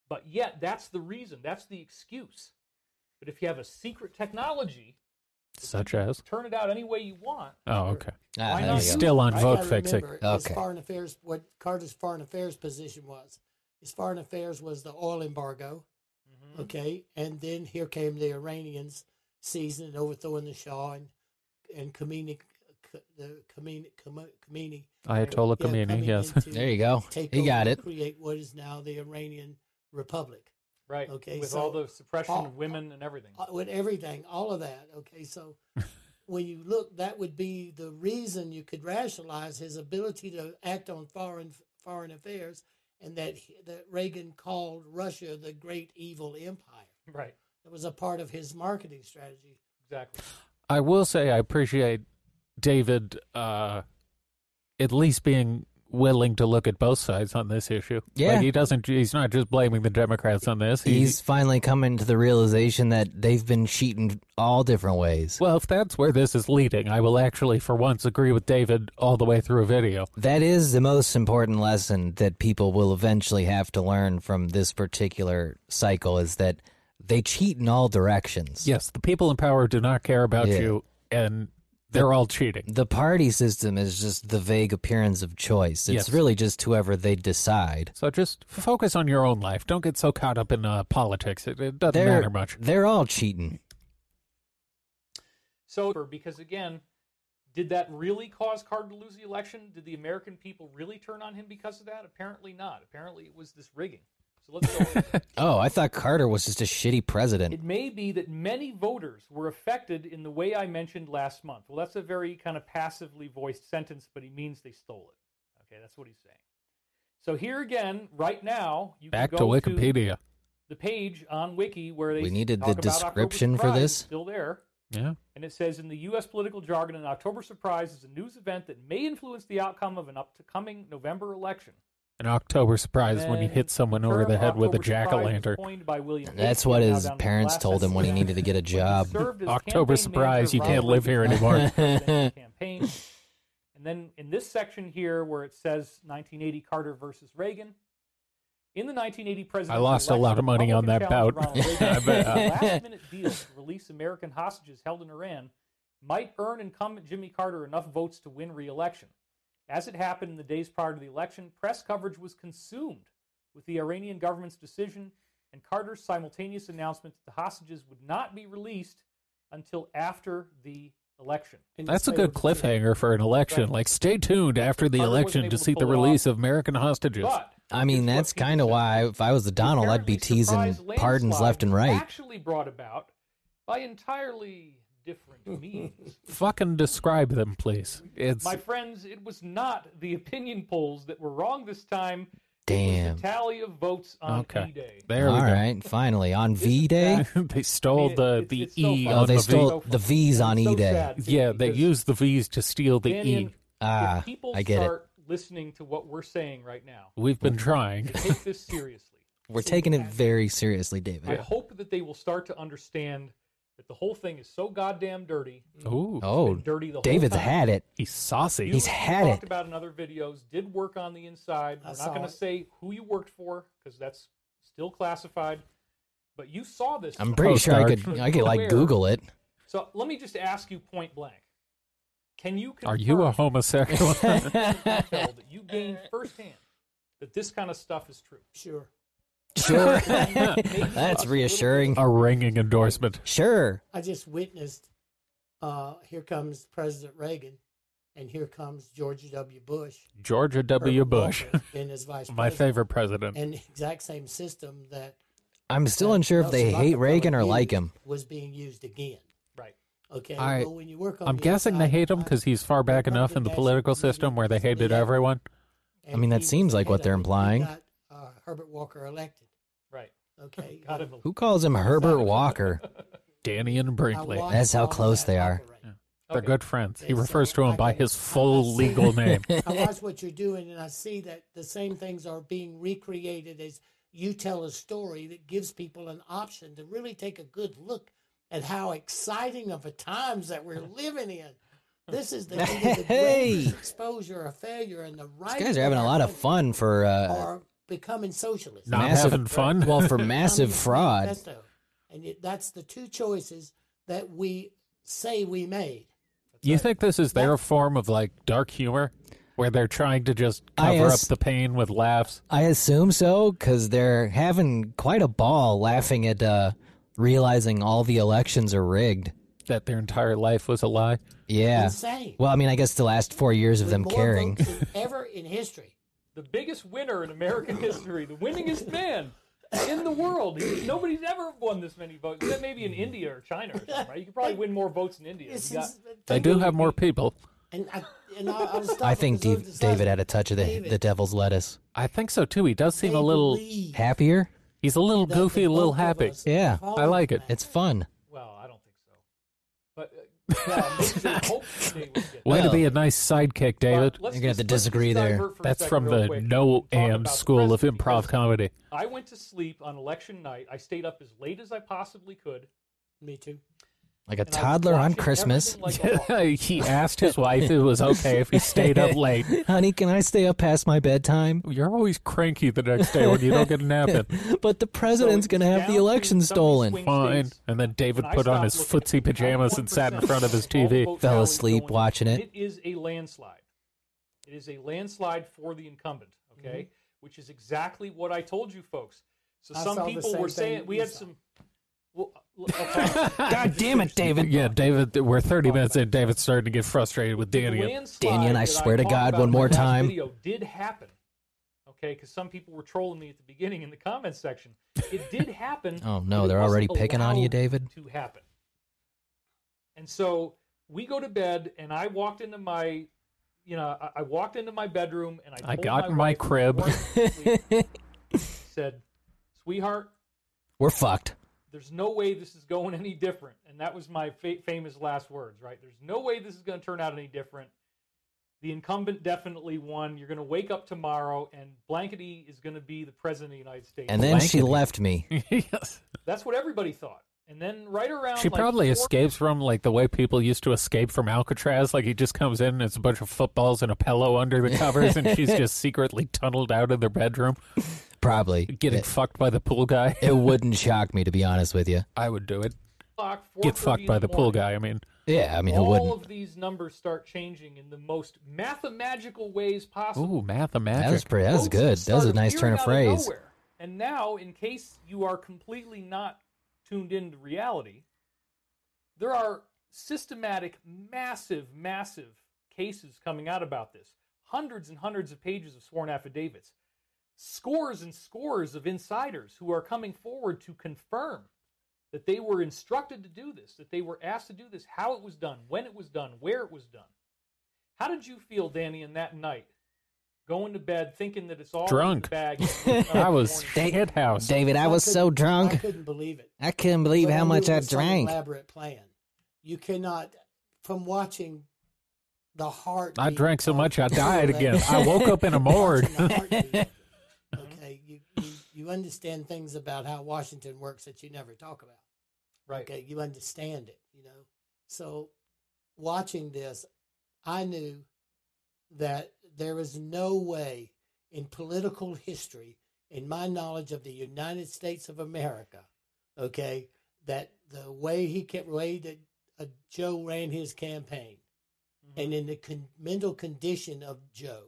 Speaker 3: But yet, that's the reason, that's the excuse. But if you have a secret technology,
Speaker 1: Such as?
Speaker 3: turn it out any way you want.
Speaker 1: Oh, okay.
Speaker 2: Ah,
Speaker 3: Why
Speaker 2: there
Speaker 3: not?
Speaker 2: we go.
Speaker 1: Still on
Speaker 4: I
Speaker 1: vote
Speaker 4: gotta
Speaker 1: fixing.
Speaker 4: remember his
Speaker 2: Okay.
Speaker 4: foreign affairs, what Carter's foreign affairs position was. His foreign affairs was the oil embargo. Mm-hmm.
Speaker 2: Mm-hmm.
Speaker 3: Mm-hmm.
Speaker 4: Okay, and then here came the Iranians seizing and overthrowing the Shah and and Khomeini, the Khomeini, Khomeini
Speaker 1: Ayatollah
Speaker 4: yeah,
Speaker 1: Khomeini,
Speaker 4: coming
Speaker 1: yes.
Speaker 4: in to
Speaker 2: There you go.
Speaker 4: take
Speaker 2: He
Speaker 4: over
Speaker 2: got
Speaker 4: and
Speaker 2: it.
Speaker 4: Create what is now the Iranian Republic.
Speaker 3: Right.
Speaker 4: Okay,
Speaker 3: With
Speaker 4: so-
Speaker 3: all the suppression
Speaker 4: Oh.
Speaker 3: of women and everything.
Speaker 4: Uh, with everything, all of that. Okay, so when you look, that would be the reason you could rationalize his ability to act on foreign foreign affairs, and that he, that Reagan called Russia the great evil empire.
Speaker 3: [LAUGHS] Right.
Speaker 4: That was a part of his marketing strategy.
Speaker 3: Exactly.
Speaker 1: I will say I appreciate David uh, at least being willing to look at both sides on this issue.
Speaker 2: Yeah.
Speaker 1: Like he doesn't he's not just blaming the Democrats on this. He-
Speaker 2: He's finally coming to the realization that they've been cheating all different ways.
Speaker 1: well, if that's where this is leading, I will actually for once agree with David all the way through a video.
Speaker 2: That is the most important lesson that people will eventually have to learn from this particular cycle is that they cheat in all directions.
Speaker 1: Yes, the people in power do not care about
Speaker 2: Yeah.
Speaker 1: you and they're all cheating.
Speaker 2: The party system is just the vague appearance of choice. It's
Speaker 1: Yes.
Speaker 2: really just whoever they decide.
Speaker 1: So just f- focus on your own life. Don't get so caught up in uh, politics. It, it doesn't
Speaker 2: They're
Speaker 1: matter much.
Speaker 2: they're all cheating.
Speaker 3: So, because again, did that really cause Carter to lose the election? Did the American people really turn on him because of that? Apparently not. Apparently it was this rigging. So let's
Speaker 4: [LAUGHS]
Speaker 3: go.
Speaker 2: Oh, I thought Carter was just a shitty president.
Speaker 3: It may be that many voters were affected in the way I mentioned last month. Well, that's a very kind of passively voiced sentence, but he means they stole it. Okay, that's what he's saying. So here again, right now, you
Speaker 1: [LAUGHS] Back
Speaker 3: can
Speaker 1: to
Speaker 3: go
Speaker 1: Wikipedia.
Speaker 3: the page on Wiki where they
Speaker 2: We needed
Speaker 3: talk
Speaker 2: the
Speaker 3: about October
Speaker 2: description for
Speaker 3: Surprise.
Speaker 2: this.
Speaker 3: It's Still there.
Speaker 1: yeah.
Speaker 3: And it says in the U.S. political jargon, an October surprise is a news event that may influence the outcome of an upcoming November election.
Speaker 1: An October surprise when you
Speaker 3: And
Speaker 1: hit someone over
Speaker 3: term
Speaker 1: the head with a
Speaker 3: October surprise
Speaker 1: jack o'
Speaker 3: was
Speaker 1: lantern.
Speaker 3: coined by William
Speaker 2: That's
Speaker 3: Bates,
Speaker 2: what
Speaker 3: now
Speaker 2: his
Speaker 3: down to the
Speaker 2: parents
Speaker 3: last
Speaker 2: told him when he
Speaker 3: sentence.
Speaker 2: needed to get a
Speaker 3: When he
Speaker 2: job.
Speaker 3: served as
Speaker 1: October
Speaker 3: campaign
Speaker 1: surprise,
Speaker 3: manager,
Speaker 1: you can't
Speaker 3: Ronald
Speaker 1: live here
Speaker 3: Reagan
Speaker 1: anymore.
Speaker 3: presented
Speaker 2: [LAUGHS]
Speaker 3: his campaign. And then in this section here, where it says 1980 Carter versus Reagan, in the 1980
Speaker 1: I
Speaker 3: presidential
Speaker 1: lost a lot of money
Speaker 3: election,
Speaker 1: on that bout. [LAUGHS]
Speaker 3: Republican challenged Ronald
Speaker 1: I
Speaker 3: Reagan
Speaker 2: bet.
Speaker 3: with a last-minute deal to release American hostages held in Iran might earn incumbent Jimmy Carter enough votes to win re-election. As it happened in the days prior to the election, press coverage was consumed with the Iranian government's decision and Carter's simultaneous announcement that the hostages would not be released until after the election.
Speaker 4: And
Speaker 1: That's a
Speaker 4: they
Speaker 1: good
Speaker 4: were doing that.
Speaker 1: cliffhanger for an election.
Speaker 3: Right.
Speaker 1: Like, stay tuned after the
Speaker 3: Carter wasn't
Speaker 1: election to
Speaker 3: able to
Speaker 1: see the
Speaker 3: pull it
Speaker 1: release
Speaker 3: off.
Speaker 1: of American hostages.
Speaker 3: But
Speaker 2: I mean,
Speaker 3: here's what
Speaker 2: that's
Speaker 3: people
Speaker 2: kind of
Speaker 3: said.
Speaker 2: why if I was the Donald, I'd be
Speaker 3: Apparently,
Speaker 2: teasing
Speaker 3: surprise
Speaker 2: pardons
Speaker 3: landslide
Speaker 2: left and
Speaker 3: was
Speaker 2: right.
Speaker 3: Actually brought about by entirely
Speaker 2: [LAUGHS]
Speaker 3: different means.
Speaker 1: Fucking describe them, please. It's
Speaker 3: My friends, it was not the opinion polls that were wrong this time. It
Speaker 2: Damn.
Speaker 3: was the tally of votes on
Speaker 1: okay.
Speaker 3: E-Day.
Speaker 1: There
Speaker 2: All
Speaker 1: we go.
Speaker 2: right, finally on V Day.
Speaker 1: [LAUGHS] they stole
Speaker 3: It-
Speaker 1: the
Speaker 3: it's-
Speaker 1: the
Speaker 3: it's so
Speaker 1: E
Speaker 3: fun.
Speaker 1: on
Speaker 2: Oh, they
Speaker 1: the
Speaker 2: stole
Speaker 1: V.
Speaker 2: the V's on
Speaker 3: It's so
Speaker 2: E Day.
Speaker 3: sad, too,
Speaker 1: Yeah, they
Speaker 3: because,
Speaker 1: used the V's to steal the
Speaker 3: Daniel,
Speaker 1: E.
Speaker 2: Ah,
Speaker 3: if people
Speaker 2: I get it.
Speaker 3: start listening to what we're saying right now,
Speaker 1: We've
Speaker 2: [LAUGHS]
Speaker 1: been [LAUGHS] trying.
Speaker 3: to take this seriously.
Speaker 2: We're taking it very seriously, David.
Speaker 3: I hope that they will start to understand that the whole thing is so goddamn dirty.
Speaker 1: Ooh,
Speaker 2: Oh,
Speaker 3: been dirty the whole
Speaker 2: David's
Speaker 3: time.
Speaker 2: had it.
Speaker 1: he's saucy.
Speaker 3: You
Speaker 2: He's had
Speaker 3: talked
Speaker 2: it.
Speaker 3: about in other videos. Did work on the inside.
Speaker 4: I
Speaker 3: We're
Speaker 4: saw
Speaker 3: not going
Speaker 4: it.
Speaker 3: to say who you worked for because that's still classified. But you saw this.
Speaker 2: I'm
Speaker 1: Oh,
Speaker 2: pretty sure I
Speaker 1: Postcard.
Speaker 2: could. I could like
Speaker 3: Where?
Speaker 2: Google
Speaker 3: [LAUGHS]
Speaker 2: it.
Speaker 3: So let me just ask you point blank: Can you confirm
Speaker 1: Are you a
Speaker 2: [LAUGHS]
Speaker 1: homosexual?
Speaker 3: [LAUGHS] that
Speaker 2: Uh,
Speaker 3: you gained firsthand that this kind of stuff is true?
Speaker 4: Sure.
Speaker 2: Sure,
Speaker 1: [LAUGHS]
Speaker 2: [LAUGHS]
Speaker 3: Maybe
Speaker 2: that's
Speaker 3: us.
Speaker 2: reassuring.
Speaker 1: a ringing endorsement.
Speaker 2: Sure.
Speaker 4: I just witnessed uh, here comes President Reagan and here comes George W. Bush.
Speaker 1: Georgia W.
Speaker 4: Herbert
Speaker 1: Bush,
Speaker 4: Walker, and his
Speaker 1: [LAUGHS]
Speaker 4: vice
Speaker 1: my
Speaker 4: president.
Speaker 1: favorite president.
Speaker 4: and the exact same system that
Speaker 2: I'm still unsure if
Speaker 4: that
Speaker 2: they
Speaker 4: Nelson
Speaker 2: hate Reagan or
Speaker 4: Rockefeller
Speaker 2: like
Speaker 4: used
Speaker 2: him.
Speaker 4: was being used again.
Speaker 3: Right.
Speaker 4: Okay,
Speaker 1: I-
Speaker 4: well, when you work on
Speaker 1: I'm
Speaker 4: the
Speaker 1: guessing they
Speaker 4: inside,
Speaker 1: hate him
Speaker 4: I-
Speaker 1: because he's far back enough in the
Speaker 4: Republican
Speaker 1: political
Speaker 4: National
Speaker 1: system where they
Speaker 4: Committee
Speaker 1: hated
Speaker 4: leader,
Speaker 1: everyone.
Speaker 4: and
Speaker 2: I mean, that
Speaker 4: he was
Speaker 2: seems
Speaker 4: the
Speaker 2: like what
Speaker 4: head
Speaker 2: they're
Speaker 4: of it. He
Speaker 2: implying.
Speaker 4: got, uh, Herbert Walker elected.
Speaker 3: Right.
Speaker 1: [LAUGHS]
Speaker 4: Okay,
Speaker 3: Got him.
Speaker 2: Who calls him Herbert Walker?
Speaker 1: Danny and Brinkley.
Speaker 4: I watched
Speaker 2: That's how
Speaker 4: all of
Speaker 2: close
Speaker 4: that
Speaker 2: they are.
Speaker 4: operate.
Speaker 1: They're
Speaker 3: Okay.
Speaker 1: good friends. He
Speaker 4: Okay, so
Speaker 1: refers to him
Speaker 4: I
Speaker 1: by
Speaker 4: can-
Speaker 1: his
Speaker 4: I
Speaker 1: full
Speaker 4: see.
Speaker 1: legal name.
Speaker 4: I watch what you're doing, and I see that the same things are being recreated as you tell a story that gives people an option to really take a good look at how exciting of a times
Speaker 2: [LAUGHS]
Speaker 4: that we're living in. This is the, key to the
Speaker 2: Hey!
Speaker 4: greatest exposure or failure, and the right.
Speaker 2: These guys are having a lot of fun for uh,
Speaker 4: Are becoming socialists.
Speaker 1: Not
Speaker 2: massive-
Speaker 1: having fun.
Speaker 2: well
Speaker 1: [LAUGHS]
Speaker 2: for
Speaker 4: I'm
Speaker 2: massive
Speaker 4: just-
Speaker 2: fraud.
Speaker 4: that's the- and it, that's the two choices that we say we made.
Speaker 1: you think this is their form of like dark humor, where they're trying to just cover
Speaker 2: asked-
Speaker 1: up the pain with laughs?
Speaker 2: I assume so because they're having quite a ball laughing at uh, realizing all the elections are rigged.
Speaker 1: That their entire life was a lie.
Speaker 2: Yeah.
Speaker 4: Insane.
Speaker 2: Well, I mean, I guess the last four years of
Speaker 4: With
Speaker 2: them
Speaker 4: more
Speaker 2: caring.
Speaker 4: votes
Speaker 2: [LAUGHS]
Speaker 4: than ever in history.
Speaker 3: the biggest winner in American [LAUGHS] history, the winningest man in the world. He- Nobody's ever won this many votes. Except maybe in India or China or something, right? You could probably win more votes in India.
Speaker 4: This
Speaker 3: You got-
Speaker 4: is,
Speaker 1: They do have more people.
Speaker 4: And I, and I,
Speaker 2: [LAUGHS]
Speaker 4: I, was
Speaker 2: I think D- David had a touch of the,
Speaker 4: David.
Speaker 2: the devil's lettuce.
Speaker 1: I think so too. He does seem a little.
Speaker 2: Happier?
Speaker 1: He's a little goofy, a little happy.
Speaker 2: Yeah,
Speaker 1: I like it.
Speaker 2: It's fun.
Speaker 3: well, I don't think so. But uh, well, they hoped they
Speaker 1: [LAUGHS]
Speaker 3: would get.
Speaker 1: Way to
Speaker 2: Well-
Speaker 1: be a nice sidekick, David.
Speaker 3: But let's
Speaker 2: You're gonna have
Speaker 3: just-
Speaker 2: to
Speaker 3: let's just
Speaker 2: disagree there.
Speaker 3: divert for a
Speaker 1: That's
Speaker 3: second
Speaker 1: from
Speaker 3: real
Speaker 1: the
Speaker 3: quick
Speaker 1: No
Speaker 3: and talk
Speaker 1: Am
Speaker 3: about the
Speaker 1: School of
Speaker 3: president,
Speaker 1: Improv
Speaker 3: because
Speaker 1: Comedy.
Speaker 3: I went to sleep on election night. I stayed up as late as I possibly could.
Speaker 4: Me too.
Speaker 2: Like a
Speaker 3: and I was
Speaker 2: toddler on
Speaker 3: watching
Speaker 2: Christmas.
Speaker 3: everything
Speaker 1: [LAUGHS]
Speaker 3: like oh, a hawk.
Speaker 1: he asked his wife if it was okay if he stayed up late.
Speaker 2: [LAUGHS] Honey, can I stay up past my bedtime?
Speaker 1: [LAUGHS]
Speaker 2: [LAUGHS]
Speaker 1: You're always cranky the next day when you don't get a nap [LAUGHS] in.
Speaker 2: But the president's
Speaker 3: So
Speaker 2: going to
Speaker 3: it's
Speaker 2: have the
Speaker 3: down
Speaker 2: election
Speaker 3: to somebody
Speaker 2: stolen.
Speaker 3: swing
Speaker 1: Fine.
Speaker 3: states.
Speaker 1: And then David
Speaker 3: And I
Speaker 1: put on his
Speaker 3: stopped looking
Speaker 1: footsie
Speaker 3: at the top
Speaker 1: pajamas and sat in
Speaker 3: 1%
Speaker 1: front of his
Speaker 3: all the
Speaker 1: TV.
Speaker 3: vote
Speaker 2: Fell
Speaker 3: tallies
Speaker 2: asleep
Speaker 3: going.
Speaker 2: watching it.
Speaker 3: It is a landslide. It is a landslide for the incumbent, okay?
Speaker 2: Mm-hmm.
Speaker 3: Which is exactly what I told you folks. So
Speaker 4: I saw
Speaker 3: some
Speaker 4: the
Speaker 3: people
Speaker 4: same
Speaker 3: were
Speaker 4: thing
Speaker 3: saying
Speaker 4: you
Speaker 3: we had
Speaker 4: saw.
Speaker 3: some well, uh,
Speaker 2: [LAUGHS]
Speaker 3: okay.
Speaker 2: God damn it, David.
Speaker 1: Yeah, David, we're 30 minutes in. David's starting to get frustrated with [LAUGHS]
Speaker 3: The
Speaker 1: Danny.
Speaker 3: landslide
Speaker 2: Daniel, I
Speaker 3: that
Speaker 2: swear to
Speaker 3: talked
Speaker 2: God,
Speaker 3: about
Speaker 2: one
Speaker 3: in my
Speaker 2: more
Speaker 3: last
Speaker 2: time.
Speaker 3: Video did happen. Okay, because some people were trolling me at the beginning in the comments section. It did happen.
Speaker 2: [LAUGHS] Oh, no,
Speaker 3: but it
Speaker 2: they're already
Speaker 3: wasn't
Speaker 2: picking on you,
Speaker 3: allowed
Speaker 2: David?
Speaker 3: To happen. And so we go to bed, and I walked into my, you know, I, I walked into my bedroom, and I
Speaker 1: I
Speaker 3: told
Speaker 1: got
Speaker 3: my
Speaker 1: in my
Speaker 3: wife,
Speaker 1: crib.
Speaker 3: before I
Speaker 2: [LAUGHS]
Speaker 3: went to sleep, said, "Sweetheart,
Speaker 2: [LAUGHS] We're fucked.
Speaker 3: there's no way this is going any different. And that was my fa- famous last words, right? There's no way this is going to turn out any different. The incumbent definitely won. You're going to wake up tomorrow and blankety is going to be the president of the United States.
Speaker 2: And then she
Speaker 1: Blankety.
Speaker 2: left me.
Speaker 1: [LAUGHS] yes.
Speaker 3: that's what everybody thought. And then right around
Speaker 1: She
Speaker 3: like,
Speaker 1: probably
Speaker 3: four-
Speaker 1: escapes from like the way people used to escape from Alcatraz. Like he just comes in and it's a bunch of footballs and a pillow under the covers, and [LAUGHS] she's just secretly tunneled out of their bedroom,
Speaker 2: Probably.
Speaker 1: getting
Speaker 2: It,
Speaker 1: fucked by the pool guy.
Speaker 2: it wouldn't shock me, to be honest with you.
Speaker 1: [LAUGHS] I would do it.
Speaker 3: o'clock,
Speaker 1: Get
Speaker 3: 4:30
Speaker 1: fucked
Speaker 3: in
Speaker 1: by the pool
Speaker 3: morning,
Speaker 1: guy. I mean,
Speaker 2: Yeah, I mean, it
Speaker 3: all
Speaker 2: wouldn't.
Speaker 3: of these numbers start changing in the most mathemagical ways possible.
Speaker 1: ooh, mathematics.
Speaker 2: That was pretty. That was
Speaker 3: Votes
Speaker 2: good. That was a
Speaker 3: started
Speaker 2: nice turn
Speaker 3: appearing
Speaker 2: of
Speaker 3: out
Speaker 2: phrase.
Speaker 3: nowhere. and now, in case you are completely not tuned into reality, there are systematic, massive, massive cases coming out about this. Hundreds and hundreds of pages of sworn affidavits, scores and scores of insiders who are coming forward to confirm that they were instructed to do this, that they were asked to do this, how it was done, when it was done, where it was done. How did you feel, Danny, in that night? Going to bed thinking that it's all
Speaker 1: Drunk.
Speaker 3: In the bag. and
Speaker 1: [LAUGHS] I was
Speaker 2: They-
Speaker 1: shit house.
Speaker 2: David, I was
Speaker 4: couldn't-
Speaker 2: so
Speaker 4: I
Speaker 2: drunk.
Speaker 4: couldn't believe it.
Speaker 2: I couldn't believe
Speaker 4: But
Speaker 2: how
Speaker 4: knew
Speaker 2: much
Speaker 4: it
Speaker 2: I
Speaker 4: was some
Speaker 2: drank.
Speaker 4: Elaborate plan. You cannot, from watching the heart.
Speaker 1: I drank so
Speaker 4: [LAUGHS]
Speaker 1: much I
Speaker 4: of-
Speaker 1: died again. I woke up in a morgue.
Speaker 4: [LAUGHS] Watching the heartbeat of it. okay, you, you you understand things about how Washington works that you never talk about.
Speaker 3: Right.
Speaker 4: Okay, you understand it, you know. So, watching this, I knew that there is no way in political history, in my knowledge of the United States of America, okay, that the way he kept way that uh, Joe ran his campaign, and in the con- mental condition of Joe,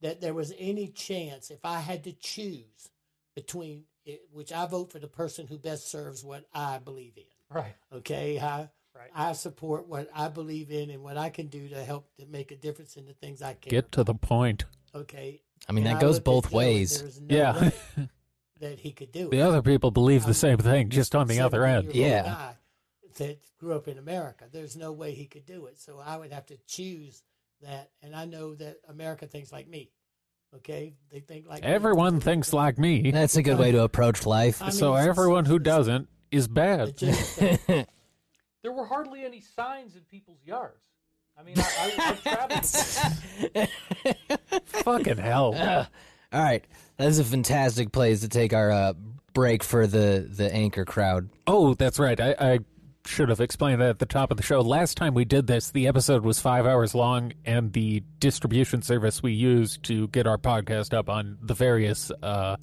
Speaker 4: that there was any chance if I had to choose between it, which I vote for the person who best serves what I believe in.
Speaker 3: Right.
Speaker 4: Okay, I
Speaker 3: Right.
Speaker 4: I support what I believe in and what I can do to help to make a difference in the things I care.
Speaker 1: Get to the point.
Speaker 4: about. okay.
Speaker 2: I mean,
Speaker 4: And
Speaker 2: that goes
Speaker 4: looked at
Speaker 2: both
Speaker 4: Joe and
Speaker 2: ways.
Speaker 4: there was no
Speaker 1: Yeah.
Speaker 4: way
Speaker 1: [LAUGHS]
Speaker 4: that he could do it.
Speaker 1: the other people believe the same thing, just on the other end.
Speaker 4: 17-year-old
Speaker 2: Yeah.
Speaker 4: guy that grew up in America. There's no way he could do it. So I would have to choose that. And I know that America thinks like me. Okay, they think like me.
Speaker 1: Everyone thinks like me,
Speaker 2: That's a good way to approach life.
Speaker 4: I mean,
Speaker 1: so
Speaker 4: it's-
Speaker 1: everyone who
Speaker 4: it's
Speaker 1: doesn't is bad.
Speaker 4: legit thing.
Speaker 3: There were hardly any signs in people's yards. I mean,
Speaker 2: [LAUGHS]
Speaker 3: I, I, I traveled.
Speaker 1: Fucking hell.
Speaker 2: All right. That's a fantastic place to take our uh, break for the the anchor crowd.
Speaker 1: Oh, that's right. I, I should have explained that at the top of the show. Last time we did this, the episode was five hours long, and the distribution service we use to get our podcast up on the various uh,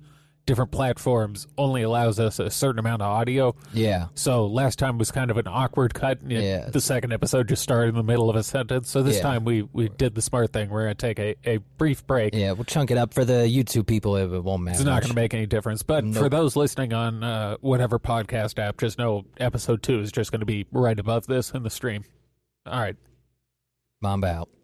Speaker 1: different platforms only allows us a certain amount of audio.
Speaker 2: Yeah.
Speaker 1: So last time was kind of an awkward cut. And it-
Speaker 2: Yeah.
Speaker 1: The second episode just started in the middle of a sentence. So this
Speaker 2: Yeah.
Speaker 1: time we, we did the smart thing. We're going to take a, a brief break.
Speaker 2: Yeah, we'll chunk it up for the YouTube people. It, it won't matter.
Speaker 1: It's not
Speaker 2: much.
Speaker 1: going to make any difference. But for those listening on uh, whatever podcast app, just know episode two is just going to be right above this in the stream. All right.
Speaker 2: Mamba out.